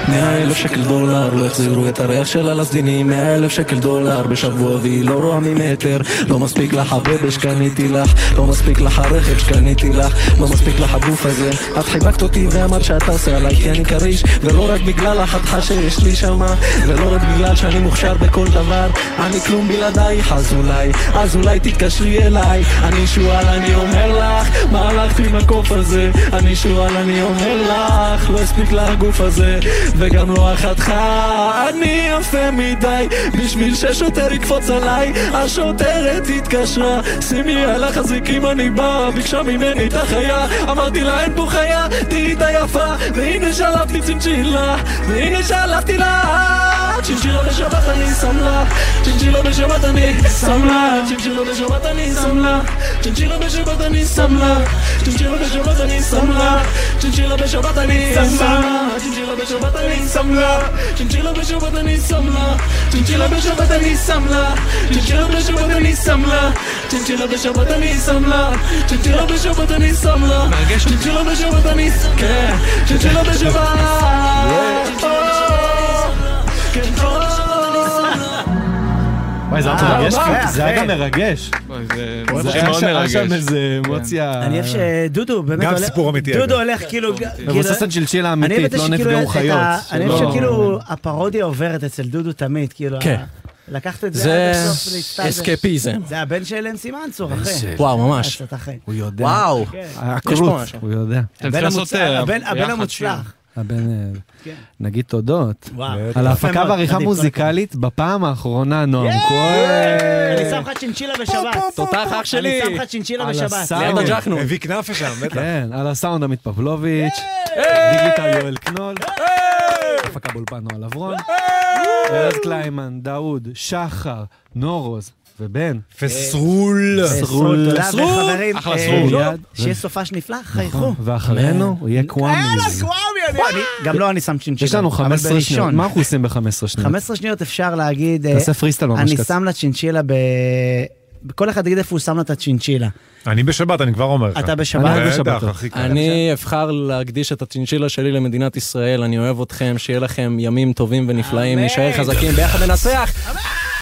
[SPEAKER 4] מאה אלף שקל דולר, לא החזירו את הריח שלה לסדינים, מאה אלף שקל דולר בשבוע והיא לא רואה ממטר, לא מספיק לך הבבה שקניתי לך, לא מספיק לך הרכב שקניתי לך, לא מספיק לך הגוף הזה, את חיבקת אותי ואמרת שאתה עושה עליי כי אני כריש, ולא רק בגלל החתיכה שיש לי שמה, ולא רק בגלל שאני מוכשר בכל דבר, אני כלום בלעדייך, אז אולי, אז אולי תתקשרי אליי, אני שועל אני אומר לך, מה הלכת עם הקוף הזה, אני שועל אני אומר לך, לא הספיק לה הגוף הזה, וגם לא אחתך, אני יפה מדי, בשביל ששוטר יקפוץ עליי, השוטרת התקשרה, שימי על החזיקים אני בא, ביקשה ממני את החיה, אמרתי לה אין פה חיה, תראי את היפה, והנה שלפתי צ'ינצ'ילה, והנה שלפתי לה, צ'ינצ'ילה בשבת אני שם לה, צ'ינצ'ילה בשבת אני שם לה, צ'ינצ'ילה בשבת אני שם לה, צ'ינצ'ילה בשבת אני שם לה, צ'ינצ'ילה בשבת אני שם לה, צ'ינצ'ילה בשבת אני שם לה, צ'ינצ'ילה בשבת אני שם לה, צ'ינצ'ילה בשבת אני שם לה, צ'ינצ'ילה בשבת אני שם לה, צ'ינצ'ילה בשבת אני שם לה, צ'ינצ'ילה בשבת אני שם לה, צ'ינצ'ילה בשבת אני שם לה, צ'ינצ'ילה בשבת אני שם לה, צ'ינצ'ילה כן. בשבת. כן, או,
[SPEAKER 2] וואי, זה היה
[SPEAKER 1] אה,
[SPEAKER 2] מרגש,
[SPEAKER 1] וואו, אחי.
[SPEAKER 2] כאילו, זה היה גם מרגש.
[SPEAKER 1] אוהב
[SPEAKER 2] זה
[SPEAKER 1] אותך
[SPEAKER 2] היה
[SPEAKER 1] מאוד
[SPEAKER 2] ש- היה
[SPEAKER 1] מרגש.
[SPEAKER 2] שם איזה
[SPEAKER 1] כן.
[SPEAKER 2] אמוציה...
[SPEAKER 1] אני אוהב שדודו באמת
[SPEAKER 2] גם
[SPEAKER 1] הולך-
[SPEAKER 2] סיפור אמיתי,
[SPEAKER 1] דודו
[SPEAKER 2] אגב.
[SPEAKER 1] הולך כאילו... כאילו-
[SPEAKER 2] מבוסס על צ'ילצ'ילה
[SPEAKER 1] אני אוהב
[SPEAKER 2] אמיתית,
[SPEAKER 1] את זה
[SPEAKER 2] לא
[SPEAKER 1] שכאילו
[SPEAKER 2] נפגעו
[SPEAKER 1] את ה-
[SPEAKER 2] חיות. לא-
[SPEAKER 1] אני אוהב
[SPEAKER 2] שלא-
[SPEAKER 1] שכאילו הפרודיה עוברת אצל דודו תמיד, כאילו...
[SPEAKER 6] כן.
[SPEAKER 1] ה- לקחת את
[SPEAKER 6] זה
[SPEAKER 1] זה עד הסוף להצטער.
[SPEAKER 6] אסקפיזם.
[SPEAKER 1] זה הבן של אנסי מנצור, אחי.
[SPEAKER 6] וואו, ממש.
[SPEAKER 1] אתה אחי.
[SPEAKER 2] הוא יודע.
[SPEAKER 6] וואו.
[SPEAKER 1] כן.
[SPEAKER 6] יש פה
[SPEAKER 2] הכרות,
[SPEAKER 6] משהו.
[SPEAKER 2] הוא יודע.
[SPEAKER 1] אתם הבן צריכים לעשות, המוצלח, אה, הבן- הבן ביחד המוצלח.
[SPEAKER 2] הבן, אה, נגיד תודות.
[SPEAKER 1] כן. וואו.
[SPEAKER 2] על
[SPEAKER 1] יפה
[SPEAKER 2] ההפקה
[SPEAKER 1] מאוד,
[SPEAKER 2] ועריכה
[SPEAKER 1] מדהים, כל
[SPEAKER 2] מוזיקלית בפעם האחרונה, נועם כהן.
[SPEAKER 1] אני שם לך צ'ינצ'ילה בשבת.
[SPEAKER 6] תותח אח שלי.
[SPEAKER 1] אני שם לך צ'ינצ'ילה
[SPEAKER 2] על
[SPEAKER 1] בשבת.
[SPEAKER 2] הסאונד.
[SPEAKER 6] ליד הג'חנו.
[SPEAKER 9] הביא כנאפה שם,
[SPEAKER 2] (laughs)
[SPEAKER 9] בטח.
[SPEAKER 2] כן, על הסאונד עמית פבלוביץ', דיגיטל יואל קנול, הפקה באולפן נועה לברון, ארז קליימן, דאוד, שחר, נורוז ובן.
[SPEAKER 9] פסרול.
[SPEAKER 2] פסרול.
[SPEAKER 1] אה, תודה, וחברים,
[SPEAKER 2] אחלה
[SPEAKER 1] אה,
[SPEAKER 2] סרול.
[SPEAKER 1] שיהיה סופש נפלא,
[SPEAKER 2] נכון.
[SPEAKER 1] חייכו.
[SPEAKER 2] ואחרינו הוא יהיה קוואמיז.
[SPEAKER 1] גם לא אני שם צ'ינצ'ילה.
[SPEAKER 2] אה, יש לנו
[SPEAKER 1] אבל
[SPEAKER 2] 15 שניות,
[SPEAKER 1] בראשון.
[SPEAKER 2] מה אנחנו עושים ב-15 שניות?
[SPEAKER 1] 15 שניות אפשר להגיד... אה,
[SPEAKER 2] תעשה פריסטל ממש
[SPEAKER 1] אני
[SPEAKER 2] קצר.
[SPEAKER 1] שם לה צ'ינצ'ילה ב... כל אחד יגיד איפה הוא שם לה את הצ'ינצ'ילה.
[SPEAKER 9] אני בשבת, אני כבר אומר לך.
[SPEAKER 1] אתה בשבת?
[SPEAKER 9] אני
[SPEAKER 1] אני
[SPEAKER 9] בטח,
[SPEAKER 1] בשבת.
[SPEAKER 9] הכי קל.
[SPEAKER 6] אני אבחר להקדיש את הצ'ינצ'ילה שלי למדינת ישראל, אני אוהב אתכם, שיהיה לכם ימים טובים ונפלאים,
[SPEAKER 1] אמן.
[SPEAKER 6] נשאר חזקים, ביחד ננצח!